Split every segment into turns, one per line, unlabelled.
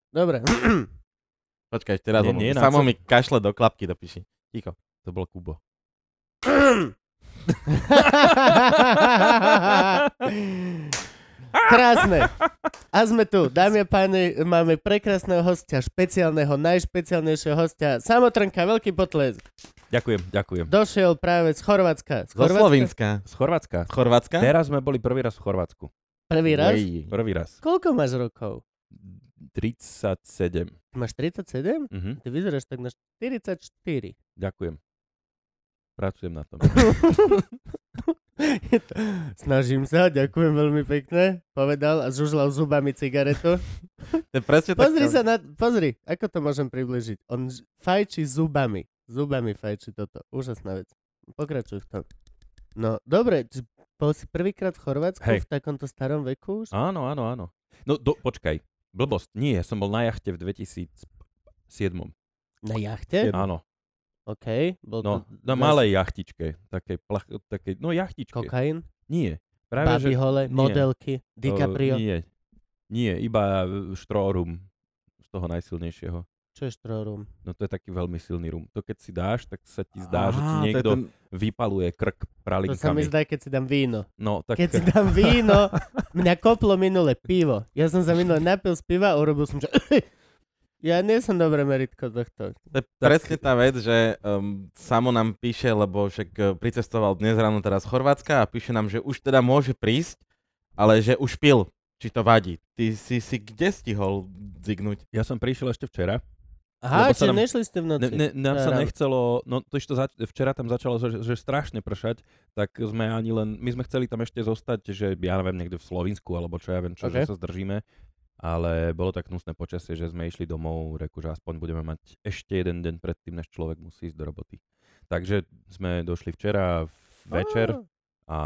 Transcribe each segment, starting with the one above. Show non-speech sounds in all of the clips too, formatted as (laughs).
(laughs)
Dobre.
Počkaj, teraz
Nie,
nie,
nie,
nie,
na
samo
cel-
mi kašle do klapky do piši. Ticho, to bol Kubo.
Krásne. A sme tu. Dámy a páni, máme prekrásneho hostia, špeciálneho, najšpeciálnejšieho hostia. Samotrnka, veľký potles.
Ďakujem, ďakujem.
Došiel práve z Chorvátska. Z
Zo
Chorvátska?
Slovenska.
Z Chorvátska.
Z Chorvátska?
Teraz sme boli prvý raz v Chorvátsku.
Prvý raz?
Jej.
Prvý raz.
Koľko máš rokov?
37.
Máš 37?
Mhm.
Ty vyzeráš tak na 44.
Ďakujem. Pracujem na tom.
(laughs) Je to- Snažím sa, ďakujem veľmi pekne, povedal a žužlal zubami cigaretu.
To je presne tak.
Pozri sa na... Pozri, ako to môžem približiť. On ž- fajčí zubami. Zubami fajčí toto. Úžasná vec. Pokračuj v tom. No, dobre, č- bol si prvýkrát v Chorvátsku
Hej.
v takomto starom veku už?
Áno, áno, áno. No do, počkaj. Blbosť. Nie, som bol na jachte v 2007.
Na jachte?
Jedno.
Áno.
OK. Bol
No,
to
na malej jachtičke. Takej, plach, takej no jachtičke.
Kokain,
Nie. Práve,
baby hole,
nie.
modelky,
to-
DiCaprio.
Nie. Nie, iba štrorum. Z toho najsilnejšieho.
Čo je štrorum?
No to je taký veľmi silný rum. To keď si dáš, tak sa ti zdá, že ti niekto
Ten...
vypaluje krk
To sa mi
pralinkami.
zdá, keď si dám víno.
No, tak...
Keď si dám víno, mňa koplo minule pivo. Ja som sa minule napil z piva a urobil som, že... (coughs) Ja nie som dobré meritko tohto.
To je presne tá vec, že um, samo nám píše, lebo však eh, pricestoval dnes ráno teraz z Chorvátska a píše nám, že už teda môže prísť, ale že už pil, či to vadí. Ty si si kde stihol zignúť?
(laughs) Ja som prišiel ešte včera.
Aha,
Lebo
čiže
sa nám-
nešli ste v noci.
Ne, ne, nám sa
Ráno.
nechcelo, no to, to zač- včera tam začalo, že, že strašne pršať, tak sme ani len, my sme chceli tam ešte zostať, že ja neviem, niekde v Slovensku, alebo čo ja viem,
Ok.
čo, že sa zdržíme. Ale bolo tak hnusné počasie, že sme išli domov, reku, že aspoň budeme mať ešte jeden deň predtým, než človek musí ísť do roboty. Takže sme došli včera
Á,
večer, a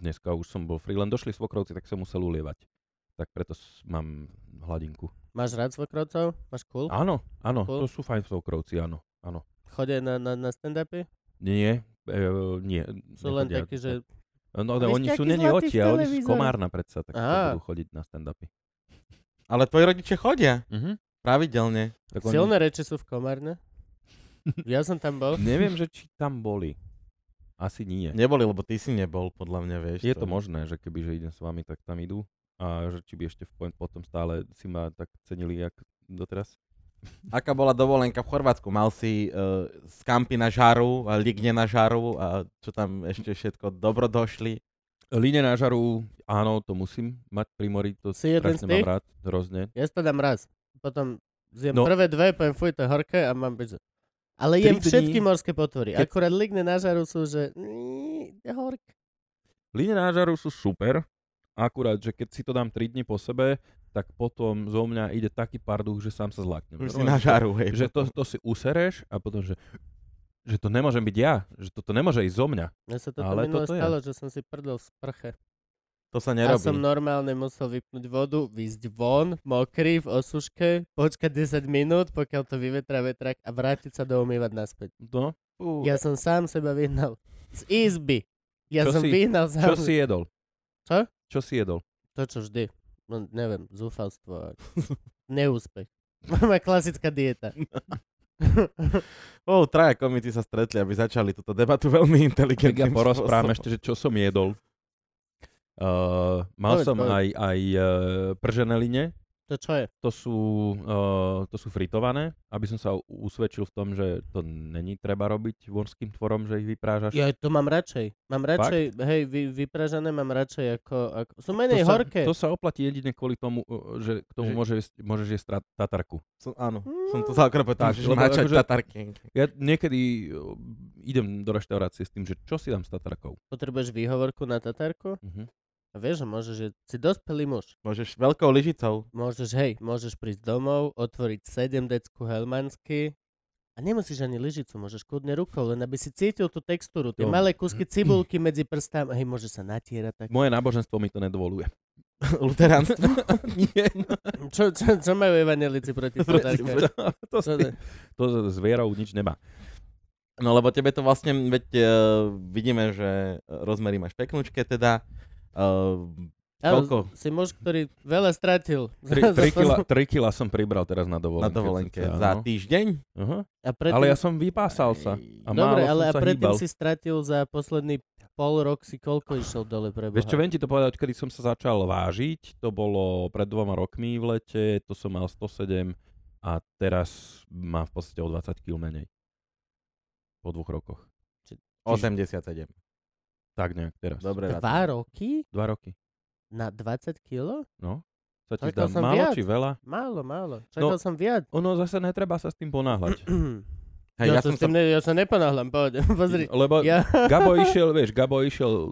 dneska už som bol free, len došli svokrovci, tak som musel ulievať. Tak preto s- mám hladinku.
Máš rád svokrovcov? Máš cool?
Áno, áno,
Cool.
to sú fajn svokrovci, áno, áno.
Chodia na, na, na stand-upy?
Nie, nie, e, nie.
Sú len
nechodia
takí, že...
No,
A
ale
vy
oni
ste
sú
akí
není
zlatí v
otia, oni sú z
televízore.
Komárna predsa, tak to
Á.
budú chodiť na stand-upy.
Ale tvoji rodičia chodia
Mhm.
pravidelne.
Tak
Silné reči sú v
(laughs)
Komárne? Ja som tam bol.
Neviem, že či tam boli. Asi nie.
Neboli, lebo ty si nebol, podľa mňa, vieš.
Je to možné, že keby že idem s vami, tak tam idú. A že či by ešte v point potom stále si ma tak cenili, jak doteraz.
Aká bola dovolenka v Chorvátsku? Mal si uh, skampy na žaru a ligne na žaru a čo tam ešte všetko dobrodošli?
Líne na žaru, áno, to musím mať pri mori, to
Si jeden z
strašne mám
tých?
rád, hrozne.
Ja si to dám raz. Potom zjem
No.
prvé dve, poviem fuj, to je horké a mám byť, že... Ale
Tri
jem
dni-
všetky morské potvory.
Keď-
Akurát ligne na žaru sú, že... Mm, je horké.
Líne na žaru sú super, akurát, že keď si to dám 3 dni po sebe, tak potom zo mňa ide taký parduch, že sám sa zlaknem.
Už si na žaru, hej.
Že to, to si usereš a potom, že, že to nemôžem byť ja, že toto nemôže ísť zo mňa.
Mne sa toto
Ale
minule
toto je.
stalo, že som si prdol v sprche.
To sa
Ja
nerobí.
som
no-
(laughs)
normálne musel vypnúť vodu, výjsť von, mokrý, v osuške, počkať 10 minút, pokiaľ to vyvetrá vetrak a vrátiť sa do umývať naspäť.
No,
Fú.
Ja som sám seba vyhnal z izby. Ja
Čo
som
si-
vyhnal
čo
sám
si jedol?
Čo?
Čo si jedol?
to, čo vždy. No, neviem, zúfalstvo a (laughs) neúspech. (laughs) Moja klasická dieta.
Oh, traja komici sa stretli, aby začali túto debatu veľmi
Tak ja
inteligentným
porozprávam
spôsobom.
ešte, že čo som jedol. Uh, mal
Povedz,
som
povedz.
aj, aj uh, pržené line,
To čo je?
to sú, uh, to sú fritované, aby som sa u- usvedčil v tom, že to není treba robiť vonským tvorom, že ich vyprážaš.
Ja to mám radšej. Mám radšej, hej, vy, vypražané mám radšej ako... ako sú menej
to
horké.
Sa, to sa oplatí jedine kvôli tomu, uh, že k tomu
Že-
môže, jesť- môžeš jesť tra- tatarku.
Som, áno, som to zaokrepetal,
Mm.
že
Tak, lebo
mačať
akože-
tatarky.
Ja niekedy uh, idem do reštaurácie s tým, že čo si dám s tatarkou.
Potrebuješ výhovorku na tatárku?
Mhm.
Uh-huh.
A vieš, že môžeš, že si dospelý muž.
Môžeš veľkou lyžicou. (laughs)
Môžeš, hej, môžeš prísť domov, otvoriť 7 decku helmansky a nemusíš ani lyžicu, môžeš kľudne rukou, len aby si cítil tú textúru, tie
Jo.
malé kusky cibulky medzi prstami, hej, môžeš sa natierať tak.
Moje náboženstvo mi to nedovoluje.
Luteránstvo.
(laughs) Nie,
(laughs)
no.
Čo, čo, čo majú evanelici proti tatárke?
to, s tým- to s vierou nič nemá.
No lebo tebe to vlastne, veď e, vidíme, že rozmery máš peknúčke teda. E,
Áno,
Koľko?
si muž, ktorý veľa stratil. Za
3, 3, kila,
posl-
3 kila som pribral teraz na dovolenke.
na dovolenke.
Áno.
Za týždeň?
Aha.
A predtým,
Ale ja som vypásal sa. A
Dobre,
málo
ale
som
a
sa
predtým
hýbal.
si stratil za posledný pol rok si koľko išiel dole pre Boha?
Vieš čo, viem ti to povedať, kedy som sa začal vážiť, to bolo pred dvoma rokmi v lete, to som mal 107 a teraz má v podstate o 20 kg menej. Po dvoch rokoch.
87.
Tak nejak teraz.
Dobre,
Dva
rátam.
roky?
Dva roky.
Na 20 kilo?
No. Sa
Čakal
ti zdá
som
málo
viac.
či veľa?
Málo, málo.
No.
Čakal som viac. (clears throat)
Ono zase netreba sa s tým ponáhľať.
Hej,
ja,
ja, som
s tým
sa... No,
ne, ja sa neponáhľam, poď, (clears throat) (laughs) pozri.
(clears throat) Lebo
Ja,
Gabo išiel, vieš, Gabo išiel,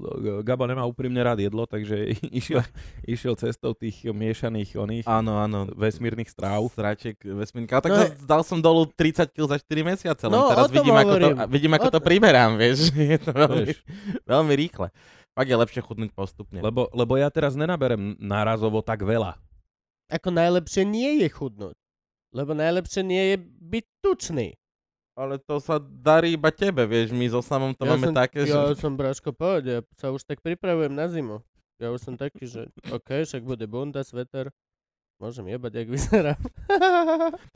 Gabo nemá úprimne rád jedlo, takže (laughs) išiel, išiel cestou tých miešaných oných
Áno, áno.
vesmírnych
(laughs)
stráv.
Sráček, vesmínka. Ale tak
No
no,
je-
dal som dolu 30 kg za 4 mesiace, len
No, o
teraz
tom
vidím, ako to,
hovorím.
a vidím, ako
O
to
to-
priberám, vieš. Je to veľmi,
Vieš.
veľmi rýchle. Pak je lepšie chudnúť postupne.
Lebo, lebo ja teraz nenaberem nárazovo tak veľa.
ako najlepšie nie je chudnúť. Lebo najlepšie nie je byť tučný.
Ale to sa darí iba tebe, vieš, my so samom to
ja
máme
som,
také,
Ja
že...
som, Braško, poď, ja sa už tak pripravujem na zimu. Ja už som taký, že OK, však bude bunda, sveter. Môžem jebať, jak (laughs) vyzerám.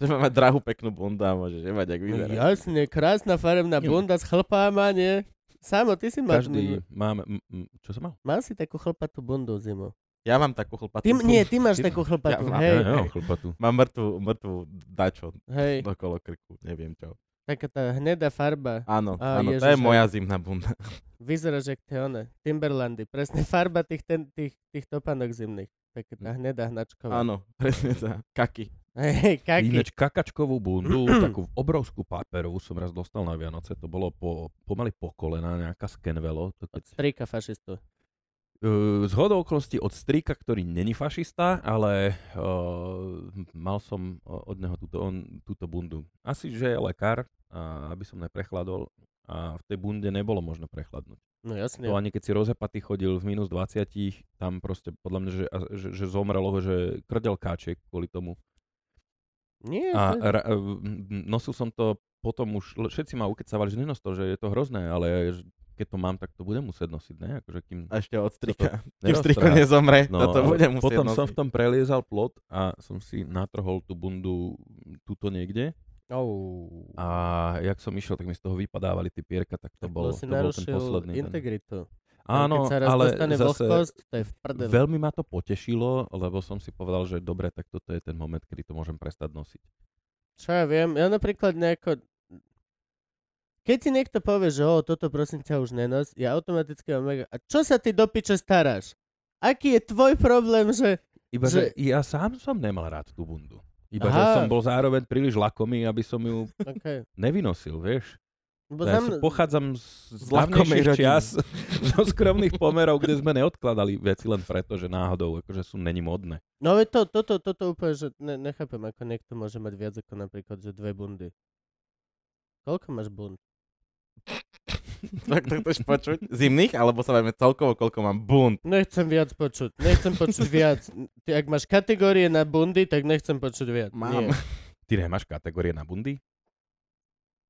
že máme drahú peknú bundu a môžeš jebať, jak
No
vyzerá.
jasne, krásna farebná
Jo.
bunda s chlpáma, nie? Samo, ty si mal...
Každý máme... m- m- Čo som mal?
Mal si takú chlpatú bundu zimu.
Ja mám takú chlpatú
Ty, m- nie,
bundu.
ty máš
Ty-
takú chlpatú,
mám,
hej,
Ja nemám
hej.
chlpatu.
Mám mŕtvú, mŕtvú dačo
hej.
okolo krku, neviem čo.
Taká tá hnedá farba.
Áno,
Á,
áno, to
Ježiš,
je moja zimná bunda.
Vyzeráš jak tie one, Timberlandy. Presne (laughs) farba tých, ten, tých, tých topánok zimných. Taká
Mm.
tá hnedá hnačková.
Áno, (laughs) presne tá. Kaky.
(laughs) Hej, kaký.
Ináč kakačkovú (clears throat) bundu, takú obrovskú paperovú som raz dostal na Vianoce. To bolo po, pomaly po kolena, nejaká z Kenvelo.
Od
To keď,
strika fašistu.
uh, z hodou okolností od strýka, ktorý není fašista, ale uh, mal som uh, od neho túto, on, túto bundu. Asi, že je lekár, a aby som neprechladol. A v tej bunde nebolo možno prechladnúť.
No jasne.
To ani keď si rozepatý chodil v minus 20, tam proste podľa mňa, že, a- že, že zomrelo, že krdel káček kvôli tomu.
Nie,
A e,
to-
ra, m, nosil som to potom už, le- všetci ma ukecávali, že nenos to, že je to hrozné, ale že keď to mám, tak to budem musieť nosiť, ne? Akože kým
(laughs)
A ešte od strika. Kým
neroztrhá.
striko nezomre, no,
No,
toto
ale
bude musieť
potom
nosiť.
som v tom preliezal plot a som si natrhol tú bundu tuto niekde
Au.
a jak som išiel, tak mi z toho vypadávali tie pierka, tak to,
Tak
bol,
si
to bol ten
narušil
posledný. ten-
integritu. Ale
Áno,
keď sa raz
ale
dostane
zase
vlhkosť, to je v prdeli.
veľmi ma to potešilo, lebo som si povedal, že dobre, tak toto je ten moment, kedy to môžem prestať nosiť.
Čo ja viem, ja napríklad nejako... Keď ti niekto povie, že o, toto prosím ťa už nenos, ja automaticky mám mega... A čo sa ty do piče staráš? Aký je tvoj problém, že...
(laughs) Iba,
Že-
že, ja sám som nemal rád tú bundu. Iba, že
Aha.
som bol zároveň príliš lakomý, aby som ju
Okay.
nevynosil, vieš.
Lebo za
Ja som,
mn-
pochádzam z, z
Z lakomej
dávnejších
rodiny.
čias, (laughs) zo skromných pomerov, kde sme neodkladali veci len preto, že náhodou, akože sú není modné.
No veď to, toto, toto úplne, že ne, nechápem, ako niekto môže mať viac ako napríklad, že dve bundy. Koľko máš bund?
Tak to chceš počuť? Zimných? Alebo sa bavíme celkovo, koľko mám bund?
Nechcem viac počuť, nechcem počuť viac. Ty, ak máš kategórie na bundy, tak nechcem počuť viac. Nie.
Mám.
Ty nemáš kategórie na bundy?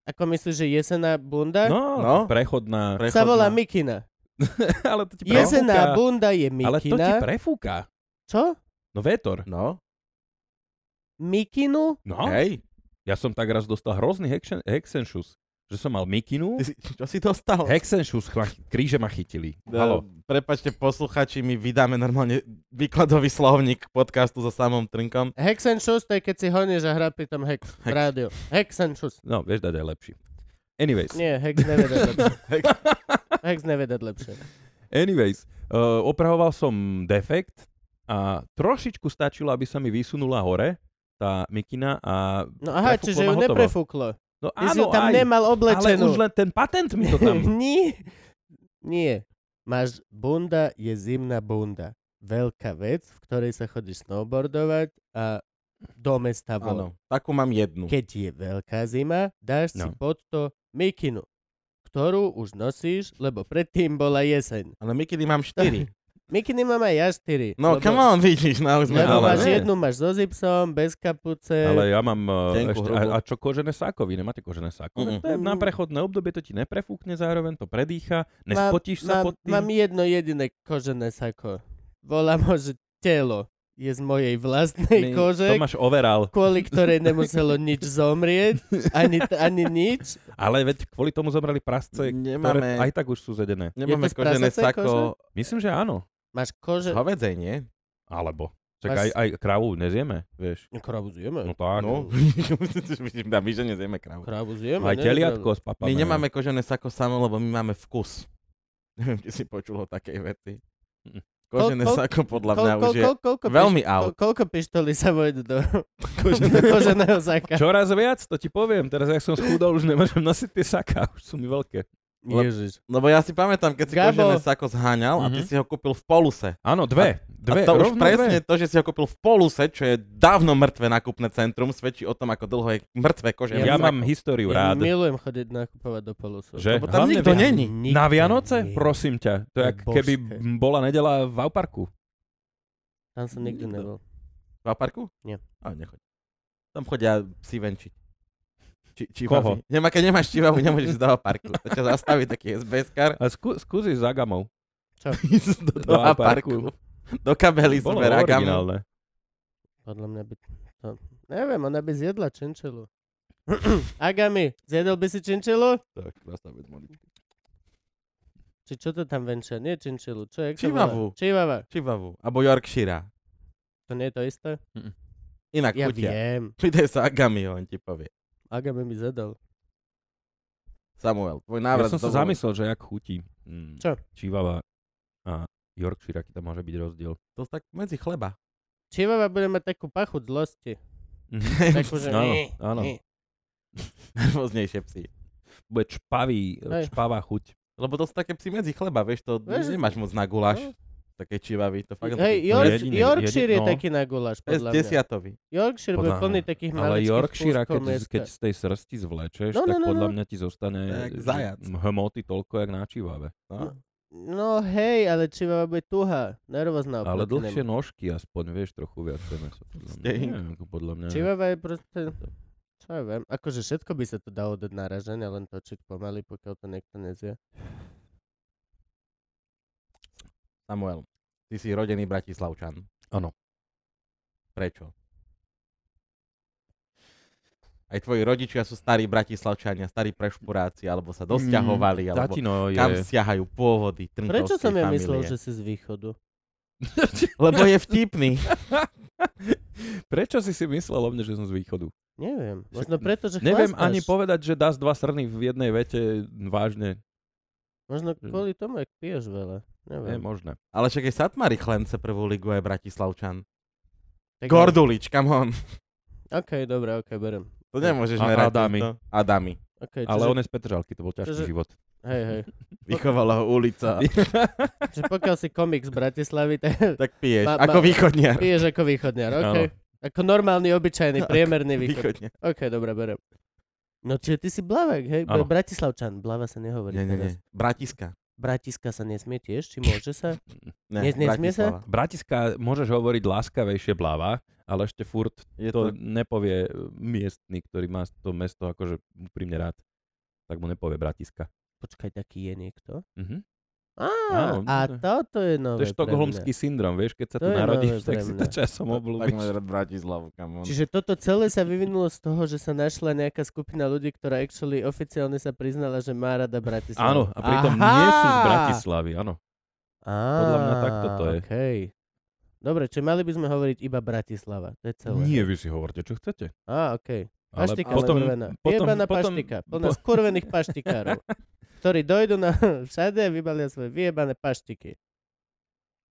Ako myslíš, že jesená bunda?
No,
No.
prechodná.
sa volá
Prechodná.
Mikina.
(laughs) ale to ti prefúka.
Jesená bunda je Mikina.
ale to ti prefúka.
Čo?
No vetor.
No,
Mikinu?
No.
hej.
Ja som tak raz dostal hrozný hexen, hexenšus, že som mal mikinu,
Ty si, čo si dostal?
hexenšus ma, kríže ma chytili. Halo.
E, Prepačte, posluchači, my vydáme normálne výkladový slovník podcastu so samom Trnkom.
Hex and shoes, to je keď si honíš a hrá pri tom hex. V
Hex.
rádiu. Hex and shoes.
No, vieš dať aj lepší. Anyways.
Nie, hex nevie
(laughs)
dať lepšie. Hex nevie dať lepšie.
Anyways, uh, opravoval som defekt a trošičku stačilo, aby sa mi vysunula hore tá mikina a...
No aha,
prefúklo
čiže
ma
ju
hotovo.
neprefúklo.
No
Ty si
áno,
ju tam
aj,
nemal
ale
oblečenú.
už len ten patent mi
(laughs)
to tam...
Nie. Nie. Máš bunda je zimná bunda. Veľká vec, v ktorej sa chodíš snowboardovať a do mesta von.
Áno, takú mám jednu.
Keď je veľká zima, dáš si
No.
pod to mikinu, ktorú už nosíš, lebo predtým bola jeseň.
Ale my kedy mám štyri.
Mikiny mám aj ja štyri.
No,
lebo,
come on, vidíš, no už sme...
Lebo
ale
máš
nie.
jednu, máš so zipsom, bez kapuce.
Ale ja mám uh,
Tenku
ešte,
hrubo.
a, a čo kožené sáko? Vy nemáte kožené sáko?
Mm-mm.
Mm. To je na prechodné obdobie, to ti neprefúkne zároveň, to predýcha, nespotíš sa
mám,
pod tým.
mám jedno jediné kožené sako. volám ho, že telo je z mojej vlastnej
My-
kože,
Tomáš overal.
kvôli
(laughs)
ktorej nemuselo nič zomrieť, ani, ani nič.
Ale veď kvôli tomu zobrali prasce, ktoré
Nemáme,
aj tak už sú zedené.
nemáme
z
kožené
prasacej
sako.
Myslím, že áno.
Máš kože...
Z hovädzej, nie?
Alebo. Čak
Máš-
aj, aj kravu nezieme, vieš.
Kravu zjeme.
No tak.
No.
(laughs)
my, my že nezieme
No,
kravu.
Kravu zjeme.
Aj
ne?
teliatko s
No.
papami.
My nemáme kožené sako samo, lebo my máme vkus. (laughs) Neviem, či si počul o takej vety.
Mm.
Kožené
Koľko-
sako podľa mňa
Koľko,
už je
koľko, koľko,
veľmi
piš-
out.
ko- koľko pištolí sa vojde
(laughs)
do, do koženého saka?
Čoraz viac, to ti poviem. Teraz, jak som schudol, už nemôžem nosiť tie saka. (laughs) Už sú mi veľké.
Ježiš.
(laughs) Lebo ja si pamätám, keď si
Gabo.
kožené sako zháňal a ty
Mhm.
si ho kúpil v poluse.
Áno, dve.
a
dve
to už
rovno
presne
Dve.
to, že si ho kúpil v poluse, čo je dávno mŕtve nákupné centrum, svedčí o tom, ako dlho je mŕtve kožené
Ja
sako.
mám históriu
Ja
rád.
milujem chodiť nakupovať do polusu.
Že?
Lebo tam
Hlavne
nikto
Tam
via-
není.
nikto
Na Vianoce?
nie.
Prosím ťa. To je,
To je
jak keby
božské.
m, bola nedela v Auparku.
Tam som nikdy nebol.
Nikto. V parku?
Nie.
A nechoď. Tam chodia psi venčiť. Či, či
Koho?
Nemá, keď nemáš čivavu, nemôžeš ísť do parku. To ťa zastaví taký SBS
(laughs)
kar.
A skú, skúsi s Agamou.
ísť do, do
Do parku.
parku. Do kabely
Bolo
zberá gamu.
originálne.
Podľa mňa by to... Neviem, ona by zjedla činčelu. (clears throat) Agami, zjedol by si činčelu?
Tak, krasavec maličký.
Či čo to tam venčia? Nie činčelu, čo je?
Chihuahu.
Čivava.
Čivavu. Abo Yorkshire.
To nie je to isté?
Inak
Ja
chutia.
viem.
Pridaj sa Agami, on ti povie.
Agami mi zjedol.
Samuel, tvoj
Ja
návrat.
som sa
domov.
zamyslel, že jak chutí. Mm,
Čo?
Čivava a Yorkshire, aký tam môže byť rozdiel.
To tak medzi chleba. (laughs)
Čivava bude mať takú pachu
(laughs)
zlosti. Takú, že...
Áno,
"Eh,
áno.
eh."
Nervóznejšie psi.
Bude čpavý,
Hej.
čpavá chuť.
Lebo to sú také psi medzi chleba, vieš, to
Vieš, že-
nemáš moc na guláš. Také čivavý, to fakt...
Hej,
York-
York,
jediný-
Yorkshire je
jedin- no.
taký na guláš,
Bez
podľa mňa.
desiatový.
Yorkshire bude
Podľa mňa.
plný takých
Ale
maličkých
Yorkshire,
kúskov
keď, z-
mesta.
keď z tej srsti zvlečeš,
No,
tak
no, no,
podľa
no.
mňa ti zostane
Tak
že
zajac.
hmoty toľko, jak na čivave.
No.
No hej, ale čivava bude tuhá, nervózna.
Ale
oproti nemu.
dlhšie nožky aspoň, vieš, trochu viac to je meso. Podľa mňa.
Stejnk.
Neviem, ako podľa mňa.
Čivava je proste... Čo ja viem, akože všetko by sa to dalo dať na raženie, len točiť pomaly, pokiaľ to niekto nezje.
Samuel, ty si rodený Bratislavčan.
Áno.
Prečo? Aj tvoji rodičia sú starí Bratislavčania, starí prešpuráci, alebo sa dosťahovali, alebo
Tatino Mm, je...
kam siahajú pôvody Trnkovskej
Prečo som ja
familie.
myslel, že si z východu?
Lebo je vtipný.
Prečo si si myslel o mne, že som z východu?
Neviem, možno preto, že
Neviem
chlastáš.
ani povedať, že das dva srny v jednej vete vážne.
Možno kvôli tomu, ak piješ veľa.
Je
Neviem.
možné.
Ale však aj Satmari chlence prvú ligu je Bratislavčan.
Tak-
Gordulič, come on.
OK, dobre, OK, berem.
To nemôžeš
A
merať.
Adami.
týmto. Adami.
OK,
Ale
čiže-
on je z Petržalky, to bol ťažký
Čiže-
život.
Hej, hej.
Vychovala ho ulica.
Čiže pokiaľ si komik z Bratislavy, tak
(laughs) Tak piješ.
Ma- ma-
Ako východniar.
piješ ako východňar, OK?
Áno.
Ako normálny, obyčajný,
Ako
priemerný východ.
Východniar.
OK, dobre, berem. No čiže ty si blavek, hej?
Áno.
Bratislavčan, blava sa nehovorí.
Nie, nie, nie.
teraz.
Bratiska.
Bratiska sa nesmie tiež, či môže
(laughs)
sa?
Ne,
Dnes nesmie sa?
Bratislava.
Bratiska môžeš hovoriť láskavejšie blava, ale ešte furt
Je
to
to...
nepovie e, miestny, ktorý má to mesto akože úprimne rád. Tak mu nepovie Bratiska.
Počkaj, taký je niekto?
Mhm.
Á,
Áno,
a
to je-
toto je
To
nové
je štokholmský syndrom, vieš, keď sa
To
tu
je
narodíš,
nové
tak
pre
si
mňa.
to časom
Tak máš
obľúbiš.
rád Bratislavu, come on.
Čiže toto celé sa vyvinulo z toho, že sa našla nejaká skupina ľudí, ktorá actually oficiálne sa priznala, že má rada Bratislavu.
Áno, a pritom nie sú z
Aha!
Bratislavy, áno.
Á,
Podľa mňa takto to je.
okej. Dobre, čiže mali by sme hovoriť iba Bratislava. To je celé.
Nie, vy si hovorte, čo chcete.
Á, okej.
Ale
Paštika
potom,
skurvená.
potom,
Jebaná
potom,
paštika. Plná
po,
skurvených paštikárov. ktorí dojdu na (laughs) všade a vybalia svoje vyjebané paštiky.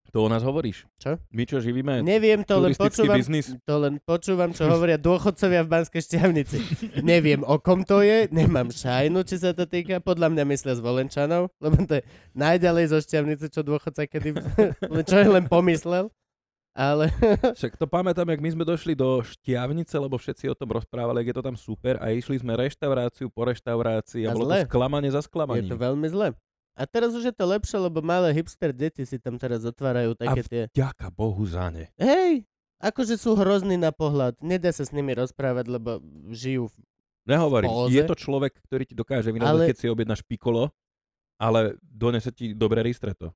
to o nás hovoríš.
Čo?
My čo živíme
Neviem, to len
turistický
počúvam,
biznis.
to len počúvam, čo hovoria dôchodcovia v Banskej šťavnici.
(laughs)
Neviem, o kom to je, nemám šajnu, či sa to týka. Podľa mňa myslia z Volenčanov, lebo to je najďalej zo šťavnice, čo dôchodca kedy, (laughs) čo je len pomyslel. Ale
Však to pamätám, jak my sme došli do Štiavnice, lebo všetci o tom rozprávali, jak je to tam super a išli sme reštauráciu po reštaurácii a,
A
bolo
zle.
to sklamanie za
je
sklamaním.
to veľmi zle. A teraz už je to lepšie, lebo malé hipster deti si tam teraz otvárajú také
v-
tie...
Ďaká Bohu za ne.
Hej, akože sú hrozní na pohľad. Nedá sa s nimi rozprávať, lebo žijú. v-
Nehovorím,
Spóze.
je to človek, ktorý ti dokáže vynadať,
Ale-
keď si objednáš pikolo, ale donese ti dobré ristreto.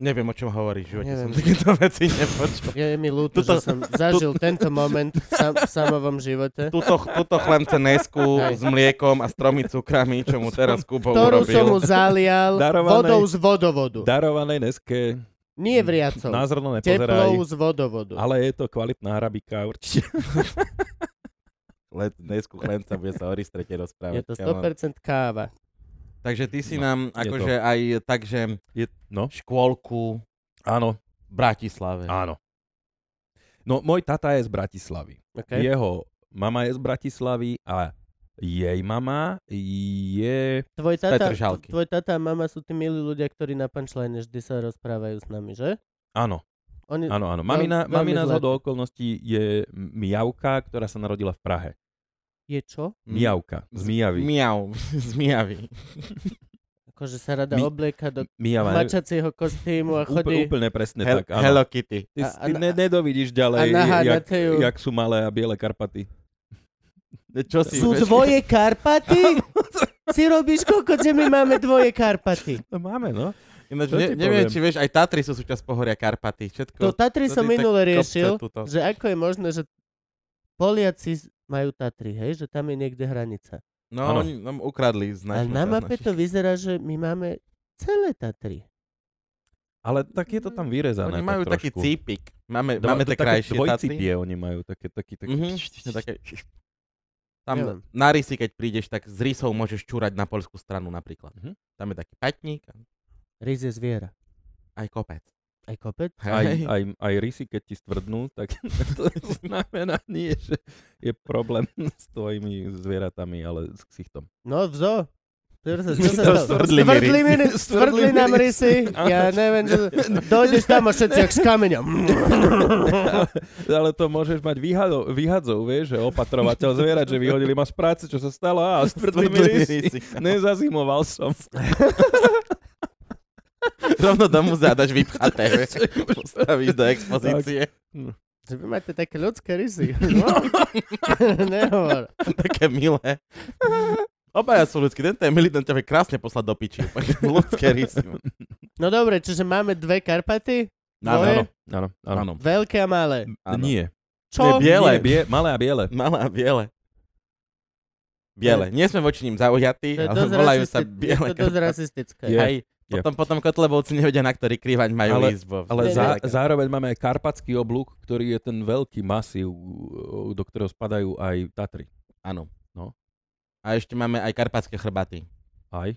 Neviem, o čom hovoríš, v živote
Neviem.
som takéto veci nepočul.
Je mi ľúto,
Tuto-
že som zažil tento moment v, sam, v samovom živote,
Tuto, tuto chlemce nesku
Hej.
s mliekom a s tromi cukrami, čo mu teraz Kubo
ktorú som mu
urobil.
zalial
Darovanej-
vodou z vodovodu.
Darovanej neske.
Nie vriacou,
Na zrno nepozeraj.
teplou z vodovodu.
Ale je to kvalitná
(laughs)
arabika určite.
Le- Nesku chlemca bude sa o Ristrete
Je
rozprávať.
to
kámo.
100% káva.
Takže ty si
No,
nám
je
akože aj tak, že
Je, no,
škôlku
áno,
v Bratislave.
áno. No, môj tata je z Bratislavy.
Okay?
Jeho mama je z Bratislavy a jej mama je...
Tvoj tata,
Petržalky.
tvoj tata a mama sú tí milí ľudia, ktorí na punchline vždy sa rozprávajú s nami, že?
Áno,
Oni,
áno, áno. Mamina,
veľmi
mamina
zlatý.
zhodou okolností je Mijavka, ktorá sa narodila v Prahe.
Je čo?
Mm.
Mijavka, z Mijavy.
Miau, (laughs) z Mijavy.
Akože sa rada
My-
oblieka do
Mijava.
mačacieho kostýmu a
Úplne,
chodí
úplne presne
Hel-
tak, áno.
Hello Kitty.
Ty,
A- a
ty
na-
ne, nedovidíš
a
ďalej, jak,
naháňate ju.
jak sú malé a biele Karpaty.
Čo si
Sú dvoje Karpaty? si robíš koko, že my máme dvoje Karpaty.
No máme, no.
Ináč,
Čo
ne,
ti
neviem,
poviem?
či vieš, aj Tatry sú súčasť pohoria Karpaty. Všetko.
To Tatry
to
som
ty tak
minule
kopce
riešil,
tuto.
že ako je možné, že Poliaci majú Tatry, hej? Že tam je niekde hranica.
No,
Áno.
oni nám ukradli z
A
našich.
na mape to vyzerá, že my máme celé Tatry.
Ale tak je to tam
Oni
vyrezané.
majú
tak
taký
trošku.
cípik. Máme,
Dva-
máme
to
tie
také
krajšie Tatry.
dvojcipie oni majú, také, taký, taký,
Mhm, také- Tam
Neviem.
na rysy, keď prídeš, tak z rysov môžeš čúrať na polskú stranu napríklad.
Mhm.
Tam je taký patník,
Riz je zviera.
aj kopec.
Aj kopec?
Aj,
Hej. (laughs)
aj, aj rysy, keď ti stvrdnú, tak (laughs) to znamená nie, že je problém (laughs) s tvojimi zvieratami, ale s ksichtom. (laughs)
No, vzo. Čo sa-
To (laughs)
čo sa stalo?
stvrdli mi
Stvrdli mi-
(laughs) rysy.
Stvrdli nám rysy. Ja neviem, že dojdeš tam a všetci jak s kameňom. (laughs)
Ale to môžeš mať výhado, výhadzov, vieš, že opatrovateľ zvierat, že vyhodili ma z práce, čo sa stalo, a stvrdli mi
Stvrdli mi
(laughs) rysy.
rysy.
Nezazimoval som.
Rovno do múzea (laughs) dáš vypchaté, vieš. Postavíš do expozície.
Že vy máte také ľudské rysy.
No.
(laughs) Nehovor.
(laughs) Také milé. Obaja sú ľudskí. Tento je milý, ten ťa vie krásne poslať do (laughs) piči. Ľudské rysy.
No dobre, čiže máme dve Karpaty,
Áno,
Dvoje?
áno.
Áno, áno.
áno.
veľké a malé.
áno.
Nie.
Čo?
No Nie, biele.
Nie, bie, malé a biele.
(laughs) Malé a biele. Biele. Nie sme voči ním zaujatí,
To je
ale
dosť
volajú sa
rasisti-
biele.
Je to dosť
Karpaty.
rasistické.
Je.
Hej,
Je.
potom, potom kotlebovci nevedia, na ktorý krývaň majú
Ale-
ísť. Bo...
Ale
Ne,
zá,
Také-
zároveň máme aj karpatský oblúk, ktorý je ten veľký masív, do ktorého spadajú aj Tatry.
Áno.
No.
A ešte máme aj karpatské chrbaty.
Aj.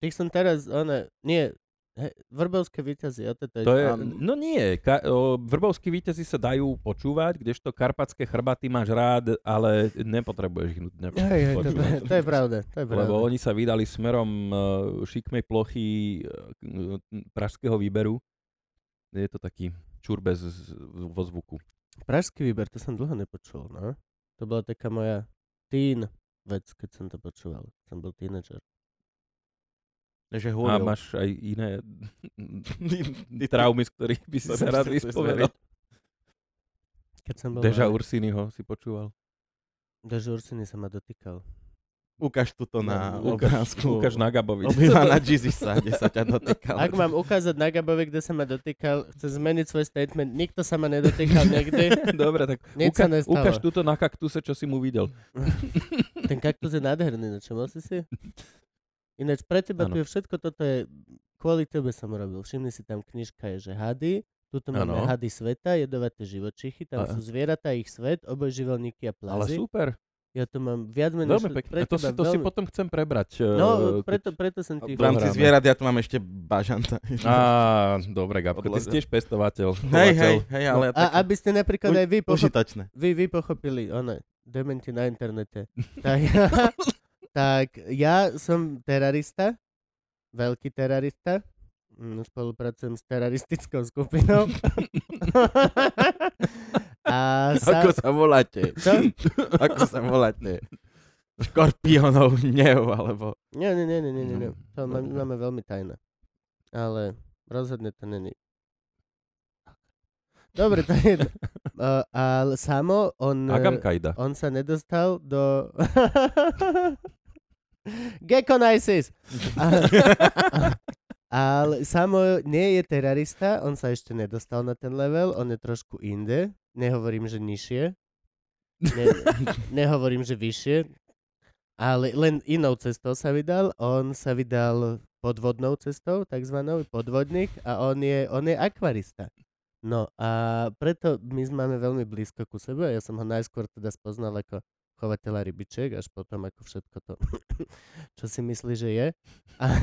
Tých som teraz, one, nie, he, vrbovské výťazí, o toto
To je,
Áno.
no nie, ka, o, vrbovskí víťazi sa dajú počúvať, kdežto karpatské chrbaty máš rád, ale nepotrebuješ ich nutne
Hej, hej, to,
počúvať.
je- to je pravda, to je pravda.
Lebo oni sa vydali smerom e, šikmej plochy e, k- pražského výberu. Je to taký čurbe z, z, vo zvuku.
Pražský výber, to som dlho nepočul, no. To bola taká moja teen vec, keď som to počúval. Som bol tínedžer.
Takže
A
húril.
máš aj iné (laughs) traumy, z ktorých by si
To
sa
by
rád
som chcel
vyspovedal.
Keď som bol
Deža
malý.
Ursiniho si počúval.
Deža Ursiny sa ma dotýkal.
Ukáž tuto na
No,
ukáž,
obrázku.
ukáž na Gabovi.
Obýva na Jeezisa, kde sa ťa dotýkal.
Ak mám ukázať na Gabovi, kde sa ma dotýkal, chcem zmeniť svoj statement. Nikto sa ma
(laughs)
nedotýkal nikdy.
Dobre, tak
Nič sa
uka-
nestalo.
ukáž túto na kaktuse, čo si mu videl.
Ten kaktus je nádherný, načoval si si? Ináč pre teba tu je
Áno.
všetko toto je, kvôli tebe som robil. Všimni si, tam knižka je, že hady, tuto máme
Áno.
hady sveta, jedovaté živočichy, tam
A-
sú zvieratá, ich svet, oboj živelníky a
Ale
plázy.
super,
Ja to mám viac menej...
veľmi
šle-
pekne.
pre
A to, si,
teba
to si
veľmi-
potom chcem prebrať.
No,
e,
preto, preto som ti... no.
V rámci
Dobre,
zvierat ja tu mám ešte bažanta.
keď- Á, dobre, Gabko, ty si
Odlaze.
tiež pestovateľ.
Hej,
chovateľ.
hej, hej, ale...
No, A aby ste napríklad aj vy, pochop...
Užitočné.
vy, vy pochopili, ono, dementi na
(laughs)
internete. Tak ja, (laughs) tak ja som terarista, veľký terarista, Mm, spolupracujem s teraristickou
(laughs)
skupinou. A sa...
Ako sa voláte?
Čo?
(laughs) Ako sa voláte? Škorpionov hnev, alebo...
Nie, nie, nie, nie, nie, nie, nie. To má,
No, dobre.
máme veľmi tajné. Ale rozhodne to není. Dobre, to
(laughs)
je... Uh, ale samo on...
Agam Kajda.
On sa nedostal do... (laughs) Gekon ISIS! A, a, Ale Samo nie je terarista, on sa ešte nedostal na ten level, on je trošku inde. Nehovorím, že nižšie. Ne, nehovorím, že vyššie. Ale len inou cestou sa vydal. On sa vydal podvodnou cestou, takzvanou podvodník, a on je, on je akvarista. No a preto my máme veľmi blízko ku sebe. Ja som ho najskôr teda spoznal ako chovateľa rybičiek, až potom ako všetko to, (laughs) čo si myslí, že je. A, (laughs)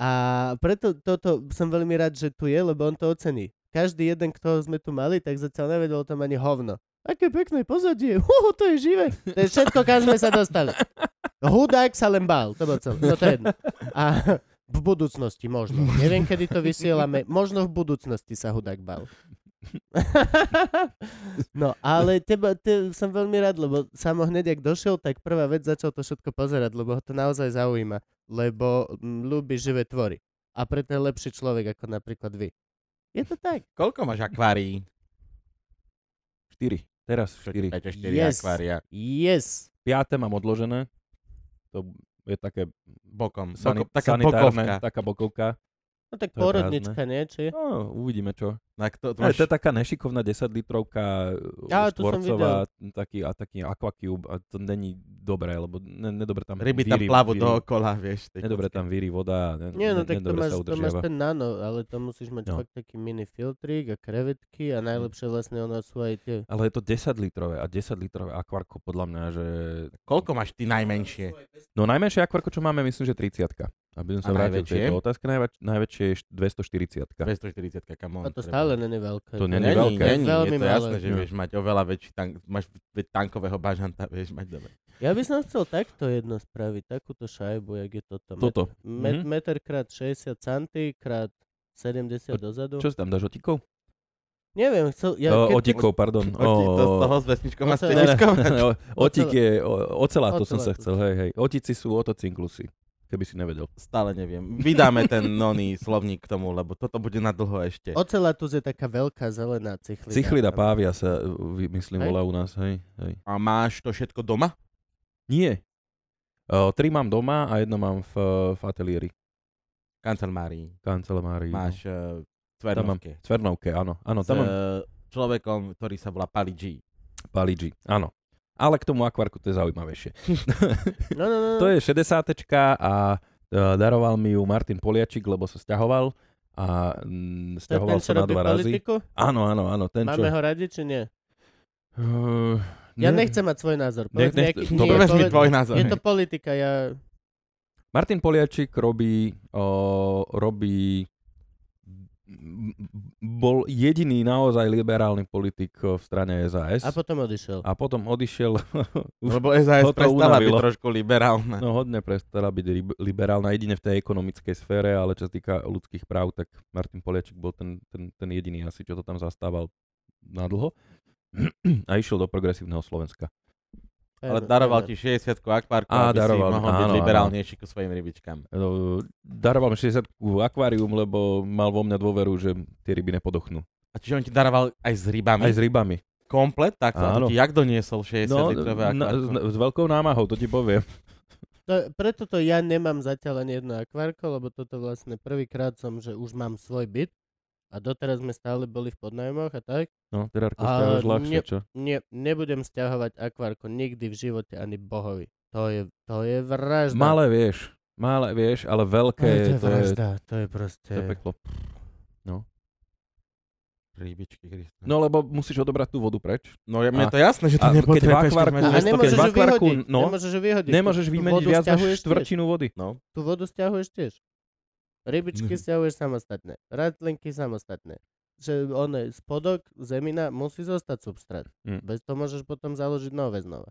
a preto toto som veľmi rád, že tu je, lebo on to ocení. Každý jeden, kto sme tu mali, tak zatiaľ nevedel tam ani hovno. Aké pekné pozadie, (laughs) ho, to je živé. To je všetko, kam sme sa dostali. Hudák sa len bál, to bolo celé. No to je jedno. A v budúcnosti
(laughs)
možno. Neviem, kedy to vysielame. Možno v budúcnosti sa hudák
(laughs)
bál. no, ale teba, te, som veľmi rád, lebo samo hneď, ak došiel, tak prvá vec začal to všetko pozerať, lebo ho to naozaj zaujíma, lebo mm, ľúbi živé tvory. A preto je lepší človek ako napríklad vy. Je to tak.
Koľko máš akvárií?
4. Teraz 4.
4
Yes.
akvária.
Yes.
Piaté mám odložené. To je také
Bokom.
sani-
Boko, taká
sanitárne,
bokovka.
taká bokovka.
No tak
To je
porodnička, nie? Či?
No, uvidíme čo.
Tak to, to
To
máš,
je to taká nešikovná 10 litrovka
Á,
a,
tu som
štvorcová taký, a taký aquacube a to není dobré, lebo ne, nedobre tam
ryby tam
víri-
plavú
víri-
dookola, vieš. tej
Nedobre
kocky.
tam víri voda, a ne,
Nie, no
ne-
tak to
nedobre
máš,
sa
to máš
udržiava.
ten nano, ale to musíš mať
No. Mm.
fakt taký mini filtrík a krevetky a najlepšie vlastne ono sú aj tie.
Ale je to 10 litrové a 10 litrové akvarko podľa mňa, že...
Koľko máš ty najmenšie?
No najmenšie akvarko, čo máme, myslím, že 30 aby som
A
sa vrátil k
najväčšie?
tejto otázke, najväč- najväčšie je št- 240
240 kamón.
A to stále není veľké.
To
To není
není
veľké.
Není,
Veľmi
je to
malé.
jasné, že
No.
vieš mať oveľa väčší tank, máš väč- tankového bažanta, vieš mať dobre.
Ja by som chcel takto jedno spraviť, takúto šajbu, jak je toto.
Toto.
Met,
Mhm.
Meter krát 60 centy krát 70 dozadu.
Čo si tam dáš otikov?
Neviem, chcel... Ja, keď-
Ja, otikov,
(laughs)
pardon.
To, to z toho s vesničkom a s
Ocele. (laughs)
(laughs) teniskou.
(laughs) O- Otík
Ocele.
je, o- ocelá, to som
Ocelá,
sa
to-
chcel, hej, hej. Otici sú otocinklusy, keby si nevedel.
Stále neviem. Vydáme ten noný slovník k tomu, lebo toto bude na dlho ešte.
Ocelatus je taká veľká zelená cichlina.
Cichlida pávia sa, uh, vy- myslím,
Hej.
volá u nás, hej, hej.
A máš to všetko doma?
Nie. O, tri mám doma a jedno mám v, v ateliéri,
Kancelárii.
kancelárii.
Máš
eh,
uh, Cvernovke.
V Cvernovke, áno. Áno,
S
tam mám
eh, človekom, ktorý sa volá Pali G.
palidži, áno. Ale k tomu akvarku to je zaujímavejšie.
Mm. No, no, no.
To je 60 a e, daroval mi ju Martin Poliačik, lebo sa sťahoval a mm,
to je ten,
sťahoval
čo
sa na
robí
dva razy.
politiku?
Áno, áno, áno, ten čo...
Máme ho radi, či nie?
Eh,
Ja
ne-
nechcem mať svoj názor.
Ne-
Povedz
nech-
nejaký-
dobre,
nie,
Povedz mi
poved-
No, tvoj názor.
Je to politika, ja...
Martin Poliačik robí, o, robí bol jediný naozaj liberálny politik o, v strane SAS
A potom odišiel.
a potom odišiel, už
(laughs) Lebo SAS
toto
prestala byť
unavilo.
trošku liberálna.
no hodne prestala byť lib- liberálna, jedine v tej ekonomickej sfére, ale čo sa týka ľudských práv, tak Martin Poliačik bol ten, ten, ten jediný asi, čo to tam zastával nadlho a išiel do progresívneho Slovenska.
Ale
Fajn, fajn.
daroval ti 60 akvárku,
Á,
aby
daroval,
si mohol byť
áno, áno.
liberálnejší ku svojim rybičkám.
Eh, Daroval mi 60 akvárium, lebo mal vo mňa dôveru, že tie ryby nepodochnú.
A čiže on ti daroval aj s rybami?
Aj s rybami.
Komplet? Tak to, a
Áno. No,
to ti jak doniesol 60 litrové
na, s,
akvárko?
s veľkou námahou, to ti poviem.
To, preto to ja nemám zatiaľ ani jedno akvárko, lebo toto vlastne prvýkrát som, že už mám svoj byt a doteraz sme stále boli v podnajmoch a tak.
No, terárko
A
ste už ľahšie,
ne-
čo?
Nie, nebudem stiahovať akvárko nikdy v živote ani bohovi. To je, to je vražda.
Malé vieš, malé vieš, ale
to
veľké,
No, je,
to je,
vražda, to je proste...
to je peklo.
Rybičky, Krista.
No lebo musíš odobrať tú vodu preč.
no je, mne
a-
je to jasné, že to
a keď
nepotrebuješ.
v akvárku
keď
a
máš
to, keď
nemôžeš
v
ju
akvárku,
vyhodiť,
no,
nemôžeš ju vyhodiť.
Nemôžeš
Tú- tú
vymeniť
vodu
viac
stiahuješ
než
tiež.
štvrtinu vody.
No,
Tú vodu stiahuješ tiež.
Mhm.
Rybičky stiahuješ samostatné. Rastlinky samostatné. Že one, spodok, zemina, musí zostať substrát.
Mm.
Bez toho môžeš potom založiť nové znova.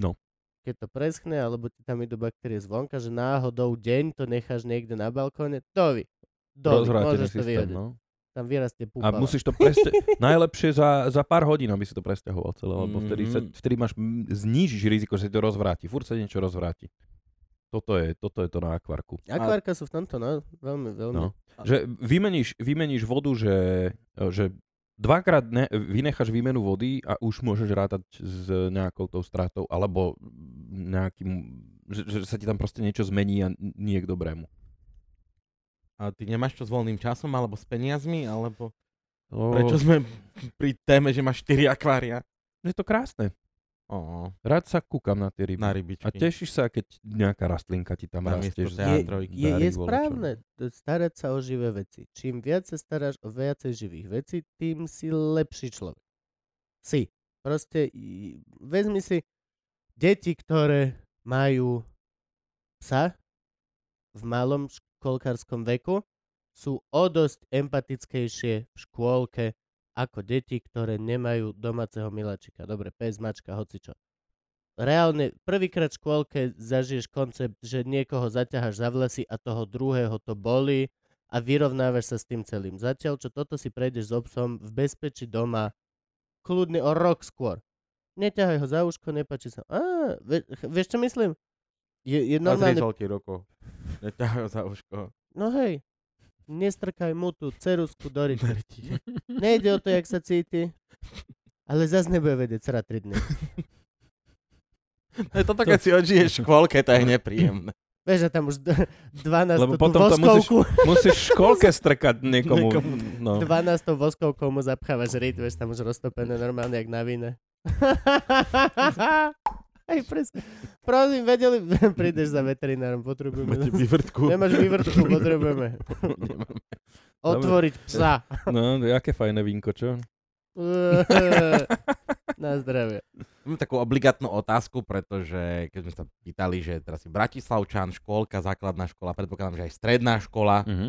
No.
Keď to preschne, alebo ti tam idú baktérie zvonka, že náhodou deň to necháš niekde na balkóne, dovi. Dovi,
Rozvrátený
môžeš to
systém,
vyhodiť.
no.
Tam vyrastie púpava.
A musíš to
(laughs)
preste... Najlepšie za, za pár hodín, aby si to presťahoval celé, lebo vtedy, sa,
Mhm.
vtedy máš, m, znížiš riziko, že si to rozvráti. Fúr sa niečo rozvráti. Toto je, toto je to na akvarku.
Akvárka sú v tomto, no, veľmi, veľmi.
No. Že vymeníš, vymeníš vodu, že, že dvakrát ne, vynecháš výmenu vody a už môžeš rátať s nejakou tou stratou, alebo nejakým, že, že sa ti tam proste niečo zmení a nie k dobrému.
A ty nemáš čo s voľným časom, alebo s peniazmi, alebo...
Oh.
O,
Prečo sme pri téme, že máš 4 akvária?
Je to krásne.
Ó,
Rád sa kúkam na tie ryby.
na rybičky.
a tešíš sa, keď nejaká rastlinka ti tam,
Tam
rastie.
miesto
že
teatru.
z-
Je,
trojky.
je,
darí
je
voličom.
(laughs)
správne t- starať sa o živé veci. Čím viac sa staráš o viacej živých vecí, tým si lepší človek. Si. Proste i- vezmi si deti, ktoré majú psa v malom školkárskom veku, sú o dosť empatickejšie v škôlke ako deti, ktoré nemajú domáceho miláčika. Dobre, pes, mačka, hocičo reálne prvýkrát v škôlke zažiješ koncept, že niekoho zaťaháš za vlasy a toho druhého to boli a vyrovnávaš sa s tým celým. Zatiaľ, čo toto si prejdeš s obsom v bezpečí doma, kľudne o rok skôr. Neťahaj ho za uško, nepáči sa. Á, ve, ch- vieš, čo myslím? Je, je
normálne...
normálne...
Od rokov. Neťahajú za (laughs) uško.
No hej, nestrkaj mu tú cerusku do ryti.
Mrti.
Nejde o to, jak sa cíti. Ale zase nebude vedieť sra 3 dny.
No je toto, keď si odžiješ v škôlke, to je nepríjemné.
Vieš, že tam už d- 12
Lebo
tú
potom to
voskovku.
Musíš v školke strkať niekomu.
Niekomu.
No.
12 voskovkou mu zapchávaš ryt, vieš, tam už roztopené normálne, jak na víne. (laughs) Aj pres... Prosím, vedeli, (laughs) prídeš za veterinárom,
Máte
potrebujeme.
vývrtku.
(laughs)
Nemáš vývrtku, potrebujeme.
Nemám.
Otvoriť psa. (laughs)
No, aké fajné vínko, čo?
Na zdravie.
Mám takú obligátnu otázku, pretože keď sme sa pýtali, že teraz si Bratislavčan, škôlka, základná škola, predpokladám, že aj stredná škola,
Mhm.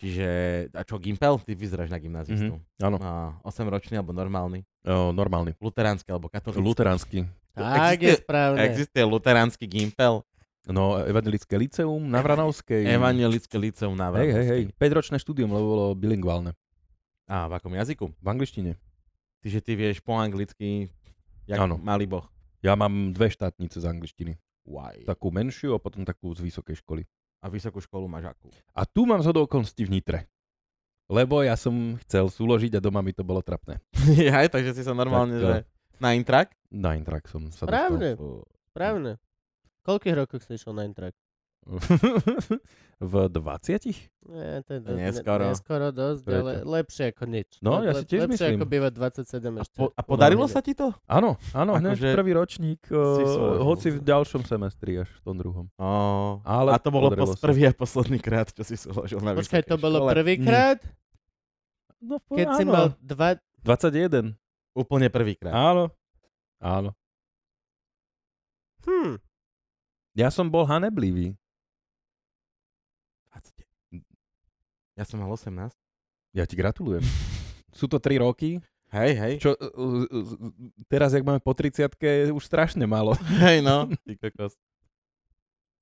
čiže, a čo, Gimpel? Ty vyzeráš na gymnázistu.
Áno,
Mm-hmm. A 8-ročný alebo normálny,
o, normálny.
luteránsky alebo katolícky.
Luteránsky.
Tak je
Existuje-
správne.
Existuje luteránsky Gimpel,
No, evangelické liceum na Vranovskej.
evangelické liceum na
Hej, hej, hej.
Vrbovskej.
5-ročné štúdium, lebo bolo bilingválne.
A v akom jazyku?
V angličtine.
Čiže ty vieš po anglicky, jak
Áno.
malý boh.
Ja mám dve štátnice z angličtiny.
Why? Tak.
Takú menšiu a potom takú z vysokej školy.
A vysokú školu máš
(laughs)
akú?
A tu mám zhodou okolností v Nitre. Lebo ja som chcel súložiť a doma mi to bolo trapné.
Aj, takže si sa normálne,
Tak,
že na intrak?
Na Intrak som sa dostal.
Správne, správne. Koľkých rokoch si išiel na intrak?
(laughs) v 20?
Nie, to je
To
dosť,
neskoro.
ne- neskoro dosť,
Preto.
ale lepšie ako nič.
No, ja si tiež
lepšie
myslím.
ako bývať 27
A,
ešte.
po, a podarilo sa ti to?
Áno, áno,
Ako
hneď
že
prvý ročník,
súložil.
uh, hoci v ďalšom semestri až v tom druhom.
Oh.
Ale
a to bolo
podarilo
pos-
sa.
prvý a posledný krát, čo si súložil na
Počkaj,
vysokej
to bolo
škole.
prvýkrát,
Hm. No,
keď si mal dva...
21.
Úplne prvýkrát.
Áno. Áno.
Hm.
Ja som bol haneblivý.
20. Ja som mal 18.
Ja ti
(laughs)
gratulujem. Sú to 3 roky,
Hej, hej.
čo uh, uh, uh, teraz, jak máme po 30 je už strašne málo.
(laughs) Hej,
(laughs)
no. Ty kokos.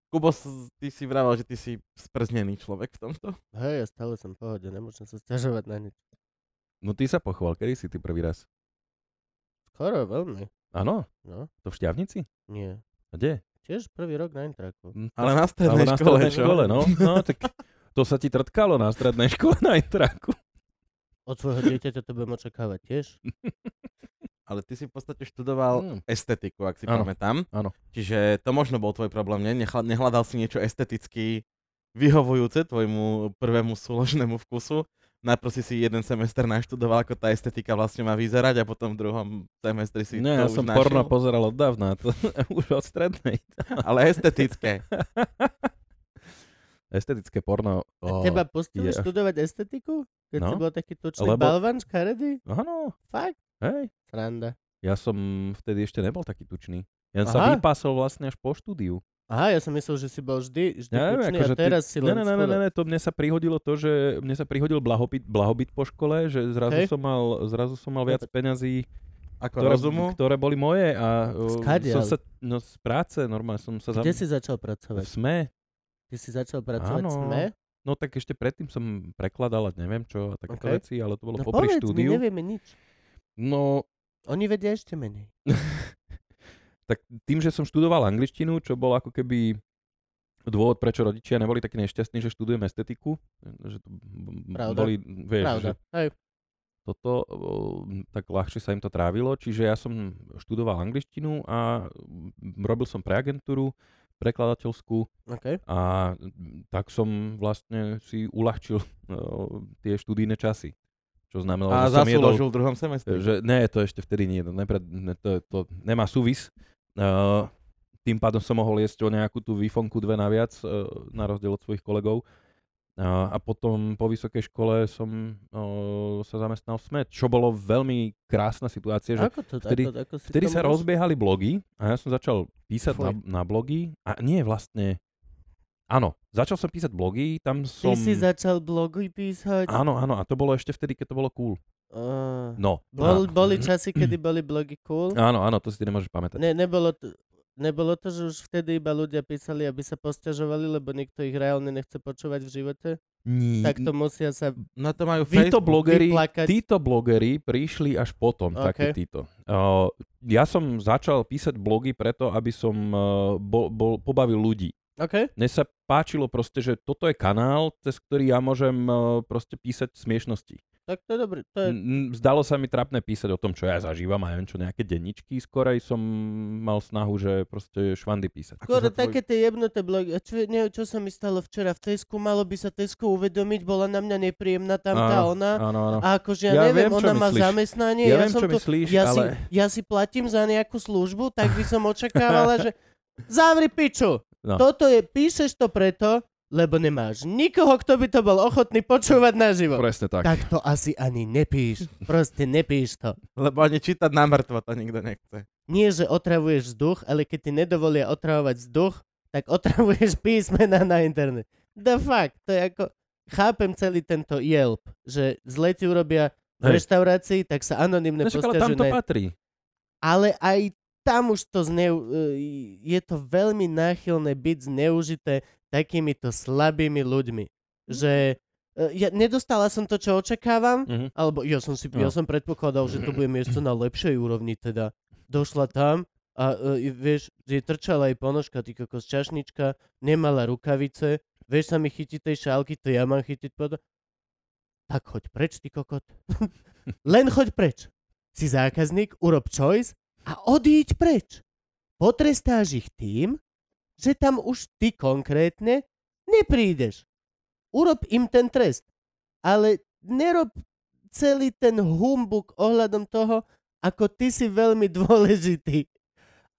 Kubo, s- ty si vravel, že ty si sprznený človek v tomto.
Hej, ja stále som v pohode, nemôžem sa stiažovať na nič.
No ty sa pochval, kedy si ty prvý raz?
Skoro veľmi,
Áno,
no.
to v Šťavnici?
Nie.
A kde?
Tiež prvý rok na intraku.
Hm,
Ale na
ale
strednej
na
škole,
strednej
čo?
škole, no. no tak to sa ti trtkalo na strednej škole na intraku.
Od svojho dieťaťa to budem očakávať tiež.
Ale ty si v podstate študoval
Hm.
estetiku, ak si
Áno,
pamätám.
áno.
Čiže to možno bol tvoj problém, ne? Nechla- Nehľadal si niečo esteticky vyhovujúce tvojmu prvému súložnému vkusu. Najprv si si jeden semester naštudoval, ako tá estetika vlastne má vyzerať a potom v druhom semestri si
Ne,
to
ja
už
som
našiel.
porno pozeral od dávna, to, (laughs) už od strednej.
Ale estetické.
Estetické porno.
A teba pustili
je až-
študovať estetiku? Keď si
No.
bol taký tučný
Lebo-
balvan, škaredý?
Áno,
Fakt?
hej.
Sranda.
Ja som vtedy ešte nebol taký tučný. Ja
Aha.
sa vypásol vlastne až po štúdiu.
Aha, ja som myslel, že si bol vždy, vždy
Ja neviem,
tučný
akože
a
ty-
teraz si
Ne,
len
ne, ne, ne,
schudol.
ne, to mne sa prihodilo to, že mne sa prihodil blahobyt, blahobyt po škole, že
Hej.
zrazu, som mal, zrazu som mal viac peňazí, (laughs)
Ako
ktoré,
rozumu.
ktoré boli moje a uh,
Skadiaľ?
som sa, no z práce normálne som sa
Kde si začal pracovať?
v SME.
Ty si začal pracovať v
Áno.
SME?
No tak ešte predtým som prekladal a neviem čo a takéto
Ok.
veci, ale to bolo
No
popri
povedz, my
štúdiu.
nevieme nič.
No
Oni vedia ešte menej.
tak tým, že som študoval angličtinu, čo bol ako keby dôvod, prečo rodičia neboli takí nešťastní, že študujem estetiku, že to b- b-
Pravda.
boli, vieš, že
Pravda. Hej.
toto, o, m, tak ľahšie sa im to trávilo. Čiže ja som študoval angličtinu a m, robil som pre agentúru, prekladateľskú
OK.
a mm, tak som vlastne si uľahčil (laughs) eh, tie študijné časy. Čo znamenalo,
A
že som
zase
jedol eh,
uložil v druhom semestri.
že ne, to ešte vtedy nie, to, nepred, ne, to, to nemá súvis. Uh, tým pádom som mohol jesť o nejakú tú výfonku dve naviac, uh, na rozdiel od svojich kolegov. Uh, a potom po vysokej škole som uh, sa zamestnal v SME, čo bolo veľmi krásna situácia, že
Ako to? ako,
vtedy-
ako si
vtedy
to
sa
môžeš-
rozbiehali blogy a ja som začal písať na,
Fuj.
na blogy a nie vlastne, áno, začal som písať blogy, tam
Ty
som...
si začal blogy písať?
Áno, áno, a to bolo ešte vtedy, keď to bolo cool.
Á.
No.
Bol,
a-
boli časy, kedy boli blogy cool?
Áno, áno, to si ty nemôžeš pamätať.
Ne, nebolo, to, nebolo to, že už vtedy iba ľudia písali, aby sa posťažovali, lebo nikto ich reálne nechce počúvať v živote?
Ní-
Tak to musia sa...
Na No to majú Facebook.
títo blogery,
vyplakať.
títo blogery prišli až potom, okay. takí
Ok.
títo. Uh, ja som začal písať blogy preto, aby som uh, bol, bol, pobavil ľudí.
OK?
Mne sa páčilo proste, že toto je kanál, cez ktorý ja môžem uh, proste písať smiešnosti.
Tak to je dobré. To je...
N- n- Zdalo sa mi trapné písať o tom, čo ja zažívam a neviem čo, nejaké denničky. Skorej som mal snahu, že proste švandy písať.
Ako
Skoro
za tvoj-
také tie jebnuté blogy. A Čo, neviem, čo sa mi stalo včera v Tesku, malo by sa Tesku uvedomiť, bola na mňa nepríjemná tam tá
Áno,
ona.
Áno, áno.
A akože ja,
Ja
neviem,
viem, čo
ona má
myslíš.
zamestnanie,
Ja
ja,
viem,
som
čo
tu,
myslíš,
ja, si,
ale-
ja si platím za nejakú službu, tak by som očakávala,
(laughs)
že zavri piču.
No.
Toto je, píšeš to preto, lebo nemáš nikoho, kto by to bol ochotný počúvať naživo.
Presne tak.
Tak to asi ani nepíš. Proste nepíš to.
Lebo ani čítať na mŕtvo to nikto nechce.
Nie, že otravuješ vzduch, ale keď ti nedovolia otravovať vzduch, tak (laughs) otravuješ písmena na internet. The fuck, to je ako... Chápem celý tento Yelp, že zle ti urobia v
Hej.
reštaurácii, tak sa anonimne
No, však, ale tam
postiažujú
to
na...
patrí.
Ale aj tam už to zneu... e, je to veľmi náchylné byť zneužité takýmito slabými ľuďmi.
Mhm.
Že e, ja, nedostala som to, čo očakávam,
Mhm.
alebo ja som si,
No.
ja som predpokladal, že to bude miesto na lepšej úrovni teda. Došla tam a e, vieš, je trčala aj ponožka, ty kokos čašnička, nemala rukavice, vieš sa mi chytiť tej šálky, to ja mám chytiť pod... Tak choď preč, ty kokot. Len choď preč. Si zákazník, urob choice a odíď preč. Potrestáš ich tým, že tam už ty konkrétne neprídeš. Urob im ten trest. Ale nerob celý ten humbuk ohľadom toho, ako ty si veľmi dôležitý.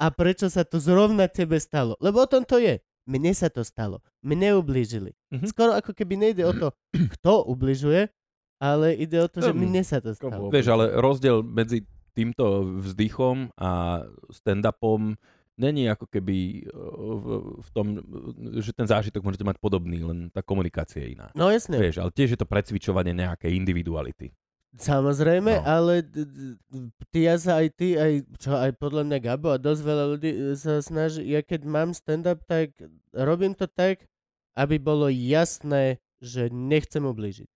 A prečo sa to zrovna tebe stalo? Lebo o tom to je. Mne sa to stalo. Mne ublížili.
Mhm.
Skoro ako keby nejde o to, kto ubližuje, ale ide o to, že
Mm,
mne sa to stalo.
bol?
Vieš, ale rozdiel medzi týmto vzdychom a stand-upom není ako keby eh, v, v tom, eh, že ten zážitok môžete mať podobný, len tá komunikácia je iná.
No jasne.
Vieš, ale tiež je to precvičovanie nejakej individuality.
Samozrejme,
No.
ale d- d- ty, ja sa aj ty, aj, čo aj podľa mňa Gabo a dosť veľa ľudí e, sa snaží, ja keď mám stand-up, tak robím to tak, aby bolo jasné, že nechcem ublížiť.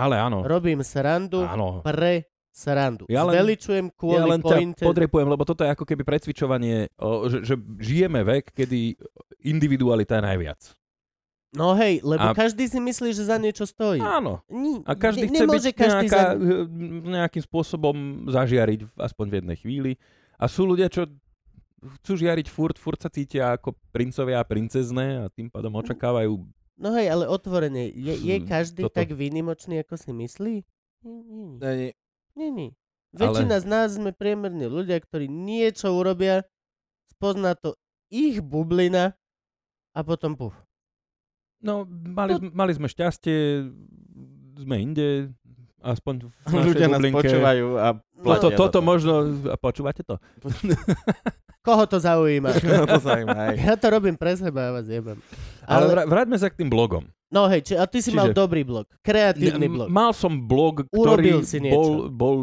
Ale áno,
Robím srandu
No. áno.
pre srandu.
Ja
Ja
len-
Zveličujem
Ja
kvôli
len ťa
pointe.
podrepujem, lebo toto je ako keby precvičovanie, o, že, že žijeme vek, kedy individualita je najviac.
No hej, lebo
A-
každý si myslí, že za niečo stojí.
Áno.
Ni-
A každý
ne-
chce
nemôže
byť
každý
nejaká,
za...
eh, nejakým spôsobom zažiariť v- aspoň v jednej chvíli. A sú ľudia, čo chcú žiariť furt, furt sa cítia ako princovia a princezné a
Mhm.
tým pádom očakávajú...
No hej, ale otvorene, je, je
Hm,
každý
toto-
tak výnimočný, ako si myslí? Nie, nie, nie.
Ani-
Nie, nie.
Ale-
Väčšina z nás sme priemerní ľudia, ktorí niečo urobia, spozná to ich bublina a potom puf.
No, mali, sme- mali sme šťastie, sme inde, aspoň v našej
Ľudia nás
bublinke.
počúvajú a
No,
Toto,
platia
toto
za to.
možno... A počúvate to?
Koho to zaujíma?
(laughs)
(laughs)
No, to sa im aj.
ja to robím pre seba, ja vás jebem.
Ale,
Ale,
vra- vráťme sa k tým blogom.
no hej, či, a ty si
Čiže-
mal dobrý blog, kreatívny
Ne-
blog.
Mal som blog,
Urobil
ktorý
si niečo.
bol, bol,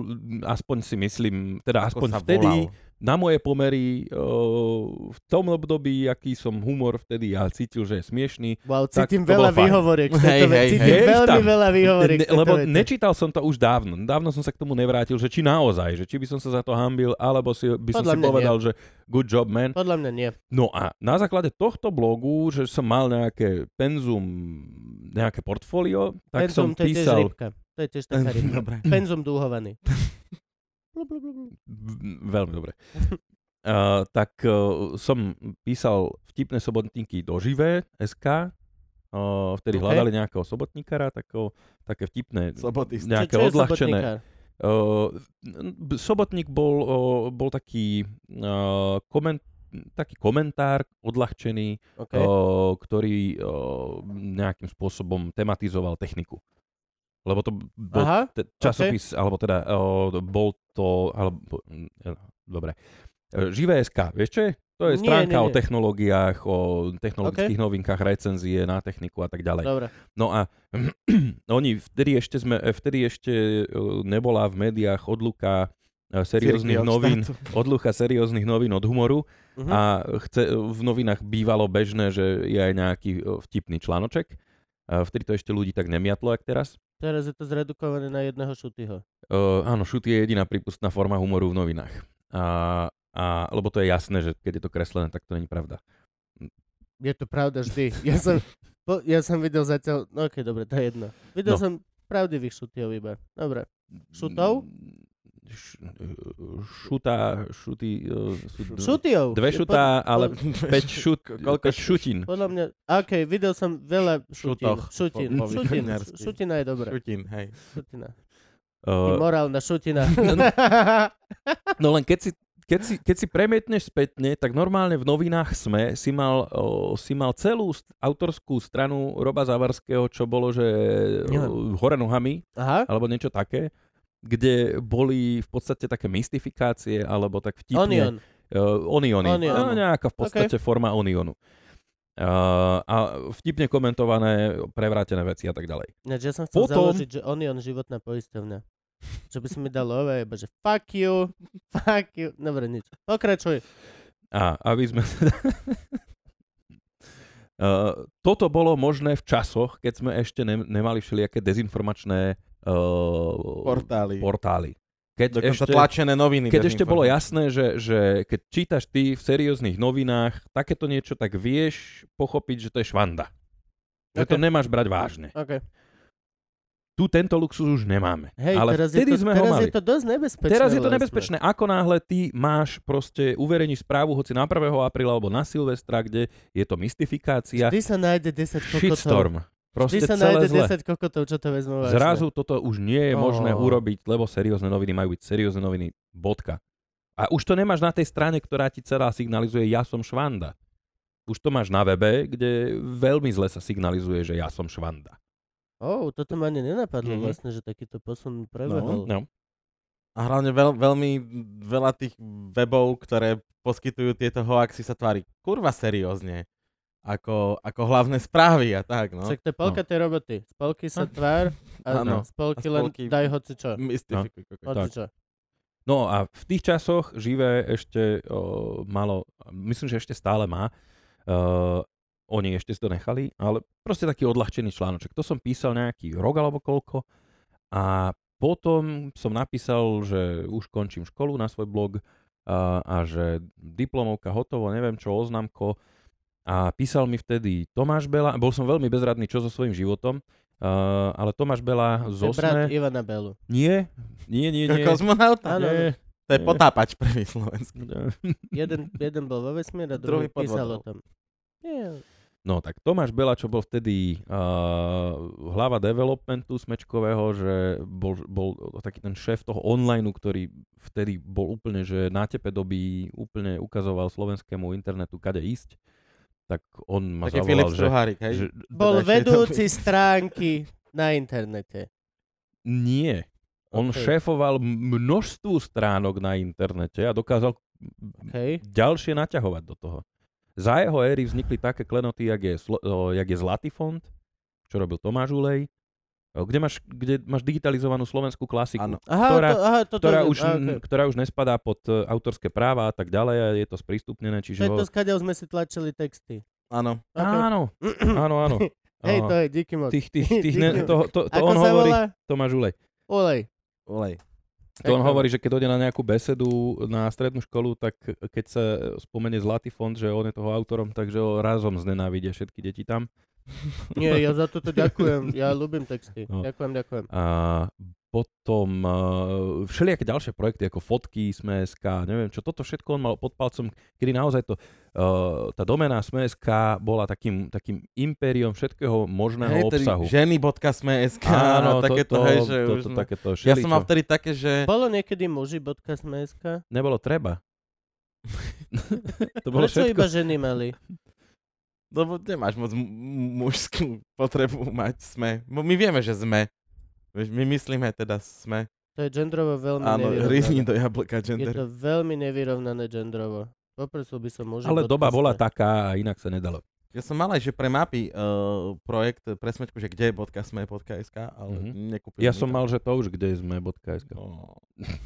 aspoň si myslím, teda
Ako
aspoň
sa
vtedy,
volal.
na moje pomery o, v tom období, aký som humor vtedy ja cnítil, že je smiešný.
Wow,
tak
cítim
to bolo
veľa
fajn.
výhovoriek. z tejto
Hej,
veci,
hej,
Cítim
hej.
veľmi
Tam.
veľa výhovoriek.
Ne,
z tejto
lebo
veci.
nečítal som to už dávno. Dávno som sa k tomu nevrátil, že či naozaj, že či by som sa za to hambil, alebo si, by som
Podľa
si
mňa
povedal, že good job man.
Podľa mňa nie.
No a na základe tohto blogu, že som mal nejaké penzum, nejaké portfólio, tak
Penzum,
som
to je tiež
písal No,
rybka. To je tiež
(laughs)
taká rybka.
(laughs) Dobre.
Penzum dúhovaný. Blub, blub, blub.
V- veľmi dobre. Uh, tak uh, som písal vtipné sobotníky do živé SK, uh, vtedy
OK.
hľadali nejakého sobotníkara, tako, také vtipné, E,
Sobotista.
nejaké
Čo- čo je
odľahčené.
sobotníkar?
Uh, n- b- Sobotník bol, uh, bol taký, uh, koment, taký komentár odľahčený,
OK.
uh, ktorý uh, nejakým spôsobom tematizoval techniku. Lebo to bol
Aha,
te, časopis, alebo teda uh, bol to, alebo, mm, eh, dobre, Eh, Živé SK, vieš čo je? To je
Nie,
stránka
nie,
o
nie.
technológiách, o technologických novinkách, recenzie na techniku a tak ďalej.
dobre.
No a (clears throat) oni vtedy ešte, sme, eh, vtedy ešte eh, nebola v médiách odluka eh, serióznych novín, (laughs) odlucha serióznych novín od humoru
Mhm.
a chce, v novinách bývalo bežné, že je aj nejaký eh, vtipný článoček. Eh, Vtedy to ešte ľudí tak nemiatlo, jak teraz.
Teraz je to zredukované na jedného šutyho.
Uh, áno, šut je jediná prípustná forma humoru v novinách. A, a, lebo to je jasné, že keď je to kreslené, tak to není pravda.
Je to pravda vždy. Ja som, po, ja som videl zatiaľ... No okej, dobre, to je jedno. Videl
No.
som pravdivých šutyhov iba. Dobre. Šutov?
Š, eh, šuta, šuty, eh, sú d-
Šutyhov.
dve
Je
šutá, ale
pod-
5
(laughs)
šut,
Koľko
päť šutín.
Podľa mňa... Okej, videl som veľa šutín.
Šutoch.
Šutín.
Po- po
Šutín.
východňarsky.
Šutina je dobrá.
Šutín, hej.
Šutina. I
Uh,
morálna
(laughs)
šutina.
no len keď si, keď, si, keď si premietneš spätne, tak normálne v novinách SME si mal, o, si mal celú st- autorskú stranu Roba Zavarského, čo bolo, že
Ja.
o, hore nohami,
Aha.
alebo niečo také, kde boli v podstate také mystifikácie, alebo tak vtipne...
Onion.
Uh, oniony.
Onion.
Áno, nejaká v podstate forma onionu. Uh, a vtipne komentované, prevrátené veci a tak ďalej.
Ináč, ja som chcel
Potom-
založiť, že Onion životná poisťovňa. Čo by si mi dal ove, iba že fuck you, fuck you. Dobre, nič. Pokračuj.
A aby sme... (laughs) Uh, toto bolo možné v časoch, keď sme ešte ne- nemali všelijaké dezinformačné uh,
Portály.
portály. Keď
Dokonca
ešte...
tlačené noviny.
Keď ešte bolo
dezinformačné.
jasné, že, že keď čítaš ty v serióznych novinách takéto niečo, tak vieš pochopiť, že to je švanda. Že to
Ok.
nemáš brať vážne.
OK.
Tu tento luxus už nemáme.
Hej,
Ale
teraz, je
vtedy
to,
sme ho
teraz
mali.
je to dosť nebezpečné.
Teraz je to
vlastne.
nebezpečné. Ako náhle ty máš proste uverejníš správu hoci na 1. apríla alebo na Silvestra, kde je to mystifikácia,
Vždy sa nájde 10 kokotov.
shitstorm.
Vždy
Proste
sa
celé
nájde
zle.
10 kokotov, čo to vlastne? vezmú vážne.
Zrazu toto už nie je možné
Oh.
urobiť, lebo seriózne noviny majú byť seriózne noviny. Bodka. A už to nemáš na tej strane, ktorá ti celá signalizuje ja som švanda. Už to máš na webe, kde veľmi zle sa signalizuje, že ja som švanda.
Oh, toto ma ani nenapadlo
Mhm.
vlastne, že takýto posun prebehol.
No.
A hlavne veľ, veľmi veľa tých webov, ktoré poskytujú tieto hoaxy sa tvári kurva seriózne. Ako, ako hlavné správy a tak, no.
Však to je polka tej roboty. Spolky sa tvár a
Áno.
spolky
A
len
spolky-
daj hoci čo.
Mystifikuj, kokos.
Hoci čo.
no a v tých časoch živé ešte o, malo, myslím, že ešte stále má, o, oni ešte si to nechali, ale proste taký odľahčený článoček. To som písal nejaký rok alebo koľko a potom som napísal, že už končím školu na svoj blog a, a že diplomovka hotovo, neviem čo, oznámko. A písal mi vtedy Tomáš Bela, bol som veľmi bezradný, čo so svojím životom, a, ale Tomáš Bela
To
z
je brat
Osme...
Ivana Belu.
Nie, nie, nie, nie.
Kozmonauta.
Áno.
nie,
To je
Nie.
potápač prvý slovenský.
nie.
Jeden, jeden bol vo
(laughs)
vesmíre,
Druhý
druhý,
pod
písal o
vodou.
tom. Nie,
No tak Tomáš Bela, čo bol vtedy uh, hlava developmentu smečkového, že bol, bol taký ten šéf toho online, ktorý vtedy bol úplne, že na tepe doby úplne ukazoval slovenskému internetu, kade ísť, tak on ma
Taký Filip
zavolal, že,
Struhárik, hej?
že
bol
Teda ešte je to-
vedúci stránky na internete.
nie. On
Ok.
šéfoval množstvu stránok na internete a dokázal
Okay.
ďalšie naťahovať do toho. Za jeho éry vznikli také klenoty, jak je, slo- o, jak je Zlatý fond, čo robil Tomáš Ulej, o, kde máš, kde máš digitalizovanú slovenskú klasiku,
Áno.
Aha,
Ktorá-
to, aha, toto
ktorá,
viem,
už,
aha,
n-
ok.
ktorá už nespadá pod e, autorské práva a tak ďalej a je to sprístupnené,
To
čiže...
je
Ho...
to, skáďal sme si tlačili texty.
Áno.
Ok.
Áno, áno, áno.
(clears throat) Hej,
Áno.
to je, díky moc.
Tých, tých, tých,
(laughs)
ne, to, to, to
Ako
on
sa
hovorí,
volá?
Tomáš Ulej,
Olej.
Olej.
to on
Ďakujem.
hovorí, že keď ide na nejakú besedu na strednú školu, tak keď sa spomene Zlatý fond, že on je toho autorom, takže ho razom znenávidia všetky deti tam.
Nie, ja za toto ďakujem. Ja ľúbim texty.
No.
Ďakujem, ďakujem.
A potom uh, všelijaké ďalšie projekty, ako fotky, Sme.sk, neviem čo, toto všetko on mal pod palcom, kedy naozaj to, uh, tá domena Sme.sk bola takým, takým impériom všetkého možného
Hej, tedy
obsahu.
Ženy.sme.sk, Áno, takéto,
toto,
hej, že už...
toto,
sme-
takéto,
ja som mal
všeličo.
vtedy také, že...
Bolo niekedy muži.smeska?
Nebolo
(laughs)
treba. to bolo
Prečo
všetko.
iba ženy mali?
Lebo nemáš moc mu- mu- mužskú potrebu mať sme. Bo my vieme, že sme. Vieš, My myslíme teda sme.
To je gendrovo veľmi
Áno, ryzni
teda.
nevyrovnané.
do jablka
Je
gender.
to veľmi nevyrovnané gendrovo. Poprosil by som muži.
Ale doba
podcaste.
bola taká a inak sa nedalo.
Ja som mal aj, že pre mapy uh, projekt pre smečku, že kde je bodka sme, bodka SK, ale
Mhm.
nekúpil
Ja
mi
som
to.
mal, že to už kde sme, bodka SK.
No. (laughs)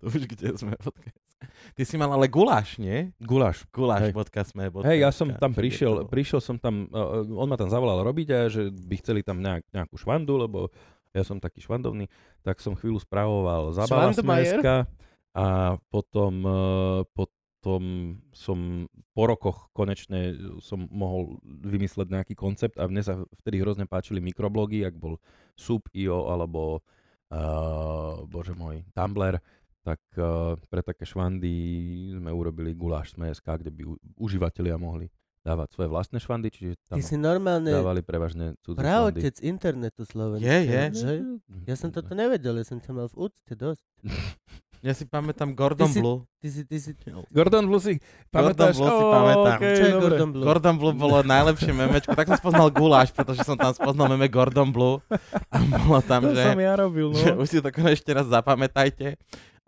to už kde sme, bodka SK. Ty si mal ale guláš, nie?
Guláš.
Guláš,
Hej.
bodka sme, bodka
Hej, ja som
SK, či
tam
kde to
prišiel,
bolo.
prišiel som tam, uh, uh, on ma tam zavolal robiť a že by chceli tam nejak, nejakú švandu, lebo ja som taký švandovný, tak som chvíľu spravoval zábava
Švandmajer?
Smeska a potom, uh, potom som po rokoch konečne som mohol vymysleť nejaký koncept a mne sa vtedy hrozne páčili mikroblogy, ak bol Sub.io alebo uh, bože môj, Tumblr tak eh, pre také švandy sme urobili guláš SK, kde by u- užívateľia mohli dávať svoje vlastné švandy, čiže tam
Ty si normálne
dávali prevažne cudzie švandy.
praotec internetu slovenského.
Je, je.
Že? Ja som toto nevedel, ja som ťa mal v úcte dosť.
Ja si pamätám Gordon
Ty si-
Blue.
Ty si, ty si...
(laughs) Gordon Blusik, pamätáš?
Blue si
Ó,
pamätám.
okej,
Čo je
dobre.
Gordon Blue?
Gordon Blue bolo najlepšie memečko. Tak som spoznal guláš, pretože som tam spoznal meme Gordon Blue. A bolo tam,
To
že...
som ja robil, no.
že už si to ešte raz zapamätajte.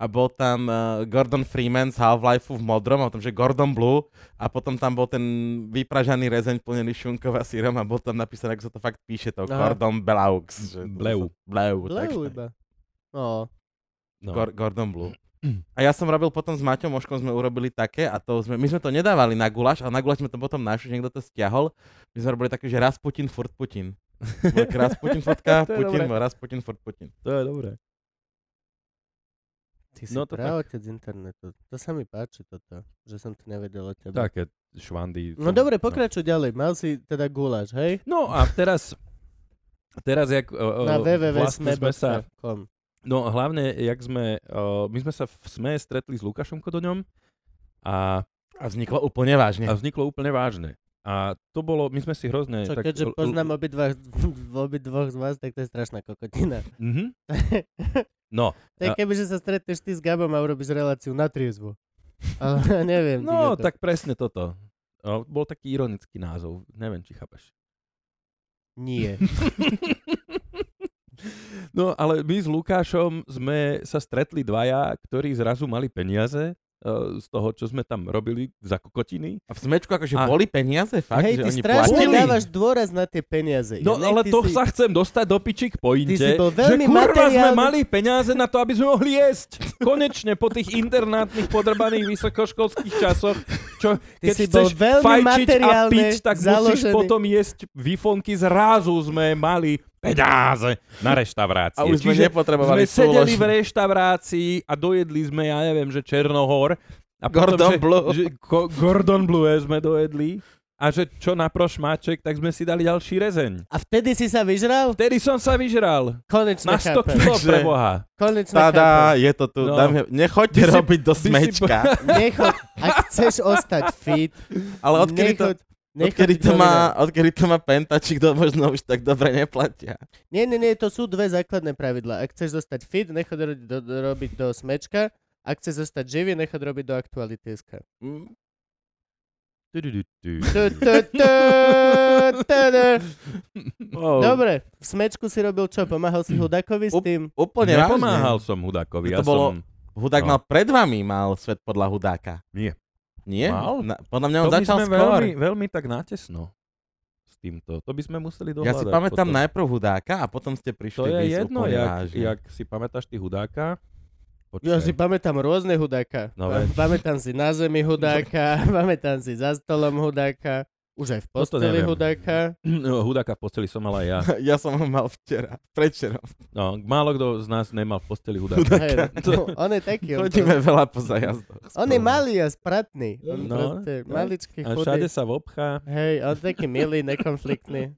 A bol tam eh, Gordon Freeman z Half-Life v modrom, a potom, že Gordon Blue, a potom tam bol ten vypražaný rezeň plnený šunkou a sírom a bol tam napísané, ako sa to fakt píše, to
Aha.
Gordon Blaux. Že to
Bleu.
sa- Bleu.
Leu
takže-
iba. No,
no.
Gor- Gordon
(clears throat)
Blue. A ja som robil potom s Maťom Moškom, sme urobili také a to sme, my sme to nedávali na gulaš, ale na gulaš sme to potom našli, niekto to stiahol. My sme robili také, že raz Putin, furt Putin. Bol Raz Putin, fotka,
(laughs) To je
Putin,
dobré.
raz Putin, furt Putin.
To je dobré.
ty si
No
no,
to tak.
praotec internetu. To sa mi páči toto, že som to nevedel o tebe.
Také švandy.
No
som-
dobre, pokračuj ďalej. Mal si teda guláš, hej?
No a teraz, teraz jak uh,
Na
vlastne sme sa
www.sme.com.
No hlavne, jak sme, uh, my sme sa v SME stretli s Lukášom Kodoňom a,
A vzniklo úplne vážne.
a vzniklo úplne vážne. A to bolo, my sme si hrozne...
Čo, keďže
l- l-
poznám obidva, (laughs) obidvoch z vás, tak to je strašná kokotina. (laughs)
Mhm. No,
To je
A-
keby, že sa stretneš ty s Gabom a urobíš reláciu na triezvo. Ale (laughs) neviem. ty
no
kokot.
tak presne toto. Uh, bol taký ironický názov, neviem, či chápeš. (laughs)
Nie.
No, ale my s Lukášom sme sa stretli dvaja, ktorí zrazu mali peniaze uh, z toho, čo sme tam robili za kokotiny.
A v smečku akože
A-
boli peniaze, fakt,
Hej, ty
že oni
strašne
platili.
dávaš dôraz na tie peniaze.
No
Janek,
ale
ty
to
si-
sa chcem dostať do piči k pointe,
Ty si bol
že
veľmi
kurva sme
materiálny-
mali peniaze na to, aby sme mohli jesť. Konečne po tých internátnych podrbaných vysokoškolských časoch, čo
Ty
keď
si
chceš
bol veľmi
fajčiť a
materiálne
piť, tak musíš
založený.
potom jesť výfonky. Zrazu sme mali peniaze na reštaurácie.
A už sme
Čiže
nepotrebovali
sme sedeli v
súlož.
reštaurácii a dojedli sme, ja neviem, že Černohor. A
Gordon
že,
Blue.
Že ko, Gordon Blue sme dojedli. A že čo na prošmáček, tak sme si dali ďalší rezeň.
A vtedy si sa vyžral?
Vtedy som sa vyžral.
Konečne
Na 100
chápem.
kilo
Takže-
pre Boha.
Konečne
Tadá,
chápem.
je to tu.
No.
Dámy, nechoďte
Ty si-
robiť do
ty si-
smečka.
Nechod, ak chceš ostať fit,
Ale odkedy to,
nechod, nechod
odkedy to, má,
vyžrať.
odkedy to má pentačik, to možno už tak dobre neplatia.
Nie, nie, nie, to sú dve základné pravidla. Ak chceš zostať fit, nechod ro- do, do, robiť do smečka. Ak chceš zostať živý, nechod robiť do aktuality.sk.
Mm.
Tu, tu, tu, tu, tu.
Oh.
No,
Dobre, v smečku si robil čo? Pomáhal si Hudakovi s
Up-
tým?
Úplne
Nepomáhal
vážne.
som Hudákovi.
To
Ja
bolo-
som...
Hudák
No.
mal pred vami, mal svet podľa Hudáka.
Nie.
Nie? Na,
Mal?
podľa mňa
To
on
by
no, začal
sme
skôr.
veľmi, veľmi tak natesno s týmto. To by sme museli
Ja
dohľadať.
si pamätám
potom.
najprv Hudáka a potom ste
To
prišli
je
vy s
jedno,
úplne
jak,
vážne.
jak si pamätáš ty Hudáka. Počkaj.
Ja si pamätám rôzne hudáka.
No
Pa-
veď.
(laughs) pamätám si na zemi hudáka, pamätám si za stolom hudáka. Už aj v
Toto
posteli
neviem.
hudáka.
No, Hudáka v posteli som mal aj ja.
(laughs) Ja som ho mal včera, prečera.
No, málo kto z nás nemal v posteli hudáka.
Hej, no, on je taký. On,
Chodíme veľa po zajazdoch.
on je malý a spratný. On
No,
proste
tak.
maličký,
A
chudý.
všade sa vobchá.
Hej, on je taký milý, nekonfliktný.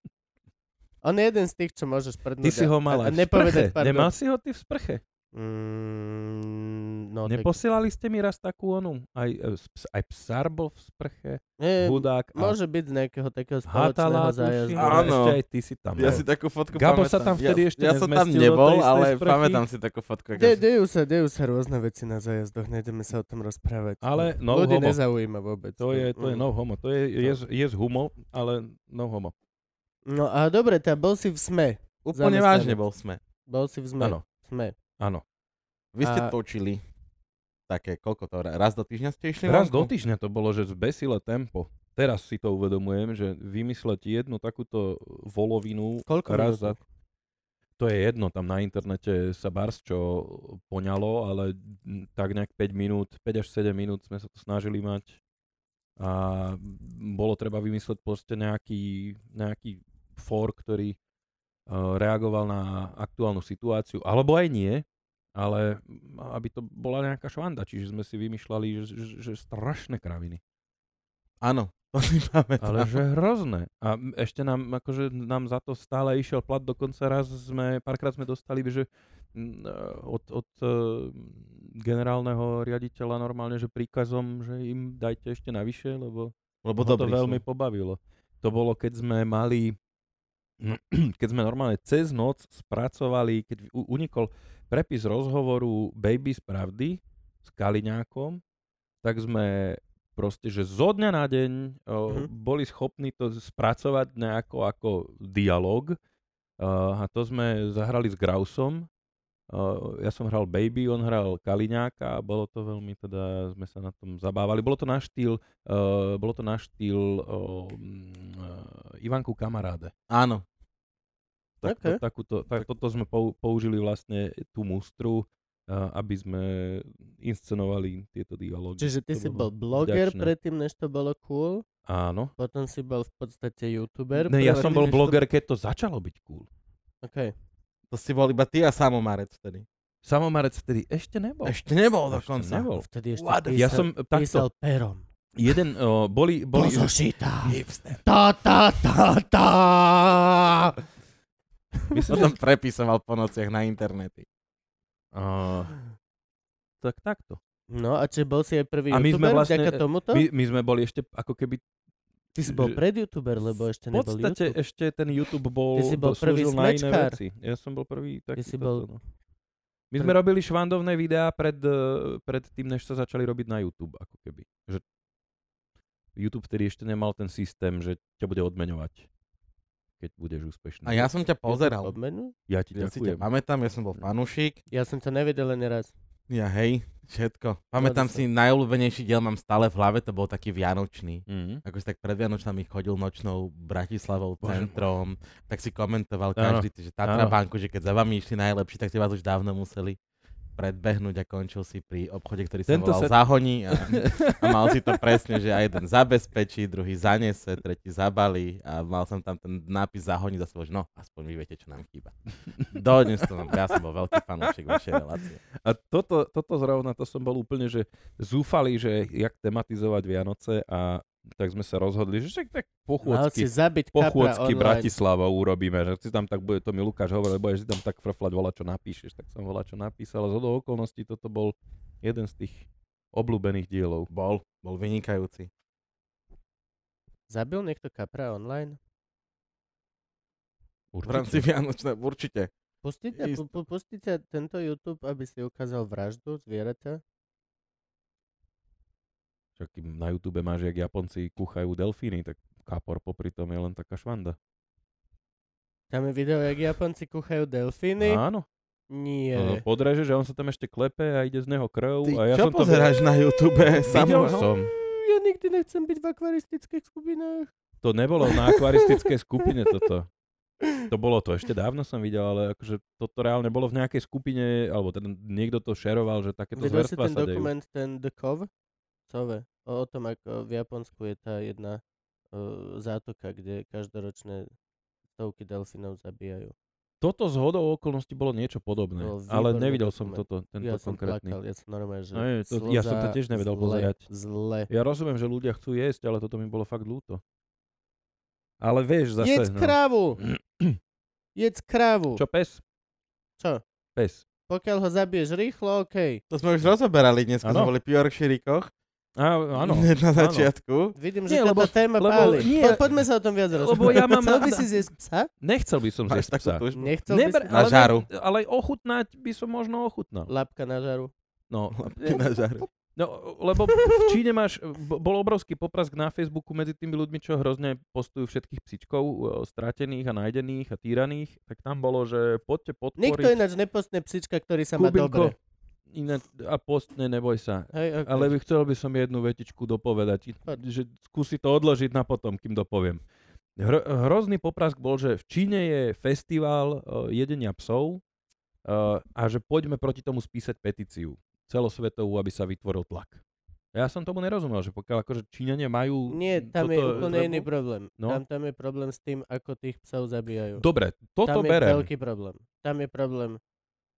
On je jeden z tých, čo môžeš prdnúť.
Ty
a-
si ho mal
a- a
aj v
nepovedať
sprche.
pardon.
Nemal si ho ty v sprche?
Mm, no, tak,
Neposielali ste mi raz takú onu? Aj, e, s- ps- aj psar bol v sprche,
nie,
hudák a
môže byť z nejakého takého spoločného
hatala,
zájazdu.
tuším,
Áno.
a ešte aj ty si tam
Ja
bol.
si takú fotku
Gabo
pamätám.
sa tam vtedy
ja,
ešte
Ja som tam
nezmestil do tej
nebol,
istej
ale
sprchy.
pamätám si takú fotku.
De,
akože-
dejú sa, dejú sa rôzne veci na zájazdoch, nejdeme sa o tom rozprávať.
Ale no
Ľudí
homo.
nezaujíma vôbec.
To je, to je
Mm.
no homo. To je, je, z- je z humo, ale no homo.
No a dobre, tá bol si v SME.
Úplne
zamestnaný.
vážne bol sme.
Bol si v SME.
Áno,
SME.
áno.
Vy ste
A-
točili také, koľko to, ra- raz do týždňa ste išli?
Raz do
vonku?
týždňa to bolo, že zbesile tempo. Teraz si to uvedomujem, že vymysleť jednu takúto volovinu
Koľko
raz
minút?
za... To je jedno, tam na internete sa bars čo poňalo, ale m, tak nejak 5 minút, 5 až 7 minút sme sa to snažili mať. A bolo treba vymysleť proste nejaký, nejaký for, ktorý eh, reagoval na aktuálnu situáciu, alebo aj nie, ale aby to bola nejaká švanda, čiže sme si vymýšľali, že, že, že strašné kraviny.
Áno, (laughs) to si pamätám.
Ale že hrozné. A m- ešte nám, akože nám za to stále išiel plat, dokonca raz sme, párkrát sme dostali, že mm, e, od, od e, generálneho riaditeľa normálne, že príkazom, že im dajte ešte navyše, lebo
Lebo
ho to
dobrý
veľmi
sú.
pobavilo. To bolo, keď sme mali, (clears throat) keď sme normálne cez noc spracovali, keď u- unikol prepis rozhovoru Baby z pravdy s Kaliňákom, tak sme proste, že zo dňa na deň o,
Mhm.
boli schopní to spracovať nejako ako dialog. Uh, a to sme zahrali s Grausom. Uh, ja som hral Baby, on hral Kaliňáka a bolo to veľmi, teda sme sa na tom zabávali. Bolo to na štýl, uh, bolo to na štýl uh, Ivanku Kamaráde.
Áno.
OK.
Tak, to, takúto, tak, toto sme pou, použili vlastne tú mustru, uh, aby sme inscenovali tieto dialógy.
Čiže ty
To
si
bolo
bol bloger
vďačné.
predtým, než to bolo cool.
Áno.
Potom si bol v podstate youtuber.
Ne,
predtým,
ja som bol
než
bloger, keď to začalo byť cool.
To... OK.
To si bol iba ty a Samomarec vtedy.
Samomarec vtedy ešte nebol.
Ešte nebol
Ešte
dokonca.
nebol.
Vtedy ešte
What?
písal,
Ja som e, takto,
písal perom.
jeden, o, boli,
Do
boli,
zošita. Tá, tá, tá, tá.
myslím, že,
Potom prepisoval po nociach na internety.
o, tak takto.
No a či bol si aj prvý
A my sme
youtuber
vlastne-
vďaka tomuto?
My, my sme boli ešte ako keby,
Ty si bol
že-
pred youtuber, lebo ešte
v
nebol
podstate
YouTube.
ešte ten YouTube bol,
Ty si bol prvý
slúžil na iné
smečkár.
veci. Ja som bol prvý taký
si
toto,
bol-
no. My sme
Pre-
robili švandovné videá pred, eh, pred tým, než sa začali robiť na YouTube, ako keby. Že YouTube vtedy ešte nemal ten systém, že ťa bude odmeňovať, keď budeš úspešný.
A ja som ťa pozeral.
YouTube obmenu?
ja ti
Ja si ťa
ďakujem.
pamätám, ja som bol fanúšik.
Ja som to nevedel len raz.
Ja hej, všetko. Pamätám
Dobre.
si, najobľúbenejší diel mám stále v hlave, to bol taký vianočný.
Mhm.
Ako si tak pred Vianočnami chodil nočnou Bratislavou
Bože môj.
centrom, tak si komentoval
Áno,
každý, ty, že Tatra
áno.
banku, že keď za vami išli najlepší, tak ste vás už dávno museli predbehnúť a končil si pri obchode, ktorý sa
Tento
volal
sa-
Zahoní a, a mal si
(laughs)
to presne, že aj jeden zabezpečí, druhý zanese, tretí zabalí a mal som tam ten nápis Zahoní za sebou, že no, aspoň vy viete, čo nám chýba. Dodnes to mám, ja som bol veľký fanúšik vašej relácie.
A toto, toto zrovna, to som bol úplne, že zúfali, že jak tematizovať Vianoce a tak sme sa rozhodli, že však
Mal
tak
si
pochôdzky,
zabiť kapra
pochôdzky
online.
Bratislava urobíme, že si tam tak bude, to mi Lukáš hovoril, budeš si tam tak frflať, volá čo napíšeš, tak som volá čo napísal a z okolností toto bol jeden z tých obľúbených dielov.
Bol, bol vynikajúci.
Zabil niekto kapra online?
V rámci Vianočné, určite.
Pustíte,
Ist-
pu- pu- pustíte tento YouTube, aby si ukázal vraždu zvieraťa?
Však kým na YouTube máš, jak Japonci kúchajú delfíny, tak kapor popri tom je len taká švanda.
Tam je video, jak Japonci kúchajú delfíny.
No Áno,
Nie.
podreže, že on sa tam ešte klepe a ide z neho krv.
Ty
a ja
čo
som to
pozeráš na YouTube?
Videl
Samo
som.
Ja nikdy nechcem byť v akvaristických skupinách.
To nebolo na akvaristickej skupine toto. To bolo to, ešte dávno som videl, ale akože toto reálne bolo v nejakej skupine, alebo ten, niekto to šeroval, že takéto
Videl si
zverstva
vlastne ten
sa dejú.
dokument, ten The Cove? Cove. O, o tom, ako v Japonsku je tá jedna eh, zátoka, kde každoročné stovky delfínov zabíjajú.
Toto z hodou okolností bolo niečo podobné,
Bol
ale
výborný
nevidel som
dokument.
toto, tento
ja som
konkrétny.
plakal, ja som normálne, že
No je, to- ja som to
slza,
tiež nevedel
zle,
pozerať.
Zle.
Ja rozumiem, že ľudia chcú jesť, ale toto mi bolo fakt ľúto. Ale vieš, zase... no.
Jedz
(clears throat)
krávu! Jedz krávu!
Čo, pes?
Čo?
Pes.
Pokiaľ ho zabiješ rýchlo, OK.
To sme už rozoberali dnes, keď
Áno.
sme boli pri Yorkshirikoch.
Á,
(laughs)
áno.
(laughs) Na
áno.
začiaľku.
Vidím, že
Nie,
táto
lebo-
téma
lebo
páli.
nie-
Po, poďme sa o tom viac rozprávať.
lebo ja mám
Chcel by
rada-
si zjesť psa?
Nechcel by som
Máš
zjesť
takú
psa.
túžbu.
Nechcel
Neber,
by si...
Na
ale,
žaru.
ale ochutnať by som možno ochutnal.
Lapka na žaru. (laughs)
No,
Na žaru.
no lebo v Číne máš, b- bol obrovský poprask na Facebooku medzi tými ľuďmi, čo hrozne postujú všetkých psičkov, e, stratených a nájdených a týraných, tak tam bolo, že poďte podporiť
Nikto ináč nepostne psička, ktorý sa má
Kubinko.
dobre.
Iné, a postne, neboj sa.
Hej, okay.
Ale by chcel by som jednu vetičku dopovedať,
Poď.
že skúsi to odložiť na potom, kým dopoviem. Hro, hrozný poprask bol, že v Číne je festival eh, jedenia psov eh, a že poďme proti tomu spísať petíciu celosvetovú, aby sa vytvoril tlak. Ja som tomu nerozumel, že pokiaľ akože Číňania majú...
Nie, tam je
Mm, toto
úplne
zlebo-
iný problém.
No.
Tam, tam je problém s tým, ako tých psov zabíjajú.
Dobre,
tam
toto
je
berem.
veľký problém. Tam je problém.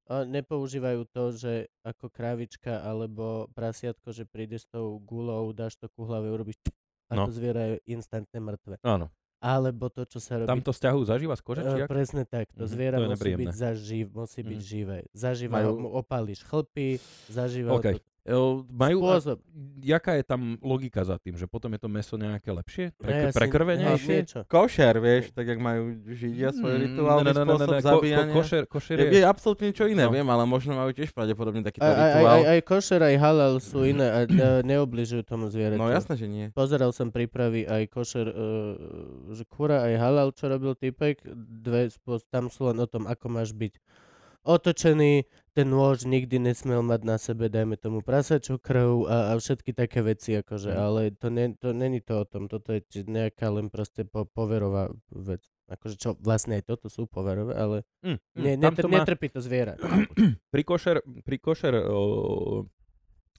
A nepoužívajú to, že ako krávička alebo prasiatko, že prídeš s tou gulou, dáš to ku hlave, urobíš tch, a
No.
to zviera je instantne mŕtve.
Áno,
Alebo to, čo sa robí.
tam to sťahujú zažíva z kože, či
e,
jak?
presne tak. To
Mhm,
zviera
to je
musí byť,
nepríjemné.
zaživ, musí byť
Mhm.
živé. Zažíva,
Majú-
mu opálíš chlpy, zažíva
OK.
to.
E, Majú... a-
Spôsob.
Jaká je tam logika za tým, že potom je to meso nejaké
Ne,
lepšie? Pre,
asi-
prekrvenejšie?
niečo.
Košer, vieš, tak jak majú židia svoj
Mm,
rituálny
ne, ne, ne, ne,
spôsob
ne, ko- ko-
zabíjania.
Košer, košer
Je,
je...
je absolútne niečo iné,
No.
viem, ale možno majú tiež pravdepodobne takýto
Aj, aj, aj,
rituál.
aj, aj košer, aj halal sú iné a e, neobližujú tomu zvieraťu.
No jasné, že nie.
Pozeral som prípravy aj košer, e, že kura aj halal, čo robil typek, dve, spôs- tam sú len o tom, ako máš byť otočený, ten nôž nikdy nesmel mať na sebe, dajme tomu prasačú krv a, a všetky také veci, akože,
Mhm.
ale to, ne, to není to o tom, toto je či- nejaká len proste po, poverová vec. Akože čo, vlastne aj toto sú poverové, ale
Mm, mm,
nie,
tam
netr-
to má-
(coughs)
netrpí to zviera.
Pri košer, pri košer o,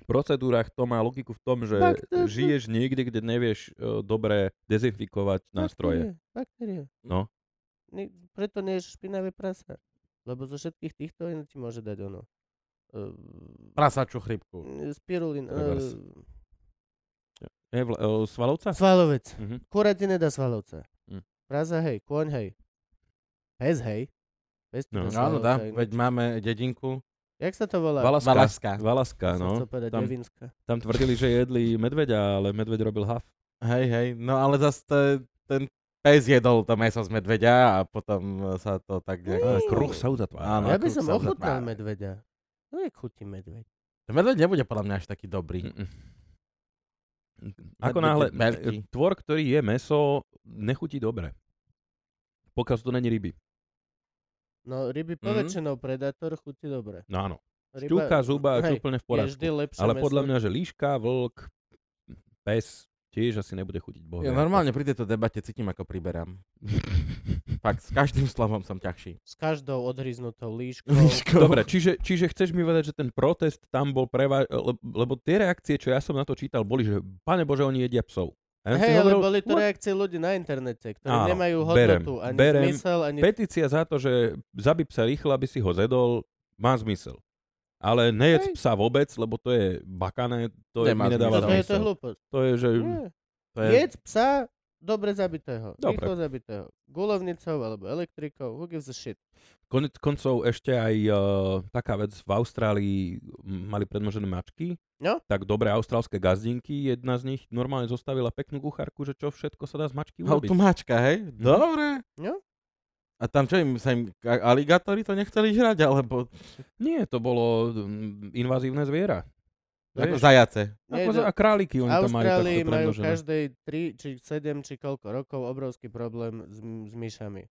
procedúrach to má logiku v tom, že
Tak to-
žiješ niekde, kde nevieš o, dobre dezinfikovať nástroje.
Baktérie, baktérie.
No.
Ne, preto nie je špinavé prasa. Lebo zo všetkých týchto iné ti môže dať ono. Uh,
Prasačú chrypku.
spirulín.
Reverse.
Uh,
Je vl- o, svalovca?
svalovec.
Mhm.
Kura ti nedá svalovca.
Mm.
Prasa hej, kôň hej. Pes hej. Pes ti dá
No. Áno,
Áno,
svalovca
dá,
ináč.
Teda, veď máme dedinku.
Jak sa to volá?
Valaska.
Valaska.
Valaska,
Som
no.
chcel povedať
Tam,
Devinská.
tam tvrdili, že jedli medveďa, ale medveď robil haf.
Hej, hej, no ale zase ten pes jedol to meso z medveďa a potom e, sa to tak
A
nejako...
kruh sa uzatvára.
Áno.
Ja by
kruh
som
sa
ochutnal
uzatvára.
medveďa. No je chutí medveď.
Medveď nebude podľa mňa až taký dobrý.
Mm-mm.
Medveď je
Ako náhle, eh,
veľký.
tvor, ktorý je meso, nechutí dobre. Pokiaľ sú to není ryby.
No ryby
Mhm.
poväčšinou predátor chutí dobre.
No áno.
Ryba
Šťúka, zuba, to je
hej,
úplne v
je
poriadku.
vždy lepšie
Ale podľa
meso.
mňa, že líška, vlk, pes tiež asi nebude chutiť bohu.
Ja normálne pri tejto debate cítim, ako priberám. Fakt, s každým slovom som ťažší.
S každou odhryznutou líškou.
(laughs)
No,
(laughs) Dobre, čiže, čiže chceš mi vedať, že ten protest tam bol preva... le- Lebo tie reakcie, čo ja som na to čítal, boli, že pane Bože, oni jedia psov. A ja som si
Hej, ale
hovoril,
boli to
"What?
reakcie ľudí na internete, ktorí
Áno,
nemajú
berem,
hodnotu, ani
berem.
zmysel, ani...
Petícia za to, že zabi psa rýchlo, aby si ho zedol, má zmysel. Ale nejedz
Hej.
psa vôbec, lebo to je bakané, to je,
Nemá
mi
zmysel.
nedáva
to, to je to
zmysel. Hm,
hlúposť.
To je, že...
Nie.
To je-
Hm. Jedz psa dobre zabitého,
Dobre.
rýchlo zabitého. Gulovnicou alebo elektrikou, who gives a shit.
Konec koncov ešte aj uh, taká vec, v Austrálii m, mali predmožené mačky,
No.
tak dobré austrálske gazdinky, jedna z nich normálne zostavila peknú kuchárku, že čo všetko sa dá z mačky urobiť.
Automáčka, No, hej? Dobre.
Jo.
A tam čo im, sa im a- aligátori to nechceli žrať, alebo
Nie, to bolo mm, invazívne zviera.
ako
Vieš,
zajace.
ako
Nie,
za, a králiky
v
oni tam majú
Austrálii
takto
majú
predmožené.
každej 3 či 7 či koľko rokov obrovský problém s, m- s myšami.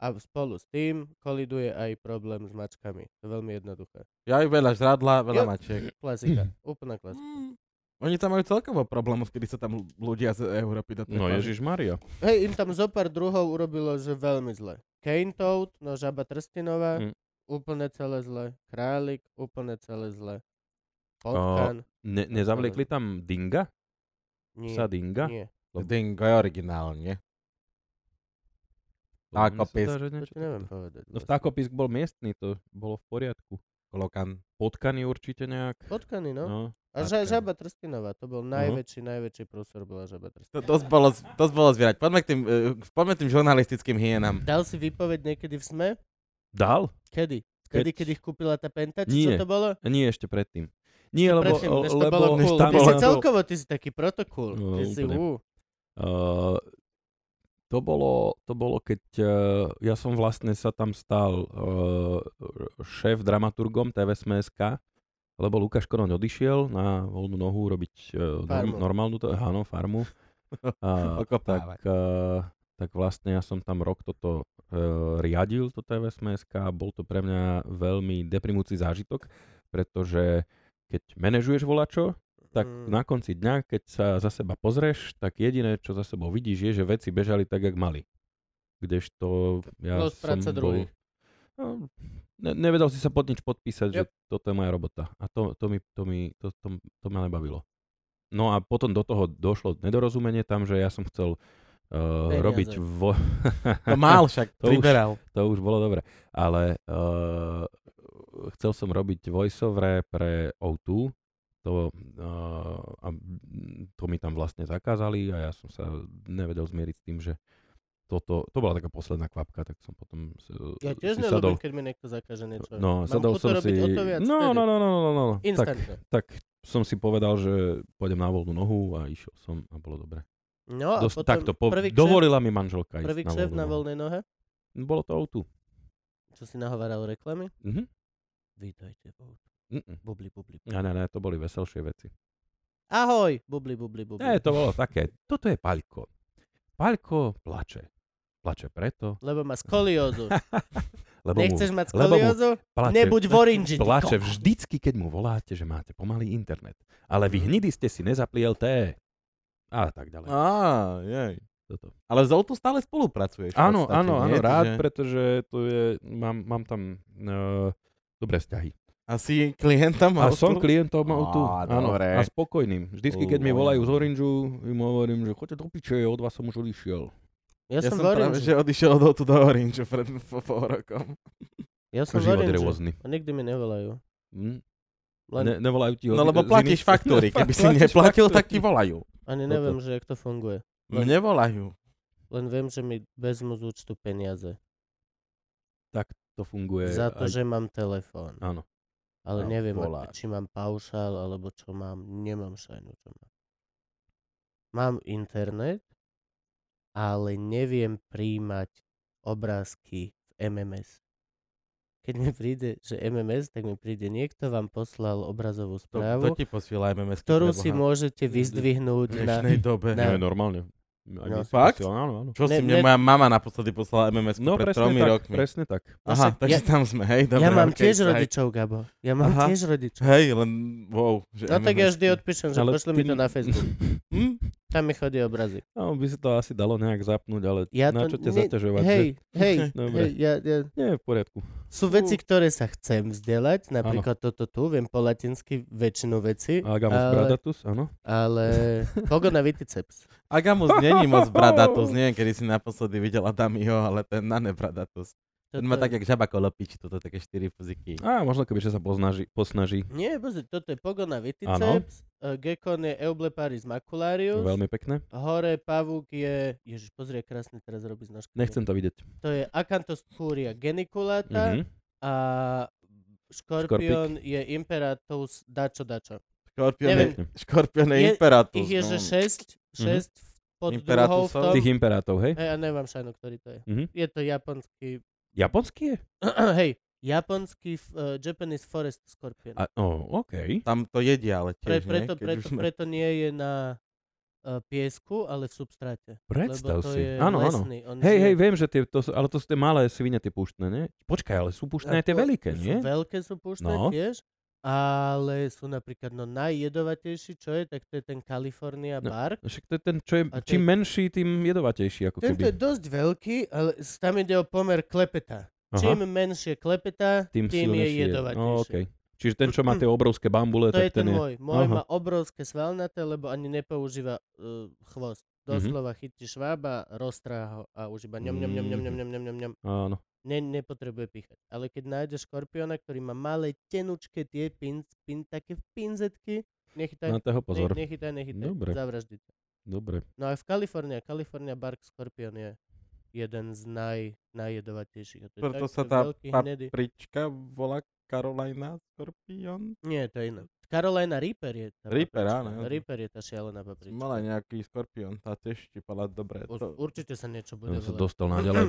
A spolu s tým koliduje aj problém s mačkami. To je veľmi jednoduché.
Ja aj veľa žradla, veľa
Jo.
mačiek.
Klasika, úplná klasika.
Mm. Oni tam majú celkovo problémov, kedy sa tam ľudia z Európy do
No Ježiš Maria.
Hej, im tam zo pár druhov urobilo, že veľmi zle. Cane toad, no žaba trstinová,
Mm.
úplne celé zle. Králik, úplne celé zle. Potkan,
Ne, nezavliekli tam dinga?
nie,
Psa dinga?
nie.
Lebo-
Dingo je originál, nie? Vtákopisk.
To ti neviem povedať. vlastne.
No vtákopisk bol miestny, to bolo v poriadku.
Lokan.
Potkany určite nejak.
Potkany, no.
No. Mhm.
A ža,
Potkany.
žaba trstinová, to bol najväčší, najväčší prúsor bola žaba trstinová.
To, dosť bolo, dosť bolo zvierať. Poďme k tým, eh, poďme k tým žurnalistickým hienám.
Dal si výpoveď niekedy v SME?
Dal?
Kedy? Vtedy,
Keď-
keď ich kúpila tá Penta, či
Nie.
čo to bolo?
Nie, ešte predtým. Nie, lebo...
Predtým, než to
lebo
bolo cool.
tam
Ty si
bola-
celkovo, ty si taký protokol.
No,
ty si, ú,
úplne. Uh, to bolo, to bolo, keď uh, ja som vlastne sa tam stal uh, šéf dramaturgom TV SMSK, lebo Lukáš Koroň odišiel na voľnú nohu robiť uh, norm,
Farmu.
normálnu to, áno,
(laughs)
farmu. A,
Okopávať.
tak, uh, tak vlastne ja som tam rok toto uh, riadil, to TV SMSK a bol to pre mňa veľmi deprimujúci zážitok, pretože keď manažuješ volačo, tak
Mm.
na konci dňa, keď sa za seba pozrieš, tak jediné, čo za sebou vidíš, je, že veci bežali tak, jak mali. Kdežto ja
Plus
som
práca
bol...
druhých.
No, Ne, nevedel si sa pod nič podpísať, že
Yep.
toto je moja robota. A to, to, mi, to, mi, to, to, to ma nebavilo. No a potom do toho došlo nedorozumenie tam, že ja som chcel uh,
Peniaze.
robiť vo...
To mal však,
(laughs) To už-
priberal.
to už bolo dobre. Ale uh, chcel som robiť voiceovre pre O2, to, uh, a m, to mi tam vlastne zakázali a ja som sa nevedel zmieriť s tým, že toto, to bola taká posledná kvapka, tak som potom s-
Ja tiež
Hm, si sadol.
nelúbim, keď mi niekto zakáže niečo. Mám
No,
chuť to
sadol som
robiť
si...
o to viac
no,
vtedy.
no, no, no, no, no, no. Tak,
Instantne.
tak som si povedal, že pôjdem na voľnú nohu a išiel som a bolo dobre.
No a
Dos,
potom
takto, po,
prvý kšeft,
dovolila mi manželka ísť
prvý
na
kšeft
voľnú
na
nohu.
voľnej nohe,
Bolo to O2.
čo si nahováral reklamy.
Mhm. mm,
Vítajte, bu-
Mm-mm.
bubli, bubli. bubli.
Ne, ne, ne, to boli veselšie veci.
Ahoj, bubli, bubli, bubli.
Ne, to bolo také. Toto je Paľko. Paľko plače. Plače preto,
Lebo má skoliózu.
(laughs) lebo
Nechceš
mu
mať
lebo mu
skoliózu?
plače,
Nebuď v orinži. ty
plače
kokot.
vždycky, keď mu voláte, že máte pomalý internet. Ale vy hnidy ste si nezapli LTE. Mhm. A tak ďalej.
Á, jej.
Toto.
Ale s Outu stále spolupracuješ. v
Áno,
podstate,
áno,
nie?
áno, rád,
Čiže-
pretože to je, mám, mám tam uh, dobré vzťahy.
A si klientom
A
Outu?
som klientom autu.
Á,
Áno,
dobre.
a spokojným. Vždycky, keď mi
Uj.
volajú z Orange, im hovorím, že choďte do piče, od vás som už odišiel.
Ja, som v
práve,
orinži.
že odišiel od Outu do Orange pred po pol rokom.
Ja som v
Život je
orinži.
rôzny.
A nikdy mi nevolajú.
Hm?
Len
Ne, nevolajú ti
No
od-
lebo
z
platíš
iných-
faktúry, keby
(laughs)
si
Platíš
neplatil,
faktúry.
tak ti volajú.
ani
toto.
neviem, že jak to funguje.
Hm?
Mne volajú.
Len viem, že mi vezmu z účtu peniaze.
Tak to funguje.
Za to,
aj-
že mám telefón.
Áno.
Ale
No,
neviem, ak-
voláš.
či mám paušál, alebo čo mám. Nemám šajnu, čo mám. Mám internet, ale neviem príjmať obrázky v MMS. Keď mi príde, že MMS, tak mi príde, niekto vám poslal obrazovú
To, to
správu,
ti posiela MMS.
ktorú si môžete
Niekde.
vyzdvihnúť
V
na...
dnešnej dobe.
Ne.
Nie, normálne. Aj
No.
my si
Fakt?
posielame, Áno, áno.
Čo si
Ne-
mne
ne-
moja mama naposledy poslala MMS
No
pred
presne
tromi
tak,
rokmi.
presne tak.
Aha,
Však
takže
ja-
tam sme, hej, dobre.
ja mám
okej,
tiež
hej.
rodičov, Gabo. Ja mám
Aha.
tiež
(laughs)
rodičov.
Hej, len wow. Že
No tak ja
MMS.
vždy odpíšem, že
Ale
pošli mi
ty-
to na Facebook.
Hm?
Tam mi chodí obrazy.
No, by sa to asi dalo nejak zapnúť, ale
Ja
na
to
čo ťa
ne-
zaťažovať?
Hej,
že-
hej,
(laughs) Dobre.
hej, ja, ja,
Nie, v poriadku.
Sú veci, ktoré sa chcem vzdelať, napríklad toto tu, viem po latinsky väčšinu veci,
Agamus
Ale-
bradatus, áno. (laughs)
ale pogona viticeps.
Agamus není
(laughs)
moc bradatus, neviem, kedy si naposledy videla Damiho, ale ten na ne bradatus. Ten má tak, jak žaba kolo piči, toto také štyri puziky.
Á, možno keby že sa poznaži, posnaží.
Nie, pozri, toto je pogona viticeps, e, gekon je Eubleparis macularius,
Veľmi pekné.
hore pavúk je, ježiš, pozri, jak krásne teraz robí s nožkami.
Nechcem to vidieť.
To je Acantoscuria geniculata
Mhm.
a škorpión je Imperatus dačo dačo.
Škorpión je,
Neviem.
škorpión je
Je-
imperatus.
Ich je, že
no.
6, 6
Mhm.
pod druhou v
Imperatusov?
tom.
Tých imperátov, hej?
Hej, ja neviem, Šajno, ktorý to je.
Mhm.
Je to japonský (clears throat)
Japonský je?
Hej, japonský f- uh, Japanese Forest Scorpion.
A, oh, OK.
Tam to jedia, ale
Pre,
tiež,
preto,
nie? Keď
preto,
už sme-
preto nie je na uh, piesku, ale v substráte. lebo
Predstav
to Je
si. Áno, áno.
lesný, áno. On
Hej,
žije.
hej, viem, že tie, to sú, ale to sú tie malé svine, tie púštne, nie? Počkaj, ale sú púštne aj tie
Ako
veľké,
eh, sú
nie?
veľké sú púštne
No.
tiež, ale sú napríklad no najjedovatejší, čo je, tak to je ten California
No,
Bark.
Však to je ten, čo je,
A to
čím
je-
menší, tým jedovatejší, ako
Tento je
keby.
dosť veľký, ale s- tam ide o pomer klepeta.
Aha,
Čím menšie klepeta, tým, je
silnejší
jedovatejší.
okay. Čiže ten,
(clears throat)
čo má tie obrovské bambule,
To
No, tak
je ten
je...
môj. Môj
Aha.
má obrovské svalnaté, lebo ani nepoužíva uh, chvost.
Mhm.
Doslova chytí švába, roztrhá ho a už iba ňom, ňom, ňom, ňom, ňom, ňom, ňom, ňom, ňom.
Áno.
Ne, nepotrebuje píchať. Ale keď nájdeš škorpióna, ktorý má malé, tenučké tie pin, pin, také pinzetky, nechytaj,
Na toho pozor.
Ne, nechytaj, nechytaj.
Dobre.
Zavraždí ťa.
Dobre.
No a v Kalifornii, California Bark Scorpion je jeden z naj, najjedovatejších. A to je
Preto
takto
sa tá
veľký hnedý-
paprička volá Carolina Scorpion.
Nie, to je iné. Carolina Reaper je tá
Reaper,
paprička.
áno, áno.
Reaper je tá šialená paprička.
Mala nejaký Scorpion, tá tiež štípala dobre.
Už,
To,
určite sa niečo bude
Ja som sa
volať.
dostal na
(clears throat)
ďalej.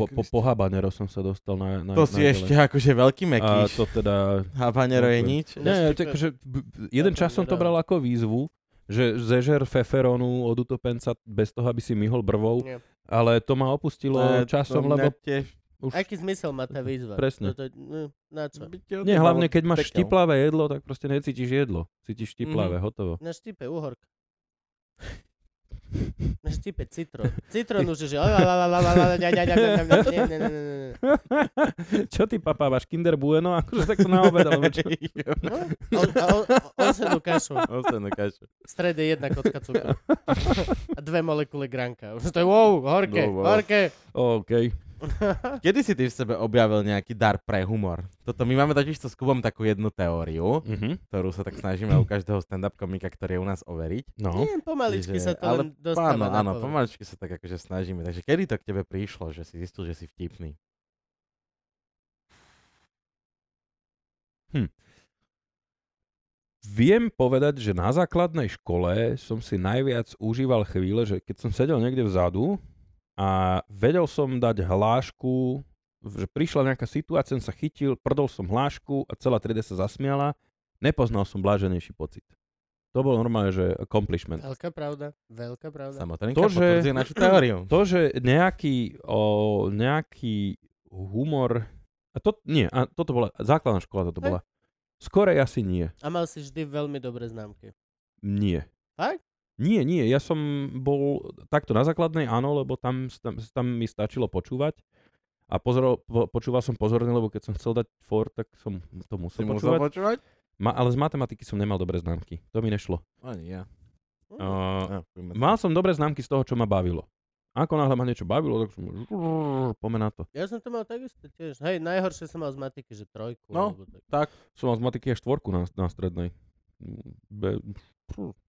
Po, po, po habanero som sa dostal na, na
to si
na
ešte
ďalej.
akože veľký
A
mekíš. (laughs)
to teda...
Habanero je
Dobre.
nič.
Ne,
Ešte pe-
takže b- b- jeden čas som to bral ako výzvu, že zežer feferonu od utopenca bez toho, aby si myhol brvou,
Nie.
ale to ma opustilo
Ne, to
časom,
mňa
lebo
Tiež...
už...
Aký zmysel má tá výzva?
Presne.
Toto, no, na čo?
by ti
Nie,
odbolo
hlavne keď máš
pekel. (laughs)
štiplavé jedlo, tak proste necítiš jedlo. Cítiš štiplavé,
Mhm.
(laughs) hotovo.
Na štípe uhorka. Na štípe citrón.
(laughs)
Citrón už je, že... Nie, nie, nie, nie, nie, nie.
Čo ty papávaš, Kinder Bueno? Akože tak to na obed, alebo čo?
No, a on- a on- osenú kašu.
no,
Ovsenú kašu.
V strede jedna kocka
(laughs)
cukru. A dve molekuly granka. Už to je wow, horké,
No, wow.
horké.
(laughs) OK.
Kedy si ty v sebe objavil nejaký dar pre humor? Toto my máme totiž s Kubom takú jednu teóriu,
Mhm.
ktorú sa tak snažíme u každého stand-up komika, ktorý je u nás overiť.
No.
(laughs) Nie, pomaličky
Čiže-
sa to
ale
len dostáva
áno,
na
áno,
povrch.
pomaličky sa tak akože snažíme. Takže kedy to k tebe prišlo, že si zistil, že si vtipný?
Viem povedať, že na základnej škole som si najviac užíval chvíle, že keď som sedel niekde vzadu a vedel som dať hlášku, že prišla nejaká situácia, som sa chytil, prdol som hlášku a celá 3D sa zasmiala. Nepoznal som bláženejší pocit. To bol normálne, že accomplishment.
Veľká pravda, veľká pravda.
Samotrenka
To, že-
potvrdzuje našu teóriu.
To, že nejaký, o, nejaký humor... A to, nie, a toto bola základná škola, toto
Hej.
bola. Skorej asi nie.
A mal si vždy veľmi dobré známky.
Nie.
Fakt?
Nie, nie, ja som bol takto na základnej, áno, lebo tam, tam, tam mi stačilo počúvať. A pozor, po, počúval som pozorne, lebo keď som chcel dať for, tak som to
Si
musel
musel
počúvať.
počúvať?
Ma, ale z matematiky som nemal dobré známky. To mi nešlo.
Ani ja.
Hm,
Uh,
Á, poďme
mal
sa-
som dobré známky z toho, čo ma bavilo. Ako náhle ma niečo bavilo, tak som pomená to.
Ja som to mal takisto tiež. Hej, najhoršie som mal z matiky, že trojku.
No.
alebo tak.
Som mal z matiky až štvorku na, na strednej. Be,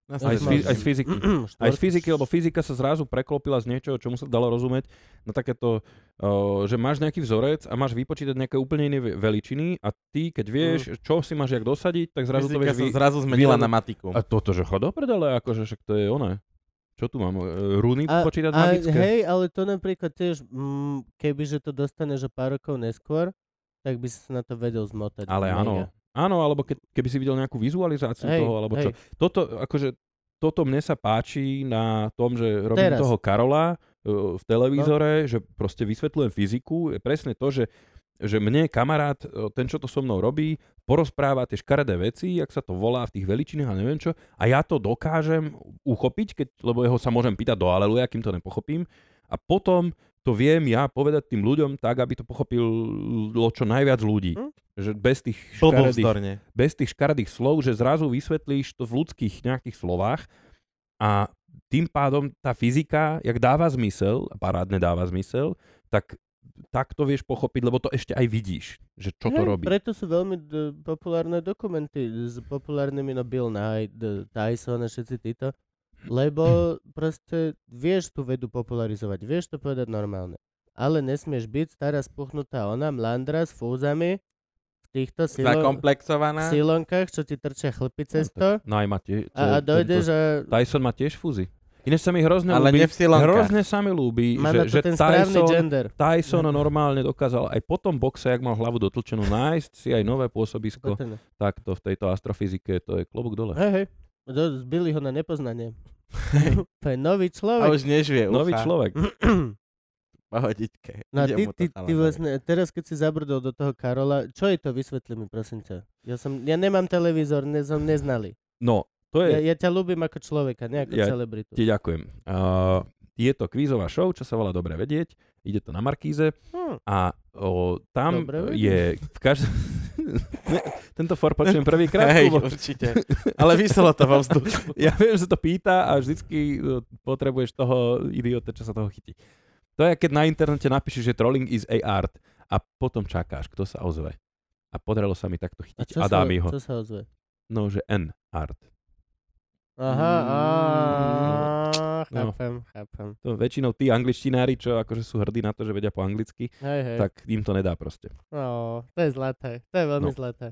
Na
aj, z,
strednej
fy- aj z
škole.
(clears throat)
fyziky. Aj z fyziky, lebo fyzika sa zrazu preklopila z niečoho, čomu sa dalo rozumieť, na takéto, o, že máš nejaký vzorec a máš vypočítať nejaké úplne iné ve- veličiny a ty, keď vieš, čo si máš jak dosadiť, tak zrazu to
Fyzika sa
vieš vy...
zrazu zmenila
vyradu-
na matiku.
A toto, že chod do prdele, akože však to je ono. Čo tu mám? e, Runy
A-
počítať
A
magické?
hej, ale to napríklad tiež, mm, kebyže to dostaneš o pár rokov neskôr, tak by si sa na to vedel zmotať.
Ale
mega.
áno. Áno, alebo keď, keby si videl nejakú vizualizáciu
Hej,
toho, alebo
hej.
čo. Toto, akože, toto mne sa páči na tom, že robím
Teraz. No.
toho Karola e, v televízore, že proste vysvetľujem fyziku. Je presne to, že že mne kamarát, e, ten čo to so mnou robí, porozpráva tie škaredé veci, jak sa to volá v tých veličinách a neviem čo, a ja to dokážem uchopiť, keď, lebo jeho sa môžem pýtať do aleluja, kým to nepochopím, a potom to viem ja povedať tým ľuďom tak, aby to pochopilo čo najviac ľudí.
Hm?
Že bez tých škaredých
Blbovzdorne.
bez tých škaredých slov, že zrazu vysvetlíš to v ľudských nejakých slovách a tým pádom tá fyzika, jak dáva zmysel, a parádne dáva zmysel, tak tak to vieš pochopiť, lebo to ešte aj vidíš, že čo to
Hej,
robí.
Preto sú veľmi d- populárne dokumenty s populárnymi, no Bill Nye, d- Tyson a všetci títo, lebo proste vieš tú vedu popularizovať, vieš to povedať normálne. Ale nesmieš byť stará spuchnutá ona, mlandra s fúzami v týchto silo-
Zakomplexovaná.
silonkách, čo ti trčia chlpy cez to
No aj ma tie,
a, a dojdeš a...
Tyson má tiež fúzy. Iné sa mi hrozne
Ale
ľúbi.
ne v silonkách.
Hrozne sa mi ľúbi,
Má na to
že, že
ten správny
Tyson,
gender.
Tyson normálne dokázal aj po tom boxe, jak mal hlavu dotlčenú, nájsť si aj nové pôsobisko
Kotené.
takto v tejto astrofyzike. To je klobúk dole.
Hej, hej. Do- Zbili ho na
(laughs)
nepoznanie. to je nový
A
človek.
už nežvie ucha.
Nový človek.
(clears throat)
Pohodičke.
No a
Ide
ty,
mu to
ty,
chalanovi.
ty vlastne, teraz keď si zabrdol do toho Karola, čo je to? Vysvetli mi, prosím ťa. Ja, som, ja nemám televízor, ne, som neznali.
No, to je...
Ja, ja ťa ľúbim ako človeka, ne ako
Ja
celebritu.
Ti ďakujem. Uh, Je to kvízová show, čo sa volá Dobre vedieť. Ide to na Markíze
Hm.
a o, tam
Dobre
je v každom... (laughs) Tento for počujem prvýkrát.
Hej,
Kubo.
určite. Ale vyselo to vo vzduchu.
(laughs) Ja viem, že to pýta a vždycky eh, potrebuješ toho idiota, čo sa toho chytí. To je, keď na internete napíšeš, že trolling is a art a potom čakáš, kto sa ozve. A podarilo sa mi
A
takto chytiť
čo, sa,
Adámiho.
čo sa ozve?
No, že N art.
Aha,
Mm,
á,
no.
chápem, chápem.
To väčšinou tí angličtinári, čo akože sú hrdí na to, že vedia po anglicky,
Hej, hej.
tak im to nedá proste.
No, to je zlaté, to je veľmi
No.
zlaté.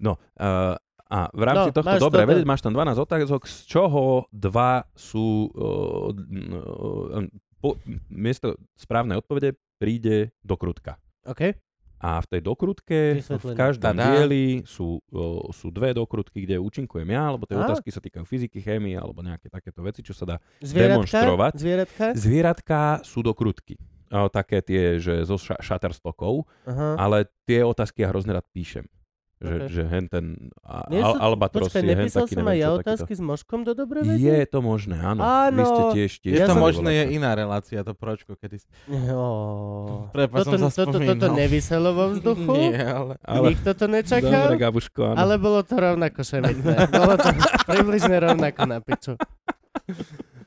No, eh, a v rámci
No,
tohto
máš
dobre
toto.
vedieť, máš tam 12 otázok, z čoho dva sú eh, n- eh, po, miesto správnej odpovede príde dokrutka.
OK?
A v tej dokrutke v
Vysvetlenie.
každom
Tadá.
dieli sú, o, sú dve dokrutky, kde účinkujem ja, alebo tie
Á.
otázky sa týkajú fyziky, chémie alebo nejaké takéto veci, čo sa dá.
Zvieratka?
Demonstrovať.
Zvieratka?
Zvieratka sú dokrutky. O, také tie, že zo ša- Shutterstockov,
Aha.
ale tie otázky ja hrozne rád píšem.
Ok.
Že, že hen ten a,
Nie
al,
sú-
Albatros
Počkaj,
je hen
nepísal
taký,
som aj
neviem
ja
čo,
otázky s Moškom do dobre
takýto. Je to možné, áno. Vy ste
Áno.
tiež tiež.
Je
Ja
to
som-
možné, je iná relácia, to pročko, kedy... s-
Oh.
Prepa,
Toto,
som sa
toto, toto
spomínal.
nevyselo vo vzduchu?
Nie, ale...
Ale,
Nikto to
dobre,
nečakal?
Gabuško, áno.
ale bolo to rovnako šemitné. Bolo to (laughs) približne rovnako na piču.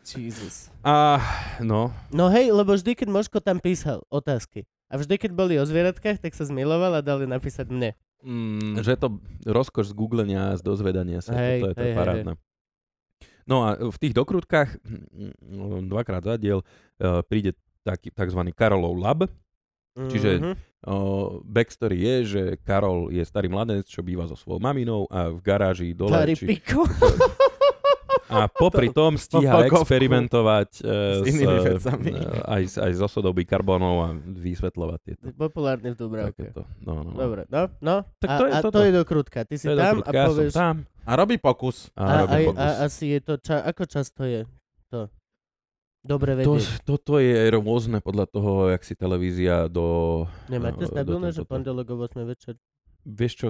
Jesus.
A, no,
No hej, lebo vždy, keď Moško tam písal otázky a vždy, keď boli o zvieratkách, tak sa zmiloval a dali napísať mne.
Mm,
Že je to rozkoš z googlenia a z dozvedania sa.
Hej,
Toto je, to
hej,
je
hej,
parádne. No a v tých dokrutkách mm, dvakrát za diel eh, príde taký, tzv. Karolov lab. Čiže-
Mhm.
O, backstory je, že Karol je starý mladenec, čo býva so svojou maminou a v garáži dole.
Starý
či-
piku.
(laughs) a popri tom stíha
pokovku.
experimentovať
S
eh,
inými
s, eh,
vecami.
eh, aj, s- aj z osodoby karbonov a vysvetľovať tieto.
Populárny v Dubravke.
Takéto. No, no, no.
Dobre, no, no.
Tak
a,
to je
a
toto.
to je dokrutka. Ty si
To je
tam
dokrutka,
a
ja som
povieš...
tam
a robí
(laughs)
pokus.
a,
A,
a,
aj,
robím
a,
pokus.
asi je to... Ča, ako často je to? Dobre
To,
vedieť.
toto je rôzne podľa toho, jak si televízia do...
Nemáte
eh,
stabilné,
do-
že
do- do-
pondelok o 8 večer?
Vieš čo?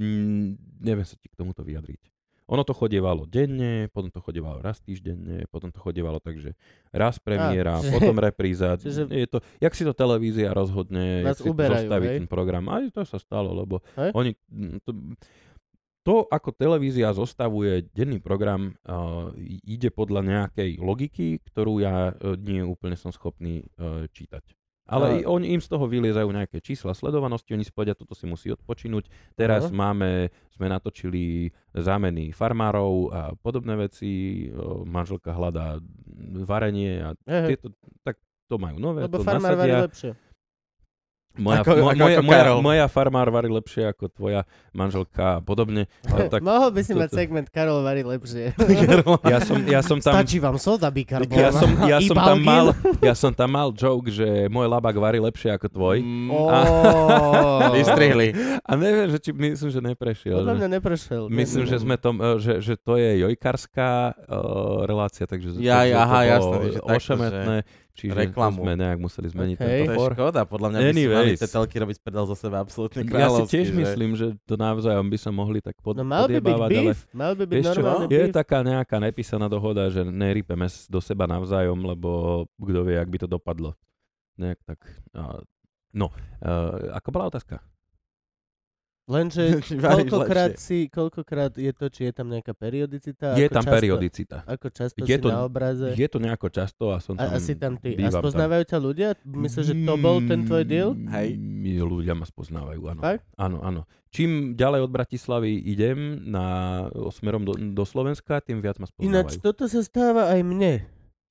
Mm, neviem sa ti k tomuto vyjadriť. Ono to chodievalo denne, potom to chodievalo raz týždenne, potom to chodievalo tak, že raz premiéra,
čiže-
potom repríza.
(laughs) čiže-
Je to, jak si to televízia rozhodne,
Vás
jak si
uberajú,
zostaví
hej?
ten program. Aj to sa stalo, lebo
Hej?
oni... mm, To, to, ako televízia zostavuje denný program, uh, ide podľa nejakej logiky, ktorú ja uh, nie úplne som schopný uh, čítať.
Ale-
Ale i, oni, im z toho vyliezajú nejaké čísla sledovanosti, oni si povedia, toto si musí odpočinúť. Teraz
Áno.
máme, sme natočili zámeny farmárov a podobné veci, uh, manželka hľadá varenie a
Hej, hej.
tieto, tak to majú nové,
Hm. Lebo
to
farmár varí
nasadia.
lepšie.
Moja,
Ako-
mo-
ako-
moja,
ako
moja,
Karol.
moja farmár varí lepšie ako tvoja manželka a podobne. Ale tak,
(laughs) Mohol by si
toto-
mať segment Karol varí lepšie.
ja, som, ja
(laughs)
som tam...
Stačí vám soda bikarbona.
Ja som,
(laughs)
ja,
(laughs) I
som tam
Balgin.
mal, ja som tam mal joke, že môj labak varí lepšie ako tvoj.
Mm,
Ó.
a-
(laughs)
Vystrihli.
A neviem, že či myslím, že neprešiel.
Podľa
že-
mňa No, neprešiel.
Myslím, že sme tom, e, že, že to je jojkarská uh, relácia, takže
Ja,
takže
aha,
to
jasné, že takto, že
ošemetné, čiže
reklamu.
to sme nejak museli zmeniť
Okej.
okay.
To
tento
je
for.
škoda, podľa mňa by si mali
Anyways.
tie telky robiť predal za seba absolútne
Ja si
kráľovsky.
tiež
že-
myslím, že to navzájom by sa mohli tak pod,
No mal by byť
podiebávať, ale
beef, mal by byť
vieš čo,
normálny
je
beef.
taká nejaká nepísaná dohoda, že nerípeme s- do seba navzájom, lebo kto vie, ak by to dopadlo. Nejak tak. A, no, uh, ako bola otázka? (laughs)
Lenže
Či varíš
koľkokrát,
lepšie.
si, koľkokrát je to, či je tam nejaká periodicita?
je
ako
tam
často,
periodicita.
Ako často
Je
si
to-
na obraze?
Je to nejako často a som tam...
a, a si tam ty. A
bývam tam.
spoznávajú ťa ľudia? Myslím, že to bol ten tvoj deal?
Hej.
My ľudia ma spoznávajú, áno.
Fakt?
Áno, áno. Čím ďalej od Bratislavy idem na, smerom do, do Slovenska, tým viac ma
Ináč,
spoznávajú.
toto sa stáva aj mne.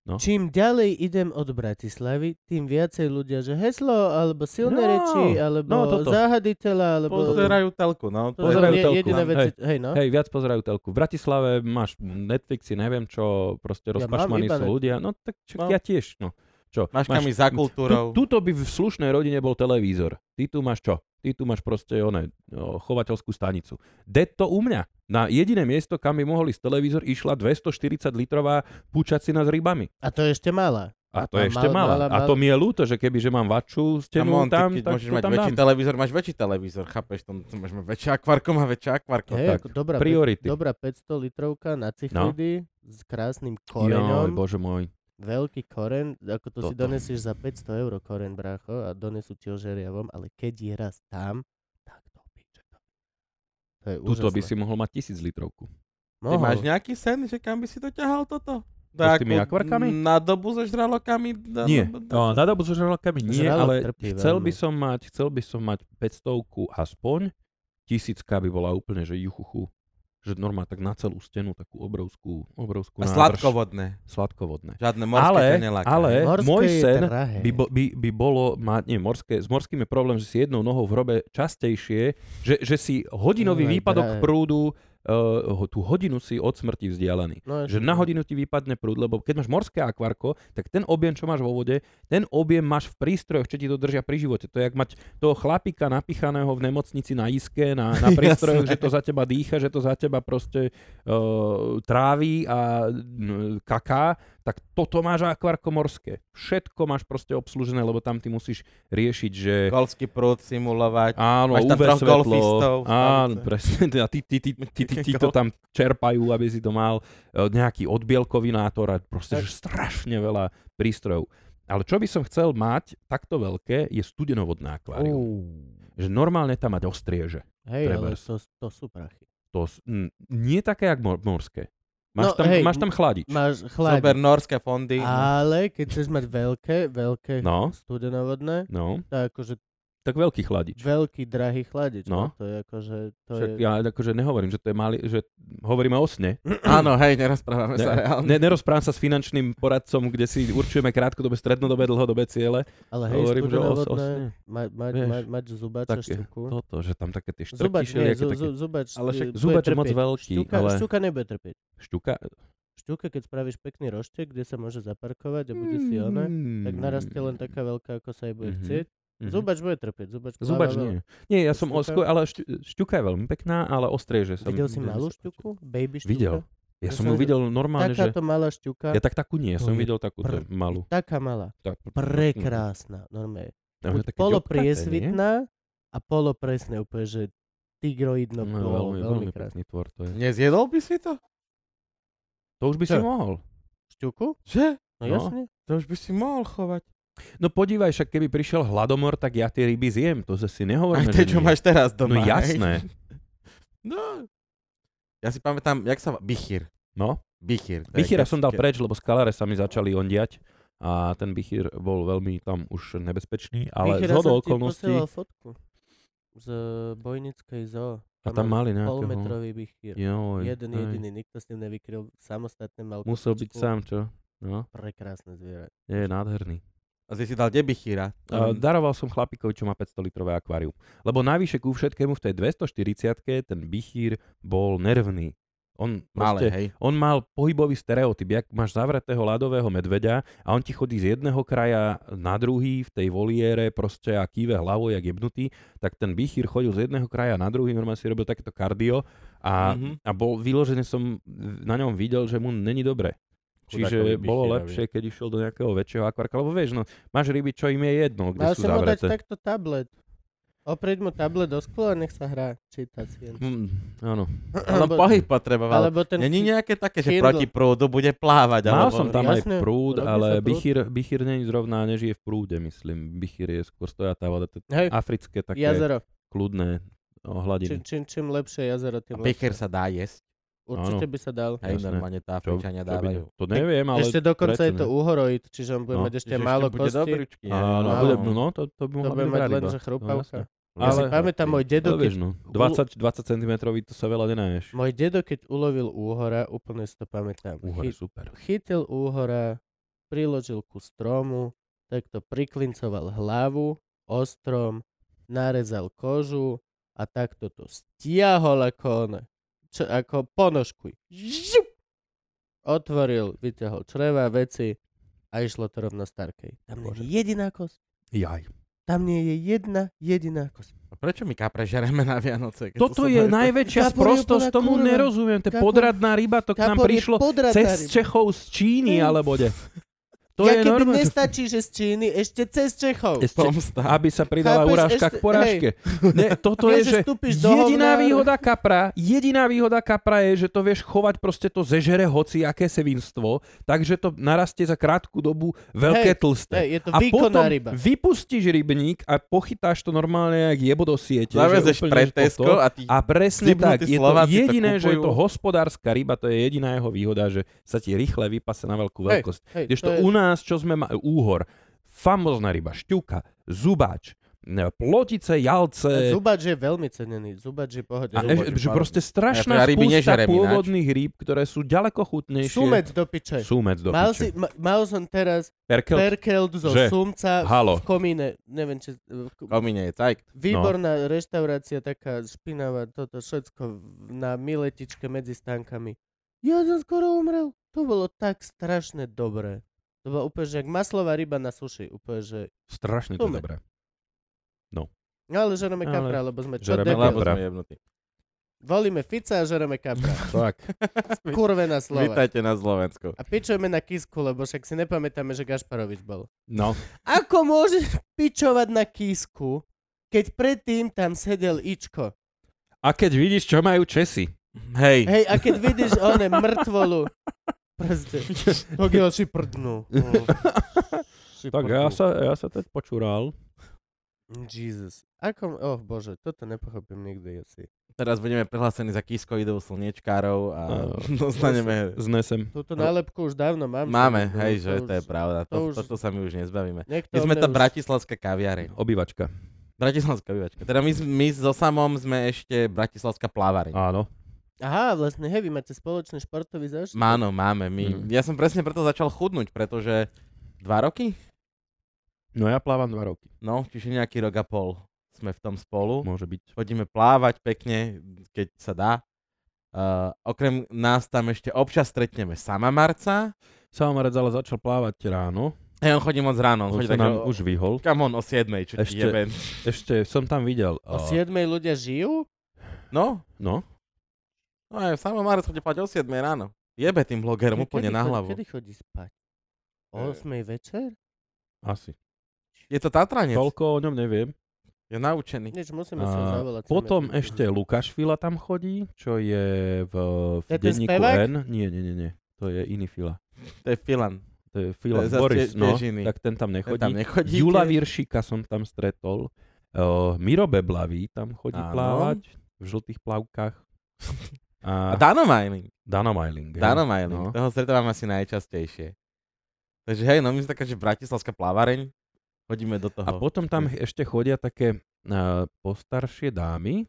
No.
Čím ďalej idem od Bratislavy, tým viacej ľudia, že heslo, alebo silné
No,
reči, alebo
no, toto.
záhaditeľa, alebo...
Pozerajú telku, no.
to
To je
pozerajú
je
telku.
jediné
Hej.
veci... Hej, no.
Hej, viac pozerajú telku. V Bratislave máš Netflixy, neviem čo,
Ja
proste
mám
rozpašmaní
iba
sú
Netflix.
ľudia. No tak čo,
No.
ja tiež, no. Čo?
Máš tam ísť za kultúrou.
Tu, tuto by v slušnej rodine bol televízor. Ty tu máš čo? Ty tu máš proste one, o, chovateľskú stanicu. De to u mňa. Na jediné miesto, kam by mohol ísť televízor, išla 240 litrová pučacina s rybami.
A to je ešte malá.
A to
A
je ešte
mal-
malá.
mala-
A to mi je ľúto, že keby že mám
Tam,
vaču stenu
on, ty,
tam,
keď
tak
môžeš
to
mať
tam
väčší
dám.
televízor, máš väčší televízor, chápeš? Tam, tam máš väčšie akvárko, má väčšie akvárko.
Hej,
tak,
ako dobrá,
priority. No.
Pe- dobrá 500 litrovka na cichlidy s krásnym koreňom.
Joj, bože môj.
Veľký koren, ako to si
Toto.
donesieš za 500 eur koren, brácho, a donesú ti ho žeriavom, ale keď je raz tam, tak to piče. to- To je
Tuto by
úžasné.
si mohol mať tisíc litrovku.
Ty máš
Mohol.
nejaký sen, že kam by si to ťahal toto?
no. To s tými akvarkami?
Na dobu so žralokami? Na,
Nie,
na-
no, na dobu so žralokami nie,
Žralok
ale
trpí
chcel
veľmi.
by som mať, chcel by som mať 500 aspoň, tisícka by bola úplne, že juchuchu, že normálne tak na celú stenu takú obrovskú, obrovskú
A
nádrž.
sladkovodné.
Sladkovodné.
Žiadne morské
Ale,
ťa neláka.
ale
hej?
Morské
môj
je
sen
drahé.
by, bo, by, by bolo mať, nie, morské, s morským je problém, že si jednou nohou v robe častejšie, že, že si hodinový
No, aj
výpadok
práve.
prúdu, uh, tú hodinu si od smrti vzdialený.
No,
Že
ešte
na
to.
hodinu ti vypadne prúd, lebo keď máš morské akvarko, tak ten objem, čo máš vo vode, ten objem máš v prístrojoch, čo ti to držia pri živote. To je, jak mať toho chlapika napichaného v nemocnici na iske, na, na prístrojoch, že to za teba dýcha, že to za teba proste uh, trávi a mm, kaká, tak toto máš akvarko morské. Všetko máš proste obslužené, lebo tam ty musíš riešiť, že...
Golfský prúd simulovať.
Áno,
Máš tam
UV
troch
svetlo.
golfistov v
Áno,
stanici.
presne. A tí, tí, tí, tí,
(laughs)
tí, tí to tam čerpajú, aby si to mal e, nejaký odbielkovinátor a proste že strašne veľa prístrojov. Ale čo by som chcel mať takto veľké, je studenovodné akvárium.
Uú.
Že normálne tam mať ostrieže.
Hej, ale
trebárs.
to, to sú prachy.
To s- n- nie také, jak mor- morské. Máš,
No,
tam,
hej,
máš tam chladič.
Máš chladič.
Zober norské fondy.
Ale keď chceš mať veľké, veľké
No,
studenovodné,
no,
to je akože
tak veľký chladič.
veľký drahý chladič.
No.
No. To je akože, to
Však
je...
ja akože nehovorím, že to je malý, že hovoríme o sne,
Áno, hej, nerozprávame sa reálne.
Ne, nerozprávam sa s finančným poradcom, kde si určujeme krátkodobé, strednodobé, dlhodobé ciele.
Ale hej,
hovorím, že os-
studenovodné,
osne.
mať ma,
Vieš,
ma, ma, zubača
také-
štuku.
Toto, že tam také tie štrky
Zubač, nie,
všelijaké
zu,
také...
zu, zubač,
Ale
e,
však
bude
Zubač je moc
trpieť.
veľký,
Štuka,
ale
štuka nebude trpieť.
štuka...
Štuka, keď spravíš pekný roštek, kde sa môže zaparkovať a bude si ona, tak narastie len taká veľká, ako sa jej bude
Mhm.
chcieť.
Mhm.
Zubač bude trpieť. Zubač, pláva
Zubač
veľa.
nie. Nie, ja som...
Štuka?
Osko, ale šťu, šťuka je veľmi pekná, ale ostrieže som...
Videl si
veľmi
malú
sa páči.
šťuku? Baby šťuka?
Videl. Ja
Ja
som
som
ju
videl-
videl normálne, že...
Takáto malá šťuka.
Ja tak takú nie,
To
som
je
videl takúto
pr-
malú.
Taká malá.
Tak-
Prekrásna. Normálne.
Tam
Buď
je také ďobkaté, nie?
polopriesvitná a polopresné úplne, že tigroidno
No,
no,
veľmi, veľmi
krásne.
pekný tvor to je.
Nezjedol by si to?
To už by
Čo?
si mohol.
Šťuku?
Že?
No,
No.
jasne.
To už by si mohol chovať.
No podívaj, však keby prišiel hladomor, tak ja tie ryby zjem. To zase si
Aj
nehovoríme,
tie,
že
čo
nie.
máš teraz doma.
No
hej.
jasné.
No. Ja si pamätám, jak sa... Bichír.
No,
Bichír. to je
Bichíra
keď-
som dal
keď-
preč, lebo skaláre sa mi začali ondiať a ten Bichír bol veľmi tam už nebezpečný, ale
Vychyra
z hodou
som ti posielal
okolností
fotku z bojnickej zoo.
a tam mali nejakého...
Polmetrový bichýr.
Joj,
Jeden
hej.
jediný, nikto s ním nevykryl. Samostatne mal
Musel byť
kočičku.
sám, čo? No,
Prekrásne zviera.
je nádherný.
A ty si dal kde Bichíra?
A daroval som chlapíkovi, čo má 500 litrové akvárium. Lebo navyše ku všetkému v tej 240 ten Bichír bol nervný. On
Malé,
proste,
hej.
On mal pohybový stereotyp, jak máš zavretého ľadového medveďa a on ti chodí z jedného kraja na druhý v tej voliére proste a kýve hlavou, jak jebnutý, tak ten bichír chodil z jedného kraja na druhý, normálne si robil takéto kardio a,
Mhm.
a bol, vyložene som na ňom videl, že mu není dobre. Čiže
Chudákovi
bolo
Bichírovi.
lepšie, keď išiel do nejakého väčšieho akvarka, lebo vieš, no, máš ryby, čo im je jedno, kde
Mal
sú
som mu dať
zavreté.
takto tablet. Oprieť mu tablet do skla a nech sa hrá. Číta si (clears throat) jen.
Mm, áno.
Ale
Alebo-
pohyb potreboval.
Alebo ten...
Není nejaké také, že
Kindle.
proti prúdu bude plávať.
Mal
alebo-
som tam
Jasne,
aj prúd,
robí sa
ale
prúd.
Bichír, Bichír není zrovna, nežije v prúde, myslím. Bichír je skôr stojatá voda, to je
Hej,
africké také
jazero.
kľudné o,
Čím,
hladiny.
čím, čím lepšie jazero,
A
tým
Bichír
lepšie.
sa dá jesť.
Určite by sa dal.
Hej,
Jasné.
normálne tá
Čo,
Afričania
čo by,
dávajú.
to neviem, no, ale...
Ešte dokonca je
prečo
to
ne?
uhoroid, čiže on bude
No.
mať ešte
Že ešte
málo
bude
kosti.
dobrúčky,
Áno,
áno.
bude, no, to, to by
To
mohla
bude
byť
mať len,
dobrá ryba.
že
No, jasné.
chrupavka.
Ale,
Ja si pamätám, môj dedo,
ale
keď,
vieš, no, 20, 20 cm to sa veľa nenáješ.
môj dedo, keď ulovil úhora, úplne si to pamätám.
Úhor,
Chy-
super.
Chytil úhora, priložil ku stromu, takto priklincoval hlavu, ostrom, narezal kožu a takto to stiahol ako one. Čo, ako ponožku. Žup! Otvoril, vyťahol čreva, veci a išlo to rovno starkej. Tam nie
Bože.
je jediná kosť.
Jaj.
Tam nie je jedna jediná kosť.
A prečo my kapre žereme na Vianoce? keď to
Toto je
sú-
najväčšia
Kapor je
sprostosť,
úplná
tomu
kurva.
nerozumiem. To je
Kapor-
podradná ryba, to k nám
Kapor je
prišlo
podradná
cez
ryba. (laughs)
Čechov z Číny,
Hej.
alebo de. To
ja
je
keby
normálne. že-
nestačí, že z Číny, ešte cez Čechov.
Ešte,
Pomsta.
aby sa
Chápeš?
pridala urážka
Ešte-
k porážke. Ne, toto
Nie,
je,
že
že
vstúpiš do
jediná
hovna.
výhoda kapra, jediná výhoda kapra je, že to vieš chovať, proste to zežere hoci aké sevinstvo, takže to narastie za krátku dobu
Hej,
veľké tlsté.
hej, je to
a
výkonná
potom
ryba.
vypustíš rybník a pochytáš to normálne, jak jebo do siete. že
Zavezeš
úplne,
pred
že to-
Tesco a ty...
a presne
Zibnutí
tak, je
Slováci to
to jediné, že je
kupujú.
to hospodárska ryba, to je jediná jeho výhoda, že sa ti rýchle vypase na veľkú
Hej,
veľkosť.
hej,
Kdežto
to je-
u nás, čo sme mali, úhor, famózna ryba, šťuka, zubáč, ne, plotice, jalce,
Zubač je veľmi cenený. Zubač je pohode.
a
Zubáč
eš,
je
že
paráda.
proste strašná
Ja ryby
spústa
nežerem ináč.
pôvodných rýb, ktoré sú ďaleko chutnejšie.
Sumec do piče.
Sumec do
Mal, si,
piče.
ma, mal som teraz
Perkel.
perkeld zo
Že?
sumca
Halo.
v komíne. Neviem, či... v-
Komine je cajk.
no.
Výborná reštaurácia, taká špinavá, toto všetko v- na miletičke medzi stánkami. Ja som skoro umrel. To bolo tak strašne dobré. To bolo úplne, že jak maslová ryba na suši. Úplne, že...
Strašne to
Sumec.
dobré.
No ale žereme
Ale
kapra, lebo sme čo
žereme
debil.
No, Lebo
Dobre.
sme jebnutí.
Volíme Fica a žereme kapra.
(laughs) Tak.
Kurvená slova.
(laughs) Vítajte na Slovensku.
A pičujeme na kisku, lebo však si nepamätáme, že Gašparovič bol.
No.
Ako môžeš (laughs) pičovať na kísku, keď predtým tam sedel Ičko?
A keď vidíš, čo majú Česi.
Hej.
Hej, a keď
(laughs)
vidíš one mŕtvolu, proste, to je si
(laughs)
prdnú. Mm. Si
Tak
prdnú.
ja sa, ja sa teď počúral.
Jesus. Ako, oh bože, toto nepochopím nikdy asi.
Teraz budeme prihlásení za kiskoidov slniečkárov a
Áno.
(laughs) dostaneme...
Znesem.
Túto nálepku už dávno mám.
No. Máme,
To-
hej, že to je
už-
pravda.
to
To,
už-
toto sa my už nezbavíme.
niekto
My
o
sme
mne
tá
už-
bratislavská kaviareň.
Obývačka.
Bratislavská bývačka. Teda my, my so samom sme ešte bratislavská plávareň.
Áno.
Aha, vlastne, hej, vy máte spoločný športový zážitok.
Áno, máme. My,
Mm.
Ja som presne preto začal chudnúť, pretože dva roky?
No ja plávam dva roky.
No, čiže nejaký rok a pol sme v tom spolu.
Môže byť.
Chodíme plávať pekne, keď sa dá. Uh, okrem nás tam ešte občas stretneme sama Marca.
Samamarec ale začal plávať ráno.
Hej, on chodí moc ráno. On,
On
chodí
sa
tak,
nám
o,
už vyhol.
Come on, o 7, čo ti
Ešte-
jeben.
Ešte som tam videl.
O
a-
siedmej ľudia žijú?
No,
No,
no aj sama Marec chodí plať o 7 ráno. Jebe tým
Ja
blogerom úplne
kedy
na
cho-
hlavu.
Kedy chodí spať?
Eh.
O 8 večer?
asi.
Je to Tatranec.
Toľko o ňom neviem.
Je naučený.
Nič, musíme sa ho
A
zavolať.
potom
Chceme-
ešte Lukáš Fila tam chodí, čo je v, v
To je ten
denníku
spevák?
N. Nie, nie, nie, nie. To je iný Fila.
To je Filan.
To je Fila
To je zas
Boris,
tie-
no.
tiež iný.
Tak ten tam nechodí.
Ten tam nechodí.
Jula
tiež.
Viršika som tam stretol. Uh, Miro Beblavý tam chodí
Áno.
plávať v žltých
(laughs)
plavkách.
A
A,
Dano Mailing.
Dano Mailing. hej.
Dano Mailing.
No.
Toho stretávam asi najčastejšie. Takže hej, no my sme taká, že bratislavská plavareň. Chodíme do toho.
A potom tam ešte chodia také uh, postaršie dámy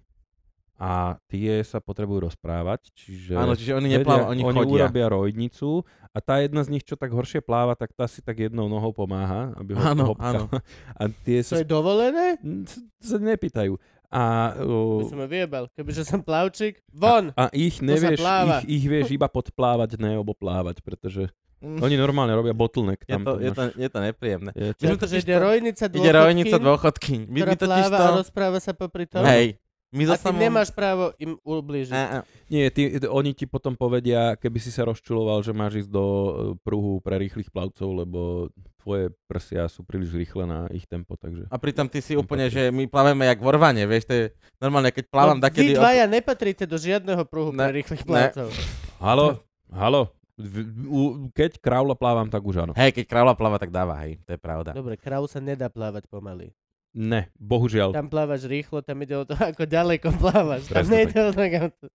a tie sa potrebujú rozprávať, čiže...
Áno, čiže oni
vedia-
neplávajú, oni,
oni
chodia.
urobia rojdnicu a tá jedna z nich, čo tak horšie pláva, tak tá si tak jednou nohou pomáha, aby ho
Áno,
hopkala. (laughs) A tie
To
sa,
je dovolené?
s- sa nepýtajú. A,
By
uh,
som ma vyjebal. Kebyže som plavčík, von!
a ich
sa
nevieš,
pláva.
ich, ich vieš iba podplávať, ne oboplávať,
(laughs)
pretože
Mm,
oni normálne robia bottleneck.
je,
Tam
to, je,
to
to,
máš-
je to nepríjemné.
je
My sme
Takže
totiž
ide
to-
rojnica
Ide rovnica dôchodky. My,
ktorá
my totiž
pláva
to...
a rozpráva sa popri tom.
Hej. My
a
za
ty nemáš právo im ublížiť.
A, a,
Nie, ty, t- oni ti potom povedia, keby si sa rozčuloval, že máš ísť do e, pruhu pre rýchlych plavcov, lebo tvoje prsia sú príliš rýchle na ich tempo, takže...
a pritom ty si
Hm,
Tam
úplne,
patrí.
že my plávame jak v Orvane, vieš, to je normálne, keď
no,
plávam,
vy
takedy...
dvaja nepatríte do žiadneho pruhu
Ne,
pre rýchlych
ne.
plavcov.
Halo,
No.
halo, v, u, keď kravla plávam, tak už áno.
Hej, keď kráľa pláva, tak dáva, hej, to je pravda.
Dobre, kravu sa nedá plávať pomaly.
Ne, bohužiaľ.
Tam plávaš rýchlo, tam ide o to, (laughs) ako ďaleko plávaš. Tam
Presne
nejde o to, kam to...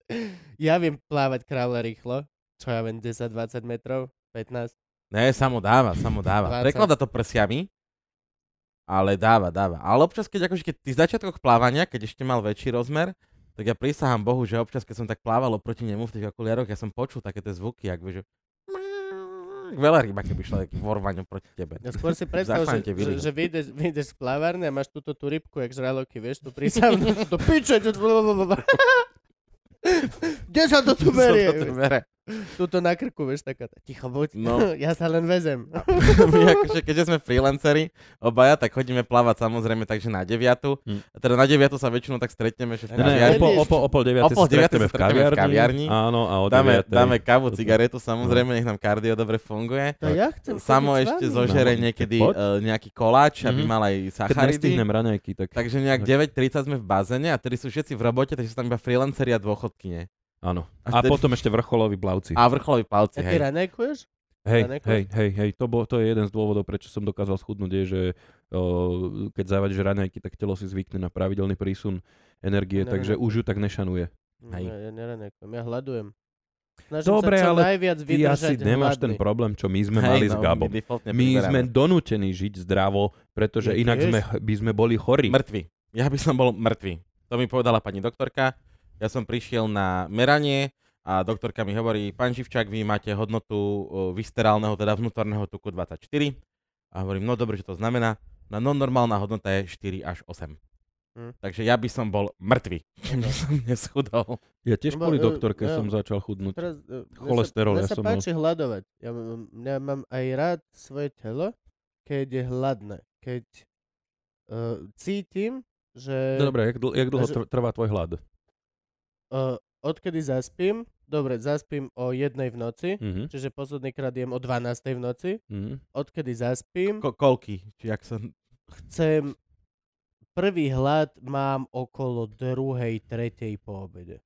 Ja viem plávať kravla rýchlo. Čo ja viem, 10-20 metrov? 15?
Ne, samo dáva, samo dáva.
Dvadsať.
Prekladá to prsiami, ale dáva, dáva. Ale občas, keď akože keď v tých začiatkoch plávania, keď ešte mal väčší rozmer, tak ja prísahám Bohu, že občas, keď som tak plával oproti nemu v tých okuliároch, ja som počul také tie zvuky, ak vieš, že... (laughs) Veľa ryba, keby šla taký vorvaň proti tebe.
(laughs)
Ja No, skôr
(laughs)
si predstav, že,
Zachránite
že,
Viliho.
že vyjdeš, vyjdeš z plávárne a máš túto tú rybku, jak žraloky, vieš, tu (laughs) prísavnú, do piče, čo- blablabla. kde sa to tu
Som to tu
berie?
bere.
Tuto na krku, vieš, taká, tá, ticho buď,
No. (laughs)
(laughs) ja sa len vezem.
my akože, keďže sme freelanceri obaja, tak chodíme plávať samozrejme takže na deviatu.
Hm.
A Teda na deviatu sa väčšinou tak stretneme, že v
Ne, ne,
kaviarni.
o, pol, o, pol, o pol
O
deviatej
pol
sa
deviatej
stretneme v
sa stretneme v
kaviarni.
kaviarni.
Áno, a o
Dáme,
deviatej- No.
dáme kávu,
Toto.
cigaretu, samozrejme, nech nám kardio dobre funguje.
To ja chcem
Samo
chodiť s
ešte
vami.
zožere
No,
niekedy
poď.
uh, nejaký koláč, aby
Mhm.
mal aj
Keď
sacharidy.
nestihnem raňajky, tak...
Takže nejak 9.30 sme v bazéne a tedy sú všetci v robote, takže sú tam iba freelanceri a dôchodkyne.
Áno.
A
A
vtedy-
potom ešte vrcholoví plavci.
A
Ja
vrcholoví palci,
ty
hej.
ranejkuješ?
Hej,
Daneko?
hej, hej, hej, to, bol, to je jeden z dôvodov, prečo som dokázal schudnúť, je, že o, keď zavadieš raňajky, tak telo si zvykne na pravidelný prísun
No,
energie,
no, no.
takže už ju tak nešanuje. Hej.
Ja, ja neranejkujem, ja hľadujem. Snažím
Dobre,
sa čo
ale
najviac
Ty asi
vydržať
nemáš
hladný.
ten problém, čo my sme
Hej,
mali s
no,
Gabom.
My, defaultne
My
priberáme.
sme donútení žiť zdravo,
No
pretože inak
tiež.
sme, by sme boli chorí.
Mŕtvy. Ja by som bol mŕtvy. To mi povedala pani doktorka. Ja som prišiel na meranie a doktorka mi hovorí, pán Živčák, vy máte hodnotu uh, viscerálneho, teda vnútorného tuku 24. A hovorím, no dobre, že to znamená. No, no normálna hodnota je 4 až 8.
Hm.
Takže ja by som bol mŕtvy, kým by som neschudol.
Ja tiež
Bo,
kvôli
e,
doktorke
ja-
som začal chudnúť.
Teraz, e, mne sa-
Cholesterol,
mne
ja
sa
som mal.
páči hľadovať. Ja, mám- ja mám aj rád svoje telo, keď je hladné. Keď uh, cítim, že
Dobre, jak, dl- jak dlho
Takže-
tr- trvá tvoj hlad?
uh, odkedy zaspím, dobre, zaspím o jednej v noci,
Mhm.
čiže posledný krát jem o 12. v noci,
Mhm.
odkedy zaspím,
Ko- koľky? Či jak som...
chcem, prvý hlad mám okolo druhej, tretej po obede.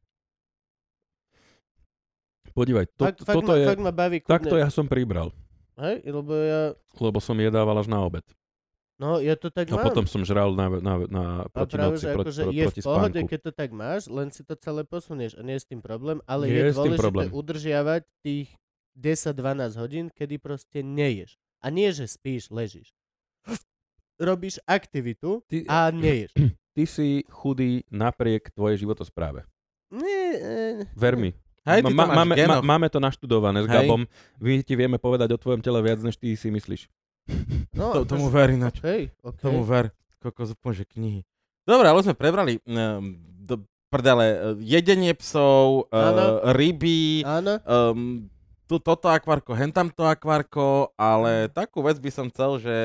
Podívaj, to,
fakt, fakt,
toto
ma,
je...
fakt ma baví
Takto
kudne-
ja som pribral,
Hej, lebo ja,
lebo som jedával až na obed.
no ja to tak
A
mám.
potom som žral na, na, na
A
proti
práve,
noci,
že
proti,
akože
pro,
je v
proti
pohode,
spánku.
keď to tak máš, len si to celé posunieš a nie je s tým problém, ale je,
Nie je s tým
dôležité
problém.
udržiavať tých 10-12 hodín, kedy proste neješ. A nie, že spíš, ležíš. Robíš aktivitu
Ty,
a
(clears throat)
neješ.
ty si chudý napriek tvojej životospráve.
Nie, e,
Ver mi.
Hej, ty
Ma-
to
ma-
máš v
máme, ma-
genoch.
máme to naštudované s
Hej.
Gabom. My ti vieme povedať o tvojom tele viac, než ty si myslíš.
no,
To, tomu
akože-
ver ináč.
Hej, okay.
Tomu ver. Kokos úplne, že knihy. Dobre, ale už sme prebrali um, do prdele eh, jedenie psov, uh,
Áno.
ryby,
Áno,
um, tu, toto akvárko, hen tamto akvárko, ale takú vec by som chcel, že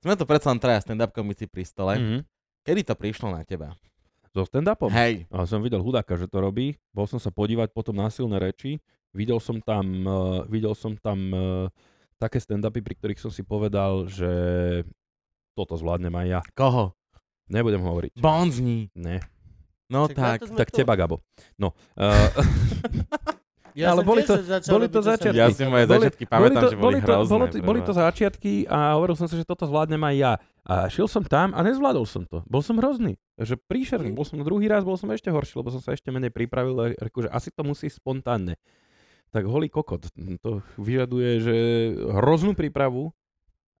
sme to predsa len traja stand-up komici pri stole. Mm.
Mhm.
Kedy to prišlo na teba?
So stand-upom.
Hej.
A som videl hudáka, že to robí. Bol som sa podívať potom na silné reči. Videl som tam, eh, videl som tam eh, také stand-upy, pri ktorých som si povedal, že toto zvládnem aj ja.
Koho?
Nebudem hovoriť.
Bonzni.
Ne.
No
Však na
tak.
to sme
Tak
tu.
teba, Gabo. No. eh,
Ja som
ale boli
tiež
to-
začal
boli to
robiť, že som-
začiatky.
Ja si moje
Boli-
začiatky pamätám, že boli, hrozné.
bolo, to- boli to
prvá.
začiatky a hovoril som si, že toto zvládnem aj ja. A šiel som tam a nezvládol som to. Bol som hrozný. Že
Mhm.
príšerný. Bol som druhý raz, bol som ešte horší, lebo som sa ešte menej pripravil. A akože asi to musí spontánne. Tak holý kokot. To vyžaduje, že hroznú prípravu.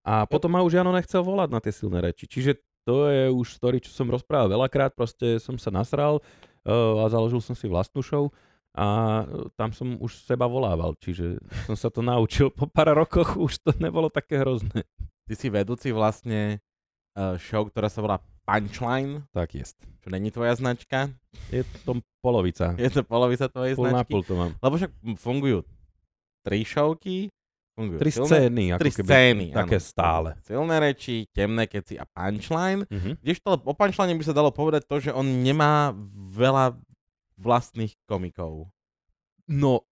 A potom ma už Jano nechcel volať na tie silné reči. Čiže to je už story, čo som rozprával veľakrát. Proste som sa nasral eh, a založil som si vlastnú show a eh, tam som už seba volával, čiže som sa to naučil po pár rokoch, už to nebolo také hrozné.
Ty si vedúci vlastne eh, show, ktorá sa volá Punchline,
Tak jest.
čo není tvoja značka.
Je to polovica.
Je to polovica tvojej
Pol na
značky.
pol to mám.
Lebo však fungujú tri showky, fungujú
Tri
silné-
scény, ako
tri
keby.
scény,
také
áno.
stále.
Silné reči, temné keci a punchline.
Mhm.
Kdežto o punchline by sa dalo povedať to, že on nemá veľa vlastných komikov.
No,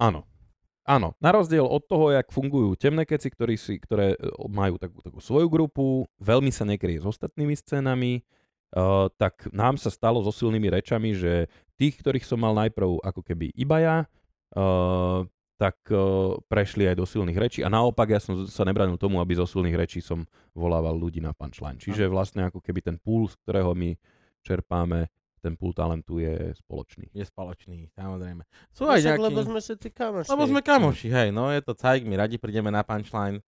áno. Áno, na rozdiel od toho, jak fungujú temné keci, ktorí si, ktoré e, majú takú, takú svoju grupu, veľmi sa nekryje s ostatnými scénami, uh, tak nám sa stalo so silnými rečami, že tých, ktorých som mal najprv ako keby iba ja, uh, tak uh, prešli aj do silných rečí a naopak ja som z- sa nebranil tomu, aby zo silných rečí som volával ľudí na punchline. Čiže vlastne ako keby ten pool, z ktorého my čerpáme, ten pool talentu je spoločný.
Je spoločný, samozrejme. Sú
No však,
aj nejakí...
Lebo sme všetci kamoši.
Lebo sme kamoši, hej, no je to cajk, my radi prídeme na punchline.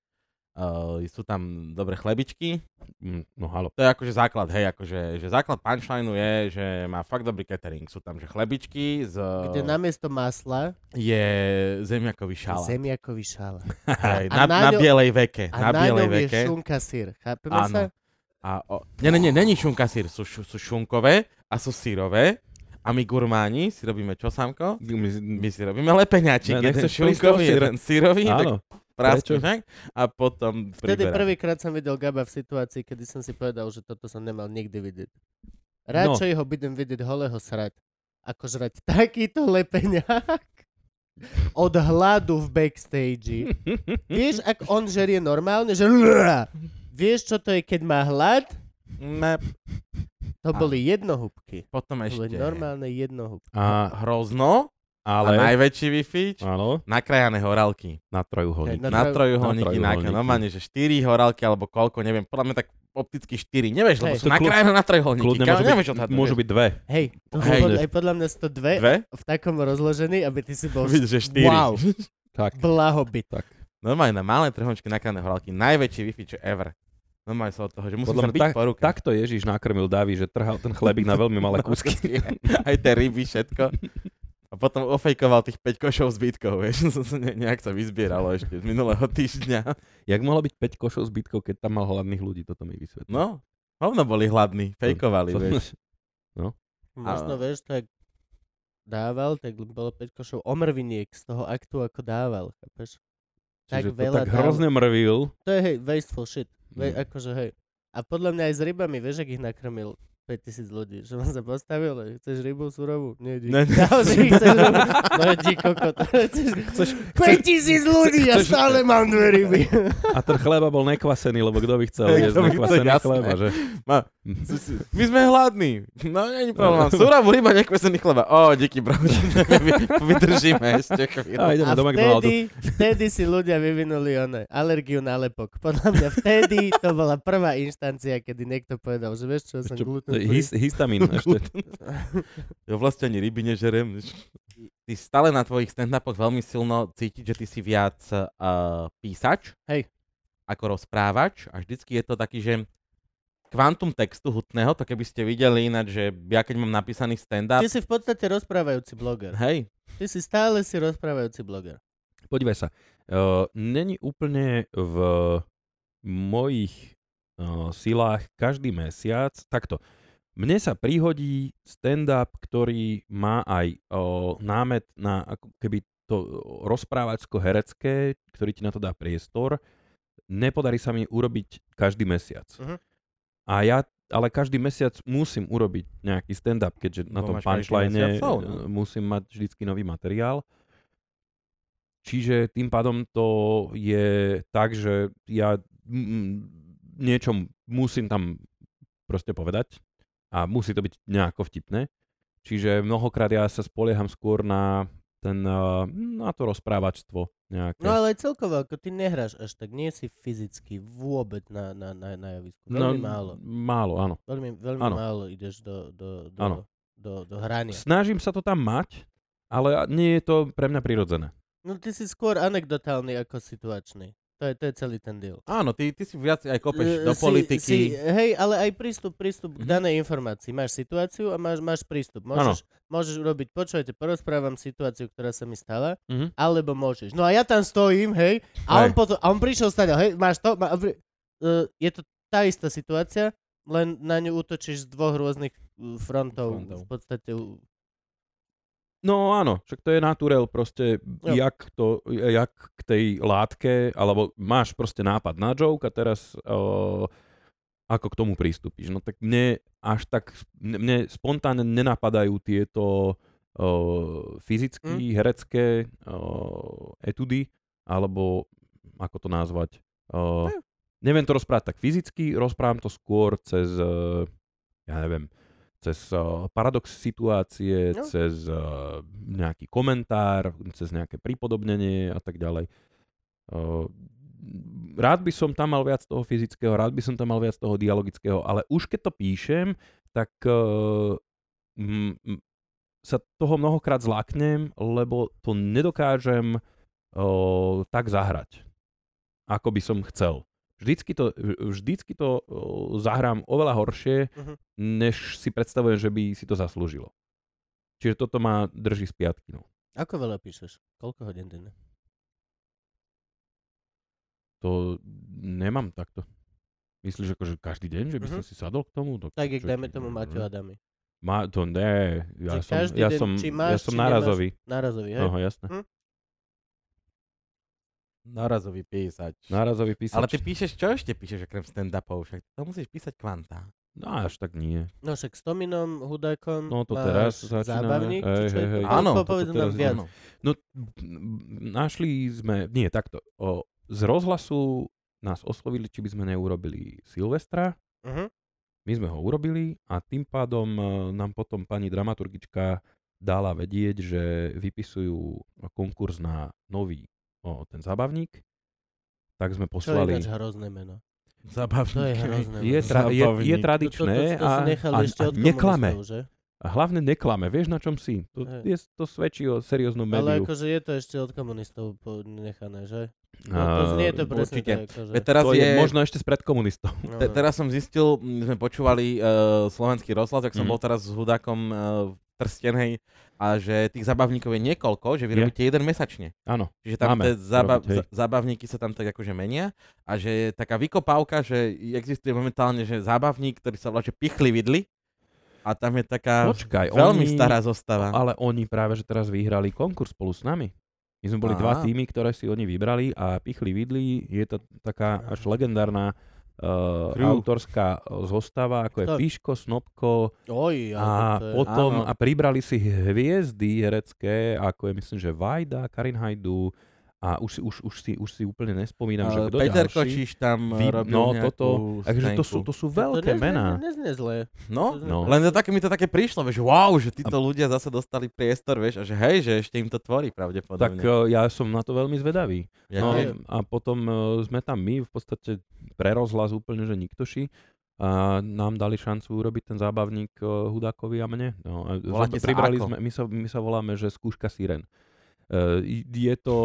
Uh, sú tam dobré chlebičky.
Mm, No halo.
To je akože základ, hej, akože že základ punchlineu je, že má fakt dobrý catering. Sú tam že chlebičky z...
Kde namiesto masla
je zemiakový šalát.
zemiakový šala.
(laughs) Hej,
A
na,
na
na,
ňo-
bielej veke.
A
na
ňom
bielej
je
veke.
šunka sír. Chápeme sa?
Áno. A o... Nie, nie, nie, není šunka sír. Sú, šu, sú šunkové a sú sírové. a my gurmáni si robíme čo, Samko?
My,
My si robíme lepeňačik. Ne,
Ne,
jeden
nechceš šunko,
šunkový,
sír-
jeden sírový, tak
áno,
prásky,
prečo?
tak? A potom
Vtedy
priberám.
prvýkrát som videl Gaba v situácii, kedy som si povedal, že toto som nemal nikdy vidieť.
No.
Radšej ho budem vidieť holého srať, ako žrať (laughs) takýto lepeňák od hladu v backstage. Vieš, ak on žerie normálne, že... (laughs) Vieš, čo to je, keď má hlad?
Ne,
To
Áno.
boli jednohúbky. To
potom
boli
ešte
normálne jednohúbky.
a,
hrozno
ale,
a najväčší vyfič
áno,
nakrajané horálky.
na trojuholník.
Na
Na
troj-
trojuholníky, na
na trojuholníky.
normálne, že 4 horálky alebo koľko, neviem, podľa mňa tak opticky 4, nevieš,
Hej.
lebo sú
To kľud-
nakrajané na trojuholníky.
Kľudne
kámo,
môžu byť,
nevieš odhadnúť,
môžu
vieš.
byť dve.
Hej, to sú
Hej.
pod, aj podľa mňa 102
dve,
v takom rozložení, aby ty si bol
vidíš, že 4.
Wow.
Tak.
blahobyt.
Normálne na malé trhončky nakrajané horálky, najväčší vyfič ever. Normálne sa od toho, že musím
Podľa
sa
mňa
byť po ruke.
Takto Ježiš nakrmil Davy, že trhal ten chlebík na veľmi malé kúsky.
(laughs) Aj tie ryby, všetko. A potom ofejkoval tých 5 košov zbytkov, vieš, (laughs) som sa ne, nejak sa vyzbieralo ešte z minulého týždňa.
Jak mohlo byť 5 košov zbytkov, keď tam mal hladných ľudí, toto mi vysvetlí. (laughs)
No, hovno boli hladní, fejkovali, vieš.
Možno,
A-
vieš, tak dával, tak bolo 5 košov omrviniek z toho aktu, ako dával, chápeš? Tak
Čiže to
veľa
tak
dal.
hrozne mrvil.
To je, hej, wasteful shit. Ve,
Mm.
akože, hej. A podľa mňa aj s rybami, vieš, ak ich nakrmil 5000 ľudí, že on sa postavil, že chceš rybu surovú? Nie, dík.
Ne, ne.
(laughs) Dal, že chceš rybu? No, dík, kokot. (laughs) Chceš, 5000 ľudí, ja
chceš-
stále mám dve ryby.
A ten chleba bol nekvasený, lebo kto by chcel
Hej,
jesť
kto by chcel,
nekvasený
jasné.
chleba, že?
Ma- My sme hladní. No, nie je problém. Súravú ryba, nekvesený chleba. Ó, díky, bro. (laughs) Vy- Vydržíme ešte
A
chvíľu.
ideme
A
do McDonaldu.
vtedy, vtedy si ľudia vyvinuli one, alergiu na lepok. Podľa mňa vtedy to bola prvá inštancia, kedy niekto povedal, že vieš čo, ja som
Čo-
gluten
to je his-
(laughs)
Histamín ešte.
Ja vlastne ani ryby nežerem. Ty stále na tvojich stand-upoch veľmi silno cítiť, že ty si viac uh, písač
Hej.
ako rozprávač a vždycky je to taký, že kvantum textu hutného, to keby ste videli ináč, že ja keď mám napísaný stand-up,
Ty si v podstate rozprávajúci bloger.
hej,
Ty si stále si rozprávajúci bloger.
Podívaj sa. Uh, Není úplne v mojich uh, silách každý mesiac. Takto. Mne sa prihodí stand-up, ktorý má aj uh, námet na ako keby to eh, rozprávačko-herecké, ktorý ti na to dá priestor. Nepodarí sa mi urobiť každý mesiac.
Mhm.
A ja ale každý mesiac musím urobiť nejaký stand-up, keďže na
Lebo
tom
máš každý
punchline
mesiac show, no.
musím mať vždycky nový materiál. Čiže tým pádom to je tak, že ja mm, niečo musím tam proste povedať a musí to byť nejako vtipné. Čiže mnohokrát ja sa spolieham skôr na ten, eh, na to rozprávačstvo nejaké.
No ale aj celkovo, ako ty nehráš až tak, nie si fyzicky vôbec na, na, na, na javisku. Veľmi
No,
málo.
Málo, áno.
Veľmi, veľmi
áno.
málo ideš do, do, do,
Áno.
do, do hrania.
Snažím sa to tam mať, ale nie je to pre mňa prirodzené.
No ty si skôr anekdotálny ako situačný. To je, to je celý ten deal.
áno, ty, ty si viac aj
Eh,
kopeš do
si-
politiky.
Si, hej, ale aj prístup, prístup k
Mhm.
danej informácii. Máš situáciu a máš, máš prístup. Môžeš, môžeš urobiť, počujete, porozprávam situáciu, ktorá sa mi stala,
Mhm.
alebo môžeš. No a ja tam stojím, hej, a, on,
Hej.
potom, a on prišiel stať, hej, máš to, má, pri, uh, je to tá istá situácia, len na ňu útočíš z dvoch rôznych eh, frontov,
Frontov.
v podstate u-
No áno, však to je naturel proste,
Jo.
jak, to, jak k tej látke, alebo máš proste nápad na joke a teraz o, ako k tomu pristúpiš. No tak mne až tak, mne- mne spontánne nenapadajú tieto o, fyzicky herecké o, etudy, alebo ako to nazvať. O,
Hm.
neviem to rozprávať tak fyzicky, rozprávam to skôr cez, e, ja neviem, cez eh, paradox situácie,
No.
cez eh, nejaký komentár, cez nejaké pripodobnenie a tak ďalej. Eh, Rád by som tam mal viac toho fyzického, rád by som tam mal viac toho dialogického, ale už keď to píšem, tak eh, m- m- sa toho mnohokrát zláknem, lebo to nedokážem eh, tak zahrať, ako by som chcel. Vždycky to, vždycky to eh, zahrám oveľa horšie, než si predstavujem, že by si to zaslúžilo. Čiže toto ma drží z piatky. No.
Ako veľa píšeš? Koľko hodín denne?
To nemám takto. Myslíš, akože každý deň, že by som si sadol k tomu? To,
Mhm. Tak, jak
čo-
dajme tomu Mateo
Mhm.
Adami.
Ma, to ne, ja
Že
som,
každý
ja
deň,
som,
či
ja
máš, či
som
nemáš. Mhm.
nárazový.
Nárazový, hej?
Aha, jasné.
Narazový písač.
No,
Nárazový písač.
Ale ty píšeš, čo ešte píšeš okrem stand-upov? Však to musíš písať kvanta.
No až tak nie.
No však s Tominom, Hudákom,
No to
máš
teraz začíname.
zábavník, či
Hej,
čo je
hej,
to?
hej.
Koľko,
Áno, toto
povedz nám
teraz
viac.
Áno.
No, m- našli sme, nie, takto. O, z rozhlasu nás oslovili, či by sme neurobili Silvestra.
Mhm.
My sme ho urobili a tým pádom e, nám potom pani dramaturgička dala vedieť, že vypisujú konkurs na nový o, ten zábavník. Tak
Čo
sme
je
poslali...
ináč hrozné meno.
Zabavník.
To je hrozné
Je,
meno.
tra- je, je
Zábavník.
tradičné
to, to, to, to
a,
si nechali
a,
ešte
a
od
neklame.
komunistov, že?
A hlavne neklame. Vieš, na čom si. To,
Hej.
je, to svedčí o serióznom
Ale
médiu.
akože je to ešte od komunistov nechané, že? No, to
A-
znie to presne
určite.
tak, akože.
Veď teraz
to
je,
je možno ešte spred komunistov.
No,
Te,
no.
teraz som zistil, my sme počúvali uh, slovenský rozhlas, tak som
Mhm.
bol teraz s hudákom uh, v Trstenej a že tých zabavníkov je niekoľko, že vy
Je.
robíte jeden mesačne.
(laughs) Áno.
Čiže tam
Máme
tie zaba-
robiť, hej.
za- zábavníky sa tam tak akože menia a že je taká vykopávka, že existuje momentálne že zábavník, ktorý sa volá, že pichli vidli a tam je taká
Počkaj,
veľmi
oni,
stará zostava.
Ale oni práve, že teraz vyhrali konkurs spolu s nami. My sme boli dva
Á.
týmy, ktoré si oni vybrali a Pichli Vidli je to taká až legendárna uh,
Crew.
autorská eh, zostava, ako je
Kto?
Piško, Snobko
Oj, ale
a
to je...
potom
Áno.
a pribrali si hviezdy herecké, ako je myslím, že Vajda, Karin Hajdu a už, si- už, už, si, už si úplne nespomínam, že
Eh,
kto
Peter
ďalší.
Kočiš tam Vy...
Vy-
robil
no,
nejakú
toto, Takže to sú,
scénku.
to sú veľké mená.
Neznie zle.
No,
to-
No.
len to také, mi to také prišlo, vieš, wow, že títo ľudia zase dostali priestor, vieš, a že hej, že ešte im to tvorí
Tak
pravdepodobne.
eh, ja som na to veľmi zvedavý.
ja
No
tiež.
a potom e, sme tam my, v podstate pre rozhlas úplne, že niktoši. A nám dali šancu urobiť ten zábavník e, Hudákovi a mne. No, a
Voláte sa
pribrali
ako?
sme, my sa, my sa voláme, že skúška síren. E, je to...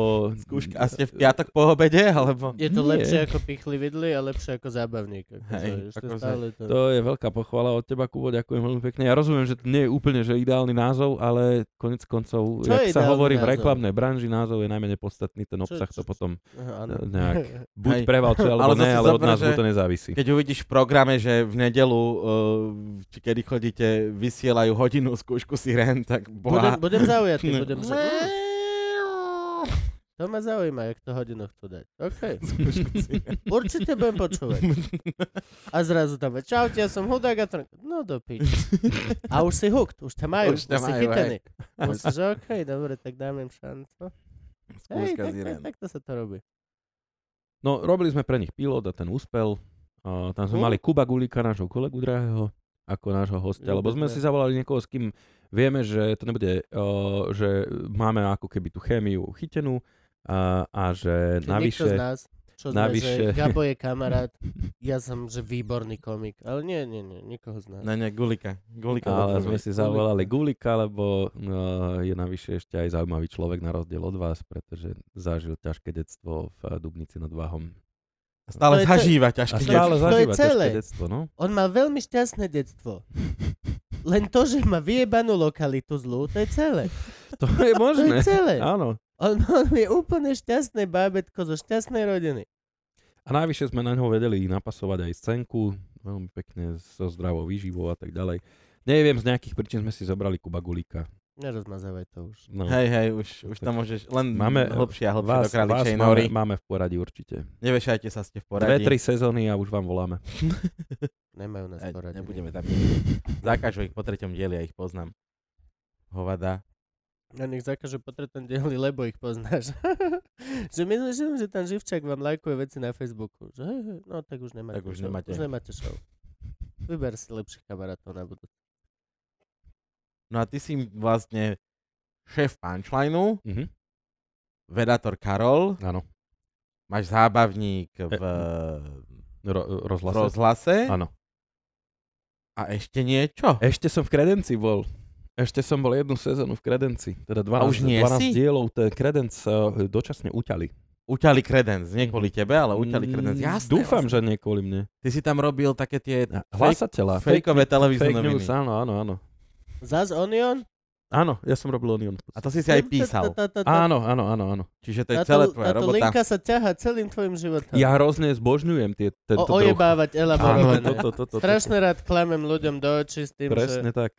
Skúška, a ste v piatok po obede, alebo...
Je to
Nie.
lepšie ako pichli vidli a lepšie ako zábavník. akože,
Hej,
už to
akože
stále to...
To je veľká pochvala od teba, Kubo, ďakujem veľmi pekne. Ja rozumiem, že to nie je úplne že ideálny názov, ale konec
Čo
koncov,
je
jak sa
ideálny
hovorí
názov?
v reklamnej branži, názov je najmenej podstatný, ten
Čo-
obsah
čo-
to potom
Aha, áno.
e, nejak
Hej.
buď prevalcuje, alebo
Ale
ne,
zase
ale od
zober,
nás
že-
to nezávisí.
Keď uvidíš v programe, že v nedelu, uh, či kedy chodíte, vysielajú hodinu skúšku sirén, tak
budem,
boha.
budem zaujatý,
(laughs) Ne.
budem sa... To ma zaujíma, jak to hodinu chcú dať. OK.
Skúšku sirén.
Určite budem počúvať. A zrazu tam, čaute, ja som hudák a to... No do piči. A už si hooked, už ťa majú, už,
Už ťa
si
majú,
chytený. Už si, že OK, dobre, tak dám im šancu. Hej,
Skúška
tak, tak,
sirén.
takto sa to robí.
No, robili sme pre nich pilot a ten úspel. A tam sme
Mhm.
mali Kuba Gulíka, nášho kolegu drahého, ako nášho hostia, lebo sme
Ľúbime.
si zavolali niekoho, s kým vieme, že to nebude, uh, že máme ako keby tú chémiu chytenú uh, a
Čiže niekto
že
z
navyše...
nás, čo
navyše-
sme, že Gabo je kamarát, ja som, že výborný komik, ale nie, nie, nie, nikoho z nás.
Ne, ne, gulika. Gulika.
Ale
dobre.
sme si zavolali Gulika, lebo uh, je navyše ešte aj zaujímavý človek na rozdiel od vás, pretože zažil ťažké detstvo v eh, Dubnici nad Váhom.
To
Stále
je ce-
zažíva
A
ťažké.
stále-
detstvo.
to
stále
je
zažíva
celé.
ťažké detstvo, no. (laughs)
On mal veľmi šťastné detstvo. Len to, že má vyjebanú lokalitu zlú, to je celé.
To je
To je
možné.
celé.
Áno.
On, on je úplne šťastné bábetko zo šťastnej rodiny.
A najvyššie sme na ňo vedeli napasovať aj scénku, veľmi pekne so zdravou výživou a tak ďalej. Neviem, z nejakých príčin sme si zobrali Kuba Gulíka.
Nerozmazávaj to už.
No,
Hej, hej, už, už to môžeš, len
Máme-
Máme, hlbšie a hlbšie do
vás, vás
králičej nory.
máme, máme v poradí určite.
Nevešajte sa, ste v
Poradí. Dve,
poradí. (laughs)
tri sezóny a už vám voláme.
Nemajú nás
Ne-
poradenie.
Nebudeme tam. Zakážu ich po treťom dieli, ja ich poznám. Hovada.
Na nich zakažu po tretom dieli, lebo ich poznáš. (laughs) že my že tam Živčák vám lajkuje veci na Facebooku. Že, hej, hej, no tak už nemáte
Tak už
show.
nemáte.
Už nemáte show. Vyber si lepších kamarátov na budúce.
No a ty si vlastne šéf punchlineu,
Mhm.
vedátor Karol,
Áno,
máš zábavník v
Ro-
v
rozhlase.
rozhlase
E, Áno. E,
a ešte niečo.
Ešte som v Kredenci bol. Ešte som bol jednu sezónu v Kredenci. Teda 12,
už nie
12
si?
dielov ten Kredenc eh, dočasne uťali.
Uťali kredenc, nie kvôli tebe, ale uťali kredenc.
Mm,
Jasné,
Dúfam,
jasné.
že nie kvôli mne.
Ty si tam robil také tie
Hlasateľa. Fake,
fejkové televízne
fake news,
noviny.
áno, áno, áno.
Zas Onion?
Áno, ja som robil Onion.
A to si si aj písal.
Tá- tá- tá- tá-
Áno, áno, áno, áno.
Čiže to je
Táto,
celé tvoja
táto
robota.
linka sa ťahá celým tvojim životom.
Ja hrozne zbožňujem tie,
o,
tento druh.
ojebávať
Áno,
elaborované.
toto, toto, toto.
Strašne rád klamem ľuďom do očí s tým,
Presne
že
tak.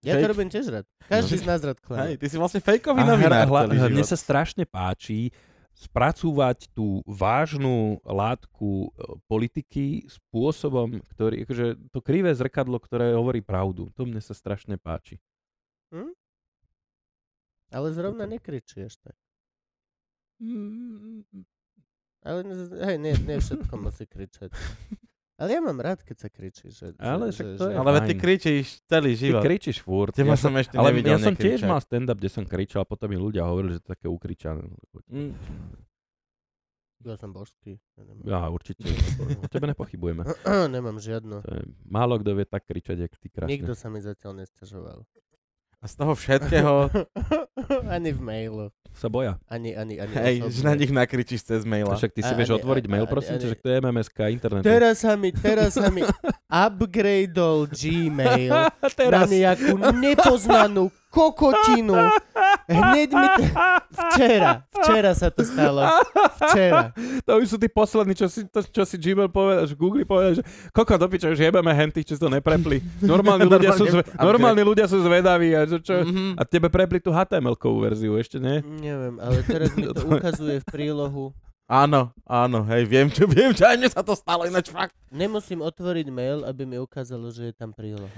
Ja to
Fake. No.
robím tiež rád. Každý z nás rád klame.
Hej, ty si vlastne fejkový
A hra-
novinár
hla-
celý
Mne
život.
sa strašne páči spracúvať tú vážnu látku e, politiky spôsobom, ktorý, akože to krivé zrkadlo, ktoré hovorí pravdu. To mne sa strašne páči.
Ale zrovna nekričíš tak. Ale n- hej, nie, nie všetko musí kričať. Ale ja mám rád, keď sa kričí. Že,
Ale
že,
však
že,
to je-
že...
Ale veď ty
Fajn.
kričíš celý
Ty
život.
kričíš furt.
Teba
ja
som ešte
ale
nevidel
ja som tiež
nekričať.
mal stand-up, kde som kričal, potom mi ľudia hovorili, že to je také ukričané.
Mm.
Ja som božský. Ja nemám,
Ja určite. O tebe nepochybujeme.
(clears throat) nemám žiadnu.
To je, málo kto vie tak kričať, jak ty krásne.
Nikto sa mi zatiaľ nestiažoval.
A z toho
(laughs)
všetkého,
(laughs) ani v mailu.
sa boja.
Ani, ani, ani
hej, že
osobne.
na nich nakričíš cez maila.
Však ty si
A-
vieš
ani-
otvoriť
a-
mail,
ani-
prosím ťa,
ani-
že to je MMSK internetu.
Teraz sa mi, teraz sa mi upgradeol Gmail
(laughs)
na nejakú nepoznanú kokotinu. Hneď mi to...
(laughs)
Včera, včera sa to stalo. Včera.
To už sú tí poslední, čo si, to, čo si Gmail povedal, že Google povedal, že koko do piča, už jebeme hentých, čo si to
(laughs)
neprepli. Normálni ľudia, sú, zve,
Normálne-
normálni ľudia sú zvedaví a, čo, čo,
Mhm.
a tebe prepli tú HTML-kovú verziu, ešte nie?
Neviem, ale teraz
(laughs)
mi to ukazuje v prílohu.
Áno, áno, hej, viem, čo, viem, čo aj mne sa to stalo, ináč fakt.
Nemusím otvoriť mail, aby mi ukázalo, že je tam príloha.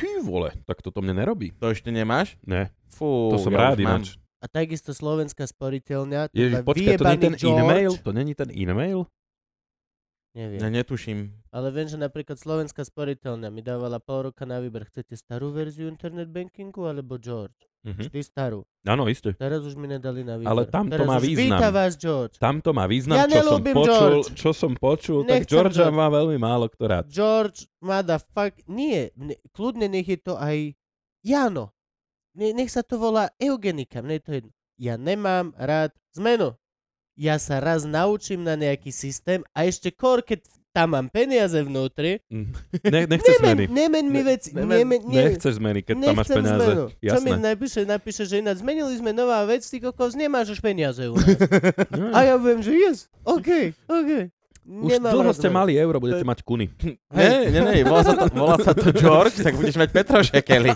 Ty vole, tak toto mne nerobí.
To ešte nemáš?
Ne,
Fú,
to som
ja
rád
už mám.
ináč.
A takisto slovenská sporiteľňa. teda
Ježiš, počkaj, to nie je
vyjebaný
ten
George-
e-mail? To není ten e-mail?
Neviem.
Ja netuším.
Ale viem, že napríklad slovenská sporiteľňa mi dávala pol roka na výber. Chcete starú verziu internet bankingu alebo George?
Mhm.
Vždy starú.
Áno, isté.
Teraz už mi nedali na výber.
Ale tam to
Teraz
má
už
význam.
Víta vás George.
Tam to má význam,
Ja
čo, som
nelúbim
počul,
George.
čo som počul, tak
Nechcem
Georgia
George.
má veľmi málo kto
(laughs)
rád.
George, motherfuck, nie, mne, kľudne nech je to aj Jano. Ne, nech sa to volá eugenika, mne je to jedno. Ja nemám rád zmenu. Ja sa raz naučím na nejaký systém a ešte kor, keď tam mám peniaze vnútri,
Ne, nechce zmeny.
nemen, nemen mi
Ne-
veci,
nemen-
nemen, ne,
Nechceš zmeny, keď tam máš
nechcem
peniaze.
Zmenu. Čo mi
Jasné.
napíše, napíše, že ináč zmenili sme nová vec, ty kokos, nemáš už peniaze u
(laughs)
nás. A ja viem, že yes, OK, OK.
Už dlho ste mali euro, budete
To
mať kuny.
Nie, nie, nie, volá sa to, volá sa to George, tak budeš mať
(laughs)
Petrošekely.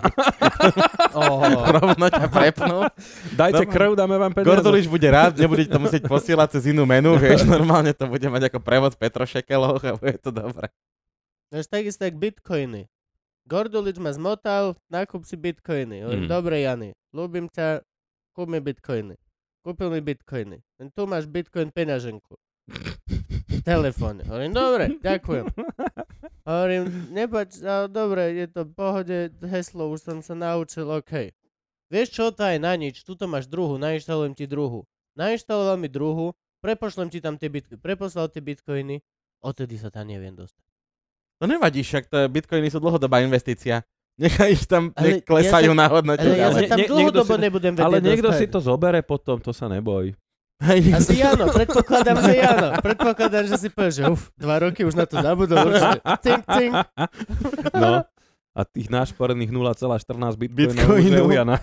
Oh.
(laughs) Rovno ťa prepnú.
Dajte
Dobre.
krv, dáme vám peniaze.
Gorduliš bude rád, nebude to musieť posielať cez inú (laughs) menu, vieš, normálne to bude mať ako prevod v Petrošekeloch a bude to dobré.
Vieš, No takisto jak bitcoiny. Gordulič ma zmotal, nákup si bitcoiny. Hovorím,
Mm.
dobre Jany, ľúbim ťa, kúp mi bitcoiny. Kúpil mi bitcoiny. Len tu máš bitcoin peňaženku. V telefóne. Hovorím, dobre, ďakujem. Hovorím, nepač, ale dobre, je to v pohode, heslo už som sa naučil, OK. Vieš čo, to je na nič, tuto máš druhu, nainštalujem ti druhu. Nainštaloval mi druhu, prepošlem ti tam tie bitcoiny, preposlal tie bitcoiny, odtedy sa tam neviem dostať.
No nevadí, však to je, bitcoiny sú dlhodobá investícia. Nechaj ich tam,
Ale
nech klesajú
ja
na hodnote.
Ale ja sa
ďalej.
Ale
tam
nie- niekto
dlhodobo
si-
nebudem vedieť
Ale niekto
dostať.
si to zobere potom, to sa neboj.
Hej, nech
Asi
sa-
áno, predpokladám, že áno. Predpokladám, že si povieš, že uf, dva roky už na to zabudol určite. Cink, cink.
No. A tých nášporených 0,14 bitcoinov už je
Bitcoinov.
u
(laughs)
Jana.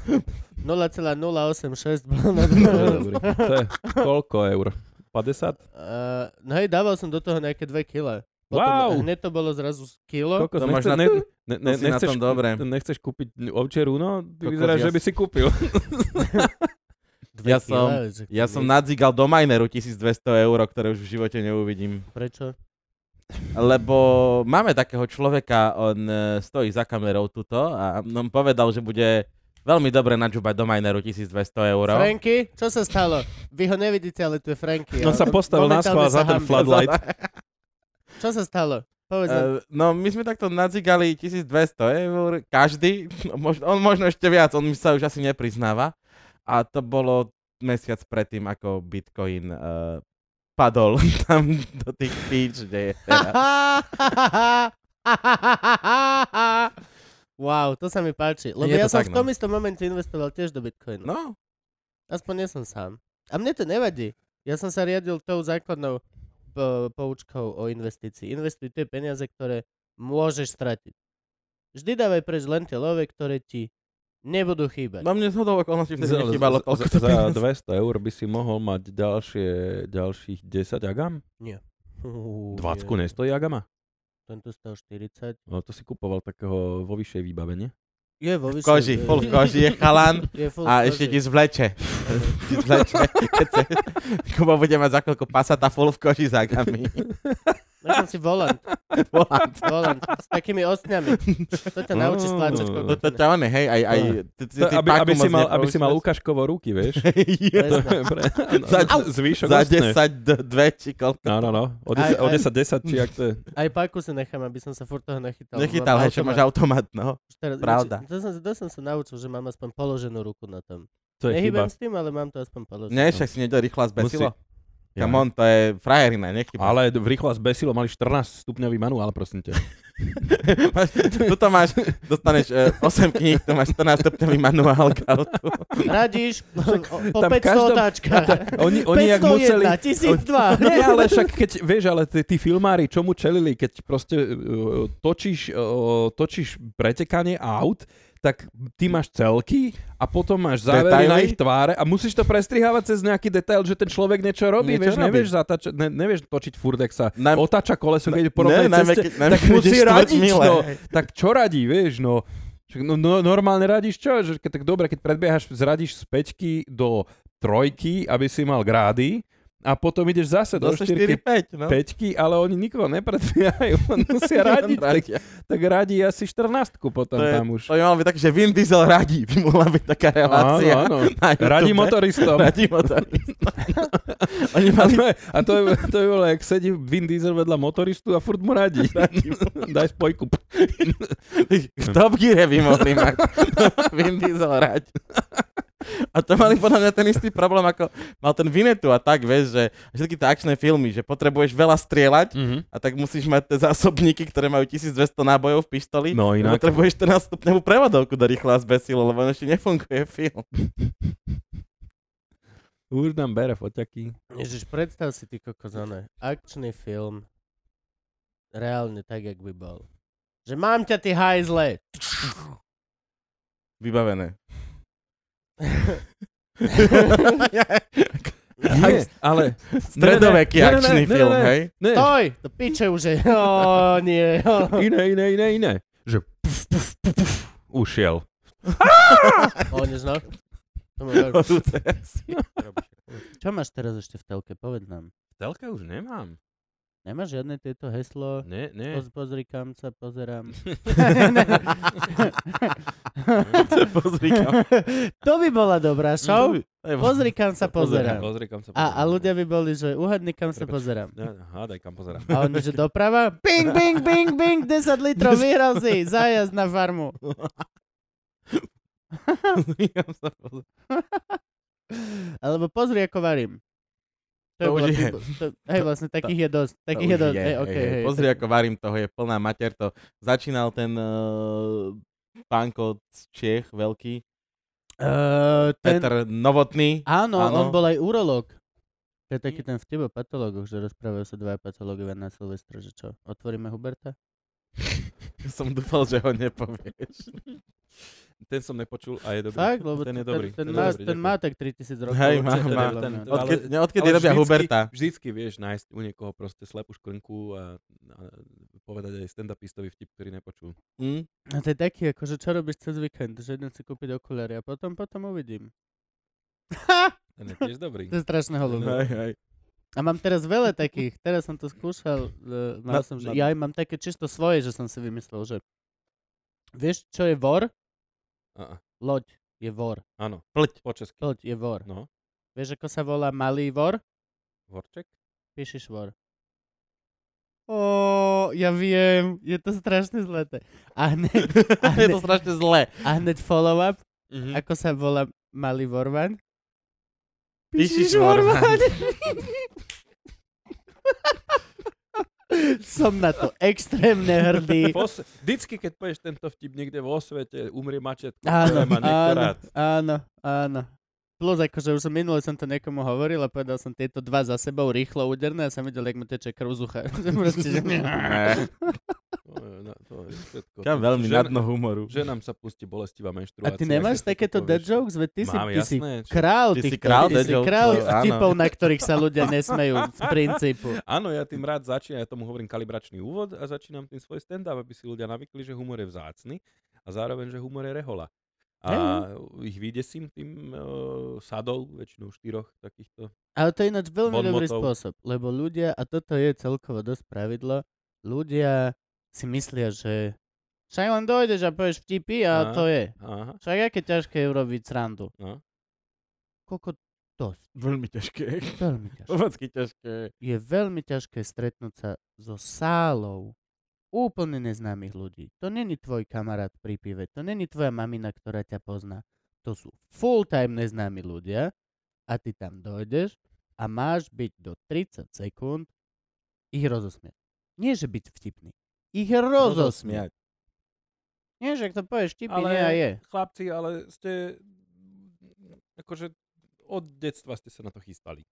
0,086 bolo na
No, dobrý. To je koľko eur? 50?
uh, No hej, dával som do toho nejaké 2 kg.
Wow.
Hneď to bolo zrazu z kilo.
Koľko
to máš
nechce,
na-
ne, ne, ne,
to si na
nechceš,
tom dobre.
nechceš kúpiť ovčie rúno? Ty
Kokos,
vyzeráš,
ja
že by si kúpil.
Dve
Ja
kilá,
som-
že-
(laughs) Ja som nadzigal do mineru 1200 eur, ktoré už v živote neuvidím.
Prečo?
Lebo máme takého človeka, on e, stojí za kamerou tuto a on povedal, že bude veľmi dobre nadžubať do mineru 1200 eur.
Franky? Čo sa stalo? Vy ho nevidíte, ale tu je Franky.
On
ale
No sa postavil na
momentálne
schvál
sa
za ten
hambí.
floodlight.
Čo sa stalo? Povedz nám.
E, no my sme takto nadzigali 1200 eur, každý, No, mož- on možno ešte viac, on sa už asi nepriznáva. A to bolo mesiac predtým, ako Bitcoin uh, padol (laughs) tam do tých píč, kde je teraz.
Wow, to sa mi páči. Lebo
Je
ja
to
som v
tak,
tom
no.
istom momente investoval tiež do Bitcoinu. No.
No,
Aspoň nie som sám. A mne to nevadí. Ja som sa riadil tou základnou po, poučkou o investícii. Investuj tie peniaze, ktoré môžeš stratiť. Vždy dávaj preč len tie love, ktoré ti nebudú chýbať.
no mne zhodou okolností vtedy nechýbalo
za,
toľko
za,
to
za
peniaz.
200 eur by si mohol mať ďalšie, ďalších 10 agam?
Uú,
20
je.
nestojí agama?
Tento stal 40.
No, to si kupoval takého vo vyššej výbave, nie?
Je vo
V
vyššom.
koži,
je-
full v koži je
(laughs)
chalan
Je full
a
v
ešte
koži.
ti zvleče. Ti zvleče. (laughs) keď sa- Kubo bude mať za chvíľku pasata full v koži za
(laughs)
gami.
Nechám si volant,
Volant.
volant. S takými ostňami. To ťa naučí stláčať.
Mm.
To, to,
(laughs)
to, one, hej, aj, aj, ty, ty,
To,
ty
aby,
páku
aby, si
moc
mal, aby si mal
nepoužívaš.
ukážkovo ruky,
(laughs)
vieš.
Jo,
To
Presne.
je pre-
Za
Au. Zvýšok
Za
ostne.
10, d- dve či koľko.
Áno, no. O
Aj,
10, o
aj.
10, 10 či ak to je.
Aj paku sa nechám, aby som sa furt toho nechytal.
Nechytal,
Mám
hej, čo máš
automat.
automat, no.
Už teraz-
pravda.
To som, to som sa naučil, že mám aspoň položenú ruku na tom.
To je
Nehybem
chyba.
s tým, ale mám to aspoň položenú.
Nie, však si niekto rýchla
Musí.
zbesilo. Come on, to je frajerina, nechyba.
Ale v rýchlo a zbesilo mali 14 stupňový manuál, prosím ťa.
Máš, (laughs) tuto máš, dostaneš e, 8 kníh, tu máš 14 stupňový manuál kartu.
Radíš o, po
tam
500
každom-
otáčkach.
Oni, oni jak museli... (laughs)
1002.
Nie, ale však keď, vieš, ale tí, tí filmári čomu čelili, keď proste uh, točíš, uh, točíš pretekanie aut, tak ty máš celky a potom máš
Detaily?
závery na ich tváre a musíš to prestrihávať cez nejaký detail, že ten človek niečo robí,
Niečo
vieš,
robí.
nevieš, zatača, ne, nevieš točiť furt, ak sa
Najm-
otáča koleso, keď je (laughs)
Ne,
po rovnej
najmä
ceste,
keď- najmä
tak
keď
musí
ideš
radiť,
štvrťmile.
no. Tak čo radí, vieš, no. Však No, no, normálne radíš čo? Že, keď, tak dobre, keď predbiehaš, zradíš z peťky do trojky, aby si mal grády a potom ideš zase do
Zase
štyrky,
4-5, no.
peťky, ale oni nikoho nepredbiehajú, (laughs) len
(laughs)
musia radiť. tak,
Radia.
tak radí asi 14 potom
To je-
tam už.
To by malo byť tak, že Vin Diesel radí. (laughs) By mohla byť taká relácia.
áno.
na YouTube.
(laughs) Radí motoristom.
(laughs) Radí
(laughs)
motorista. Oni
A
mali
to, je, a to, je, to je bolo, jak sedí Vin Diesel vedľa motoristu a furt
(laughs)
mu radí. Daj spojku.
v Top Gear by mohli
(laughs)
mať. Vin Diesel radí. A to mali podľa mňa ten istý problém, ako mal ten Vinetu a tak, vieš, že všetky tie akčné filmy, že potrebuješ veľa strieľať,
Mhm.
a tak musíš mať tie zásobníky, ktoré majú 1200 nábojov v pištoli.
No inak.
Potrebuješ 14 stupňovú prevodovku do rýchla zbesilo, lebo ešte nefunguje film.
Už nám bere foťaky.
Ježiš, predstav si ty kokozone. Akčný film. Reálne tak, jak by bol. Že mám ťa, ty hajzle.
Vybavené.
(laughs)
(laughs)
Nie, ale...
Stredoveký
Ne, ne, ne,
akčný
ne, ne,
film,
ne. (laughs)
hej?
Ne,
Stoj! To piče už je. (laughs) Ó, nie.
iné, iné, iné, iné. Že puf, puf, puf, puf, ušiel.
Honeš, no. To ma veľmi-
(laughs)
Čo máš teraz ešte v telke? Poved nám.
Telka už nemám.
Nemáš žiadne tieto heslo?
Nie, nie.
Poz, pozri kam sa pozerám.
(laughs) Pozri kam.
to by bola dobrá show. Pozri kam sa pozerám.
Pozri, kam sa
A, a ľudia by boli, že uhadni kam sa
Prepač.
pozerám.
Ja, hádaj, kam pozerám.
A on, že doprava? Bing, bing, bing, bing, 10 litrov, vyhral si, zájazd na farmu.
Pozri kam sa pozerám.
Alebo pozri, ako varím.
To už
bola
je.
blbo- to, hej, vlastne takých je dosť. Takých je
To už
dosť. Hej, okay, hej, Eh,
Pozri, ako varím toho, je plná mater. To začínal ten uh, pánko z Čech,
Eh,
veľký.
ten,
Peter Novotný.
áno,
áno.
on bol aj urológ. To je taký ten vtip o patológoch, že rozprávajú sa dva patológovia na Silvestra, že čo, otvoríme Huberta?
Som dúfal, že ho nepovieš. (laughs)
Ten som nepočul a je dobrý.
Fakt, lebo
ten je
ten,
dobrý.
ten, ten,
je
má,
dobrý,
ten
ďakujem.
má tak 3000 rokov.
Hej, má,
určite,
má.
podľa
ten-
mňa.
ale-
Odkedy, ne, odkedy
ale
robia
vždycky-
Huberta.
Vždycky vieš nájsť u niekoho proste slepú škrnku a, a povedať aj stand-upistovi vtip, ktorý nepočul.
Mm?
A to je taký, akože čo robíš cez víkend, že idem si kúpiť okuliare a potom, potom uvidím. Ha!
Ten je tiež dobrý.
(laughs) To je strašne
Mm.
holubé.
Hej, hej.
A mám teraz veľa takých, teraz som to skúšal, e, mal
Na-
som, že
na-
ja mám také čisto svoje, že som si vymyslel, že vieš, čo je vor?
A, a,
Loď je vor.
áno,
(laughs)
Plť.
po česky.
Loď je vor.
No,
Vieš, ako sa volá malý vor?
Vorček?
Píšiš vor. Ó, ja viem, je to strašne zlaté. A hneď, a
(laughs) je
hneď,
to strašne zlé.
a hneď follow-up,
Mhm.
ako sa volá malý vorvan?
Píšiš vorvan.
(laughs) Som na to extrémne hrdý.
Pos- vždycky, keď povieš tento vtip niekde vo svete, umrie mačetko, ktoré
(laughs) Áno,
má niekto
áno,
rád.
áno, áno. Plus akože už som minule som to niekomu hovoril a povedal som tieto dva za sebou rýchlo úderné a som videl, jak mu teče krv z ucha. (laughs) Proste, že...
(laughs)
(laughs)
Ne.
To je, na- to je všetko.
Kam veľmi
Žen-
na dno humoru.
že nám sa pustí
A
bolestivá menštruácia.
ty nemáš takéto dead jokes? Veď ty si,
Mám,
ty si
jasné, čo-
král
Ty si
týchto,
král
ty
dead
si
jokes,
král
áno.
vtipov, na ktorých sa ľudia nesmejú
(laughs)
(laughs)
v princípu.
Áno, ja tým rád začínam, ja tomu hovorím kalibračný úvod a začínam tým svoj stand-up, aby si ľudia navykli, že humor je vzácny a zároveň, že humor je rehola. A ich vydesím tým uh, sadou, väčšinou štyroch takýchto.
Ale to je ináč veľmi
Von
dobrý
Motov.
spôsob, lebo ľudia, a toto je celkovo dosť pravidlo, ľudia si myslia, že však len dojdeš a povieš vtipy a
Á.
to je.
Aha,
Však aké ťažké je urobiť srandu.
no.
Koľko dosť,
Veľmi
(laughs)
ťažké.
veľmi ťažké.
Povacky ťažké.
Je veľmi ťažké stretnúť sa so sálou úplne neznámych ľudí. To není tvoj kamarát pri pive, to není tvoja mamina, ktorá ťa pozná. To sú full-time neznámi ľudia a ty tam dojdeš a máš byť do 30 sekúnd ich rozosmiať. Nie, že byť vtipný. Ich rozosmiať. Nie, že ak to povieš vtipný,
Ale-
nie a je.
Chlapci, ale ste... Akože od detstva ste sa na to chystali.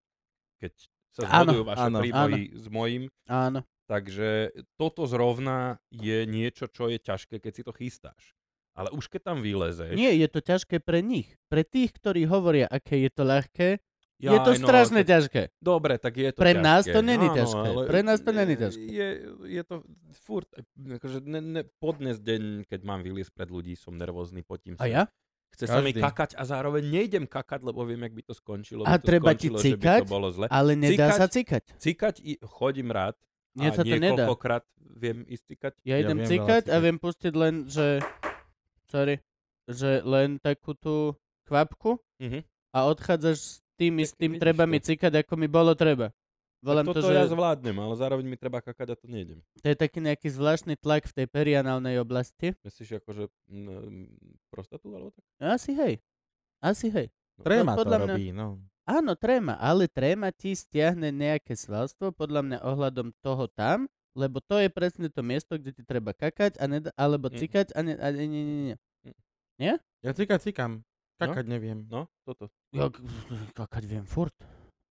Keď sa
Áno,
zhodujú vaše
áno,
príboji s mojím.
Áno.
Takže toto zrovna je niečo, čo je ťažké, keď si to chystáš. Ale už keď tam vylezeš...
Nie, je to ťažké pre nich. Pre tých, ktorí hovoria, aké je to ľahké, je
Jaj,
to
no,
strašne
tak-
ťažké.
Dobre, tak je to
Pre
ťažké.
nás to není
Áno,
ťažké.
ale
Pre nás to není
je-
ťažké.
Je, je to furt, akože ne, ne, po dnes deň, keď mám vyliesť pred ľudí, som nervózny, potím
A
sa.
ja?
Chce sa mi
Každý.
kakať a zároveň nejdem kakať, lebo viem, jak by to skončilo.
A
by to
treba ti
skončilo, Že by
cikať?
to bolo zle.
Ale nedá
Cikať?
sa cikať.
Cikať i, chodím rád.
Mne
a
sa to nedá.
niekoľkokrát viem ísť cikať.
Ja
Ja
idem
viem veľa
cikať a
cikať.
viem pustiť len, že... Sorry. Že len takú tú kvapku
Mhm.
a odchádzaš s tým
Tak
istým
vidíš
treba
to.
mi cikať, ako mi bolo treba. Volám to,
tak toto
že
ja zvládnem, ale zároveň mi treba kakať a to nejdem.
to je taký nejaký zvláštny tlak v tej perianálnej oblasti.
Myslíš, že akože mm, prostatu alebo tak?
No Asi hej. Asi hej.
Tréma to
Podľa mňa-
robí, no.
Áno, tréma, ale tréma ti stiahne nejaké svalstvo, podľa mňa ohľadom toho tam, lebo to je presne to miesto, kde ti treba kakať, a ned- alebo
Mm.
cikať a, ne- a nie, nie, nie, nie.
Ja cika cikam. Kakať neviem.
No, toto.
Ja k- kakať viem furt.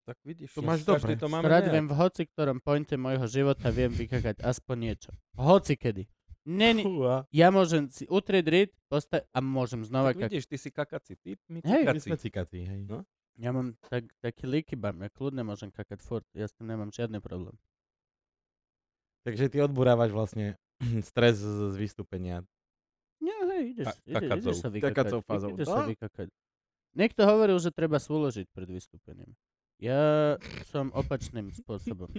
Tak vidíš,
To
no,
máš
každý
dobre.
to máme
Rád
nejak.
viem v hoci ktorom pointe mojho života viem vykakať aspoň niečo. Hoci kedy. Není,
Fú, a-
ja môžem si utrieť rit posta- a môžem znova
Tak
kakať.
vidíš, ty si kakací typ, my
No, Hej,
My
kakací.
sme cikaci, hej.
No.
Ja mám tak, taký líky bam, ja kľudne môžem kakať furt, ja s tým nemám žiadny problém.
Takže ty odburávaš vlastne (clears throat) stres z z vystúpenia.
Nie, hej, ideš,
Ka-
ide,
kakacou.
ideš sa vykakať.
Kakacou fazou.
Ideš sa
No.
vykakať. Niekto hovoril, že treba súložiť pred vystúpením. Ja som opačným spôsobom.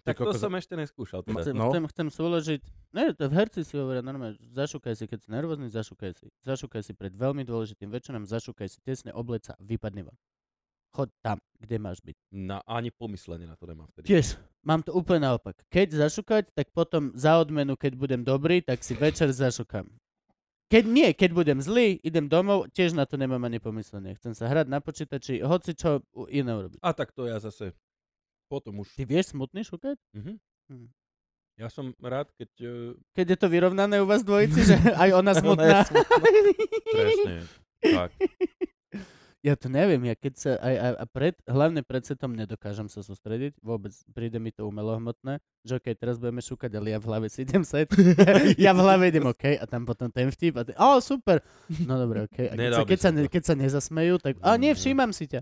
Tak to
kokos.
som ešte neskúšal. Teda.
Chcem,
No.
chcem, chcem súložiť... Ne, to v herci si hovoria normálne, že zašukaj si, keď si nervózny, zašukaj si. Zašukaj si pred veľmi dôležitým večerom, zašukaj si tesne, obleca, vypadni von. Chod tam, kde máš byť.
Na, ani pomyslenie na to nemám vtedy.
Tiež, mám to úplne naopak. Keď zašukať, tak potom za odmenu, keď budem dobrý, tak si večer zašukám. Keď nie, keď budem zlý, idem domov, tiež na to nemám ani pomyslenie. Chcem sa hrať na počítači, hoci čo u- iné urobiť.
A tak to ja zase potom už...
Ty vieš smutný šukať?
Mhm.
Hm.
Ja som rád, keď... e,
Keď je to vyrovnané u vás dvojici, že aj ona
je
smutná. (laughs)
presne. tak.
ja to neviem, ja keď sa aj, aj a pred, hlavne pred setom nedokážem sa sústrediť, vôbec príde mi to umelohmotné, že okej, teraz budeme šúkať, ale ja v hlave si idem
(laughs)
set, ja v hlave idem okej a tam potom ten vtip a ty, o, super, no dobre, okej. A keď, sa,
Nedal by
keď, sa,
som
ne,
to.
keď sa nezasmejú, tak, a nie,
Mm.
všímam si ťa.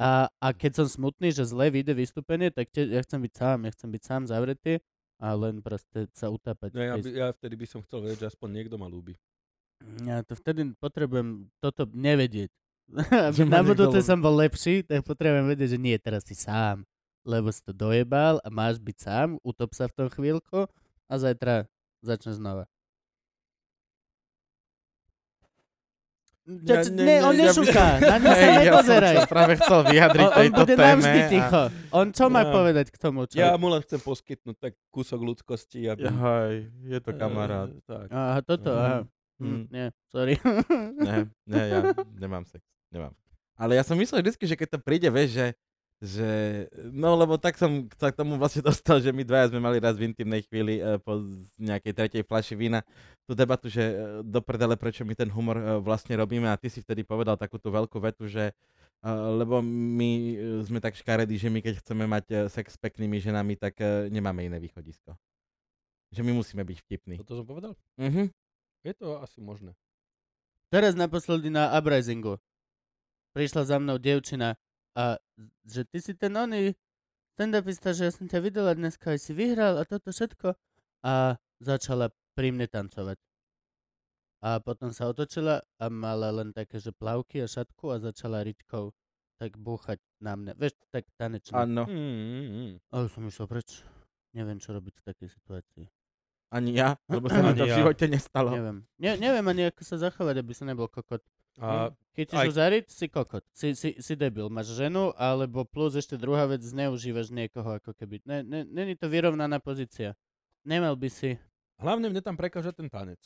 A, a keď som smutný, že zle vyjde vystúpenie, tak tiež, ja chcem byť sám, ja chcem byť sám zavretý a len proste sa utápať. v
No, ja,
tej
by, ja vtedy by som chcel vedieť, že aspoň niekto ma ľúbi.
Ja to vtedy potrebujem toto nevedieť. (laughs) Aby
Že ma
na
niekto
budúce
ľúbi.
som bol lepší, tak potrebujem vedieť, že nie, teraz si sám. Lebo si to dojebal a máš byť sám, utop sa v tom chvíľku a zajtra začne znova. Ja,
Ja-
ne,
ne-
ne,
ne,
on
ja by-
(laughs)
(laughs)
nešuká, na ňa sa
Hej, ja som
nepozeraj.
sa práve chcel
(laughs) on,
vyjadriť
on
tejto
bude
téme.
navždy
a-
ticho. On čo má
Ja.
povedať k tomu? Čo...
Ja mu len chcem poskytnúť tak kúsok ľudskosti, aby...
Jaj, je to kamarát.
E, tak.
Aha, toto, aha. Hm,
Hm.
nie, sorry. (laughs)
Ne, ne, ja nemám sex. Nemám. Ale ja som myslel vždycky, že keď to príde, vieš, že, že no lebo tak som sa k tomu vlastne (laughs) dostal, že my dvaja sme mali raz v intimnej chvíli eh, po z- nejakej tretej flaši vína tú debatu, že eh, do prdele, prečo my ten humor eh, vlastne robíme a ty si vtedy povedal takú tú veľkú vetu, že eh, lebo my eh, sme tak škaredí, že my keď chceme mať eh, sex s peknými ženami, tak eh, nemáme iné východisko. Že my musíme byť vtipní.
Toto som povedal?
Mhm.
Je to asi možné.
Teraz naposledy na Uprisingu. Prišla za mnou devčina a že ty si ten oný stand-upista, že ja som ťa videla dneska, aj si vyhral a toto všetko. A začala pri mne tancovať. A A potom sa otočila a mala len také, že plavky a šatku a začala riťkou tak búchať na mňa. Vieš, tak tanečne.
Áno,
Mm,
Ale som išiel preč. Neviem, čo robiť v takej situácii.
ani ja, lebo
(clears throat)
sa mi to
Ani
v
ja.
živote nestalo.
Neviem. Ne, neviem ani, ako sa zachovať, aby som nebol kokot.
A
Chytíš
Aj-
ju za ryt, si kokot. Si, si, si debil. Máš ženu, alebo plus ešte druhá vec, zneužívaš niekoho ako keby. Ne, ne, Není to vyrovnaná pozícia. Nemal by si.
hlavne mne tam prekáža ten tanec.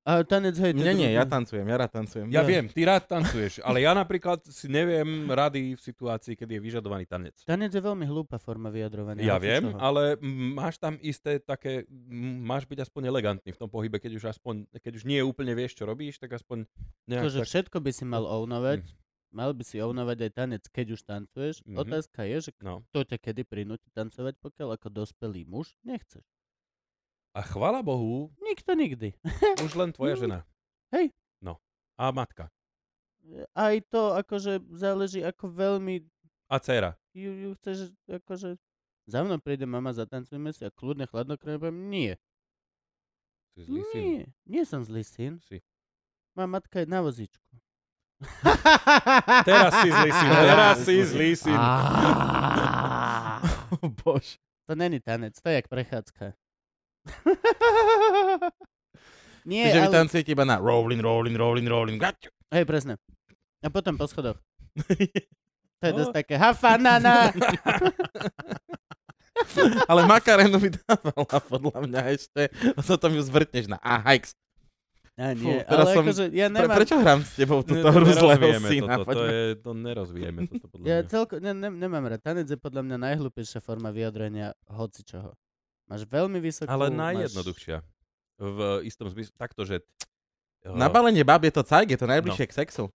A tanec, hej, to je
Mne nie,
druhé.
ja tancujem, ja rád tancujem.
Ja (laughs) viem, ty rád tancuješ, ale ja napríklad si neviem rady v situácii, kedy je vyžadovaný tanec.
Tanec je veľmi hlúpa forma vyjadrovania.
Ja
hoci
viem,
čoho.
ale m, máš tam isté také, m, máš byť aspoň elegantný v tom pohybe, keď už aspoň, keď už nie úplne vieš, čo robíš, tak aspoň nejak
Akože
tak...
všetko by si
Hm.
mal ownovať. Mal by si ownovať aj tanec, keď už tancuješ.
Hm. Mhm.
Otázka je, že
No.
kto ťa kedy prinúti tancovať, pokiaľ ako dospelý muž nechceš.
A chvála Bohu,
Nikto nikdy. (laughs)
už len tvoja žena.
Hej.
No. A matka.
Aj to akože záleží, ako veľmi
A dcera.
ju, ju chceš, akože... Za mnou príde mama, zatancujme si a kľudne chladnokrvne poviem, nie.
Si zlý syn.
Nie, nie som zlý syn.
Si.
Moja matka je na vozičku.
Teraz si zlý
(laughs)
syn, (laughs) teraz si zlý syn.
Oh, bož.
To není tanec, to je jak prechádzka. Nie,
Čiže vy
ale...
tancujete iba na rolling, rolling, rolling, rolling. gaťu.
Hej, presne. A potom po schodoch. To je
No.
dosť také hafanana.
Ale Makarenu by dávala podľa mňa ešte. Potom ju zvrtneš na a hajks.
A nie,
Fú, teraz
ale
som-
akože ja
Pre,
nemám...
prečo hrám s tebou túto
Ne-
hru zlého
nerozvíjeme
syna?
Toto, to,
Poďme.
je, to nerozvíjeme toto podľa
Ja
mňa.
celko, ne, ne, nemám rád. Tanec je podľa mňa najhlúpejšia forma vyjadrenia hocičoho. Máš veľmi vysokú...
Ale
máš-
najjednoduchšia. V istom zmysle. Takto, že... eh,
Na balenie bab je to cajk, je to najbližšie k sexu.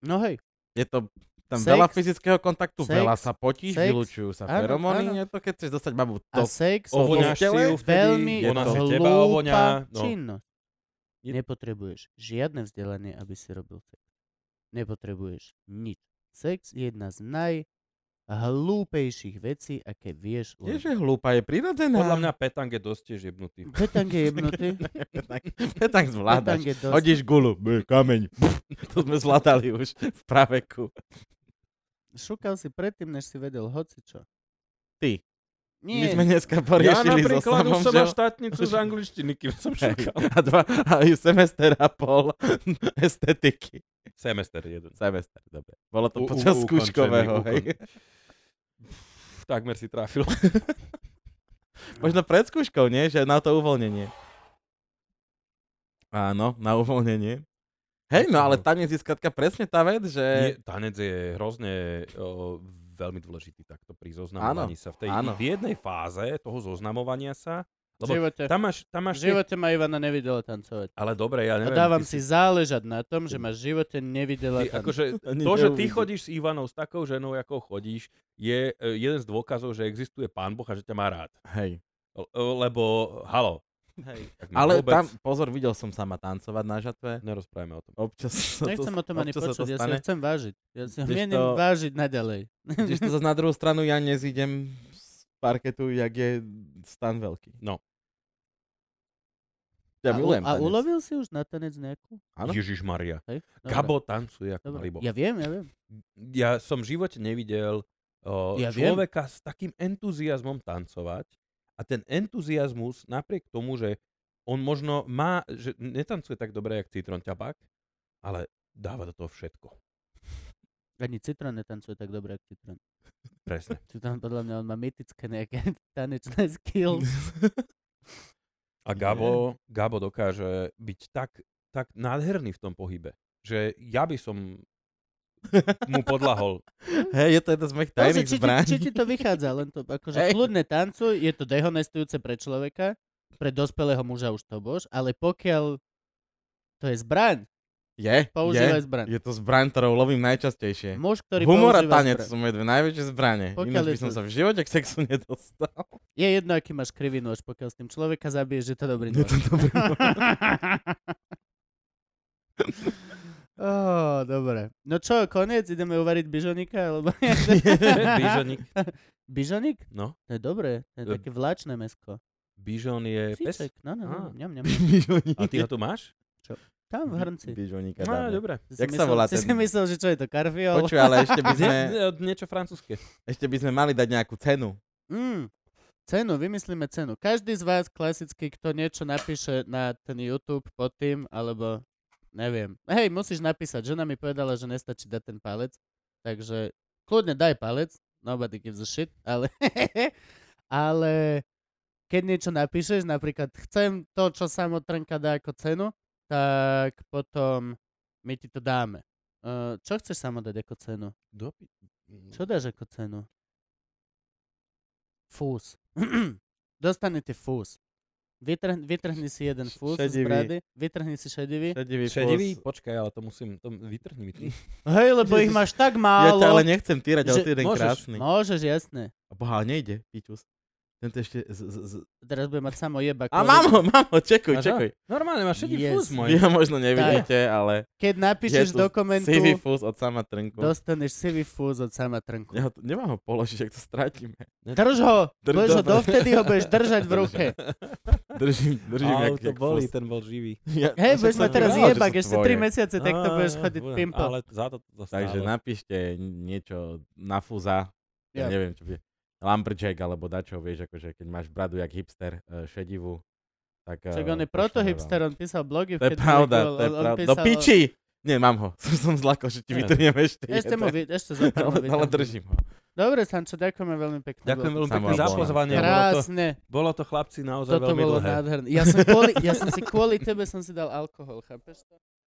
No hej,
Je to tam
Sex.
veľa fyzického kontaktu,
Sex.
veľa sa potíš,
Sex.
vylučujú sa
Áno,
feromóny,
áno.
je to keď chceš dostať babu
a
to.
sex
o-
Ovoňáš si
postele
ju vtedy,
veľmi
je
ona
to
si teba ovoňá.
hlúpa
No.
činnosť.
Je-
Nepotrebuješ žiadne vzdelanie, aby si robil sex. Nepotrebuješ nič. Sex je jedna z najhlúpejších vecí, aké vieš.
Je, že hlúpa je prirodzená.
Podľa
(laughs)
mňa petang je dosť tiež jebnutý.
Petang je jebnutý.
Petang
Petang
zvládaš.
je dosť.
Hodíš gulu, bý, kameň. (laughs) to sme zvládali už v praveku.
Šukal si predtým, než si vedel hocičo.
Ty.
Nie.
My sme dneska poriešili so samom, že...
štátnicu z angličtiny, kým som
Hej. A dva, a ju semester a pol (laughs) estetiky.
(laughs) Semester jeden.
Semester, dobre. Bolo to
U- u-
počas
ukončený,
skúškového, hej.
ukon- Pff, Takmer si trafil.
Možno pred skúškou, nie? Že na to uvoľnenie. Áno, na uvoľnenie. Hej, no ale tanec je skratka presne tá vec,
Nie,
že...
tanec je hrozne o, veľmi dôležitý takto pri zoznamovaní sa. V tej
áno.
v jednej fáze toho zoznamovania sa,
v
lebo
živote,
tam máš, tam
v
máš tie-
živote ma Ivana nevidela tancovať.
ale dobre, ja
A
neviem.
dávam
ty
si záležať na tom, že ma v živote nevidela
Ty,
tam.
akože
Ani
to, že ty
neuvidí.
chodíš s Ivanou s takou ženou, ako chodíš, je e, jeden z dôkazov, že existuje pán Boh a že ťa má rád.
Hej.
Le- Lebo, halo.
Hej.
tak mi
Ale
vôbec
tam, pozor, videl som sama tancovať na žatve.
Nerozprávame o tom.
Občas sa to,
Nechcem o tom ani
občas sa
počuť, ja si
stane.
ho chcem vážiť. Ja si ho
Kdežto-
mienim vážiť naďalej.
Kdež to zase na druhú stranu ja nezídem z parketu, jak je stan veľký.
No.
a,
Ja
u-
milujem
a
tanec.
ulovil si už na tanec nejakú?
Áno.
Ježiš Maria.
Hej? Dobre,
Gabo tancuje ako
dobre.
malý boh.
Ja viem, ja viem.
Ja som v živote nevidel o,
Ja viem.
človeka s takým entuziasmom tancovať a ten entuziasmus napriek tomu, že on možno má, že netancuje tak dobre, jak Citron ťabák, ale dáva do toho všetko.
Ani Citron netancuje tak dobre, ako Citron.
Presne.
Citron podľa mňa on má mytické nejaké (laughs) tanečné skills.
A Gabo, Gabo dokáže byť tak, tak nádherný v tom pohybe, že ja by som mu
(laughs)
podlahol.
(laughs) Hej, je to jedna z mojich
Bože,
tajných
či, ti-
zbraní.
či ti to vychádza, len to akože
Hej.
kľudne tancuj, je to dehonestujúce pre človeka, pre dospelého muža už to bož, ale pokiaľ to je zbraň,
Je, je.
používaj zbraň.
Je to zbraň, ktorou lovím najčastejšie.
Muž, ktorý
Humor a
používa
tanec
zbraň.
sú moje dve najväčšie zbranie.
Pokiaľ
Ináč
je
by som
to-
sa v živote k sexu nedostal.
Je jedno, aký máš krivý nôž, pokiaľ s tým človeka zabiješ, je to dobrý nôž.
dobrý
(laughs) oh, dobre. No čo, koniec? Ideme uvariť bižonika? Alebo...
(laughs)
(laughs)
Bižonik,
Bižonik?
no,
To je dobré. To je
Eh,
také vláčne mesko.
Bižon je pes.
Cíček. No, no, no.
Á.
Ňam, ňam.
A ty ho tu máš?
čo? Tam
(laughs)
v hrnci.
Bižoníka
Á,
dáme.
dobre.
Si
Jak
myslel-
sa volá
si
ten-
si myslel, že čo je to, karfiol?
Počuj, ale ešte
(laughs)
by, sme,
Ne, e, niečo francúzske.
ešte by sme mali dať nejakú cenu.
Mm. Cenu, vymyslíme cenu. Každý z vás klasicky, kto niečo napíše na ten YouTube pod tým, alebo neviem. Hej, musíš napísať. Žena mi povedala, že nestačí dať ten palec, takže kľudne daj palec. Nobody gives a shit, ale... (laughs) ale keď niečo napíšeš, napríklad chcem to, čo samotrnka dá ako cenu, tak potom my ti to dáme. Eh, čo chceš samo dať ako cenu?
mm,
Čo dáš ako cenu? Fús. (clears throat) Dostanete fús. Vytrhni, vytrhni si jeden fús z
Šedivý.
brady, vytrhni si šedivý.
Šedivý,
Šedivý?
pos.
Počkaj, ale to musím, to vytrhni
(laughs)
mi ty.
Hej, lebo ich máš tak
Ja
málo.
ťa ale nechcem týrať, ale
Že-
ty jeden
môžeš,
krásny.
Môžeš, jasne.
A Boha, nejde, Piťus. Tento ešte... Z, z, z...
Teraz bude mať samo jeba.
A
COVID.
mám (laughs) ho, mám ho, čekuj,
Máš ho?
čekuj.
Normálne máš šedivý
Yes.
yes. fúz
Vy
môj.
ho možno nevidíte, ale...
Keď napíšeš
je tu
do komentu,
Sivý fús od sama trnku.
dostaneš sivý fús od sama trnku.
Ja ho, tu- nemám ho položiť, ak to (laughs) stratíme.
Drž ho!
Drž-
budeš ho,
(laughs) dobre.
dovtedy ho budeš držať v ruke.
Držím, držím,
Au,
jak,
to
jak
boli,
fús.
ten bol živý.
(laughs) Ja,
Hej,
však
budeš
som
mať
ti
teraz
vravel, že
jebak,
sú
ešte
tvoje.
3 mesiace, takto
Á,
budeš chodiť
budem,
pimpo.
Ale za to to stálo.
Takže napíšte niečo na fúza.
Ja.
Ja neviem, čo bude. Lumberjack alebo dačo, vieš, akože keď máš bradu jak hipster e, šedivú, tak... e,
Však on je
pošleme
protohipster, on písal blogy.
vám. To je
keď
pravda,
vznikol,
to je
on- on
pravda. Do
písal-
piči! Nie, mám ho. Som, som zlako, že ti
Ne.
vytriem ešte.
Ešte
jeden.
mu, vy- ešte zo pár mu
ale, ale
vytrhneme.
držím ho.
Dobre, Sančo, ďakujeme veľmi pekne.
Ďakujem
Bolo-
veľmi
Samo
pekne za
bolo.
pozvanie. Bolo to,
Krásne.
bolo to chlapci naozaj
Toto
veľmi
bolo
dlhé.
nádherné. Ja som, kvôli, ja som si kvôli tebe som si dal alkohol, chápeš to?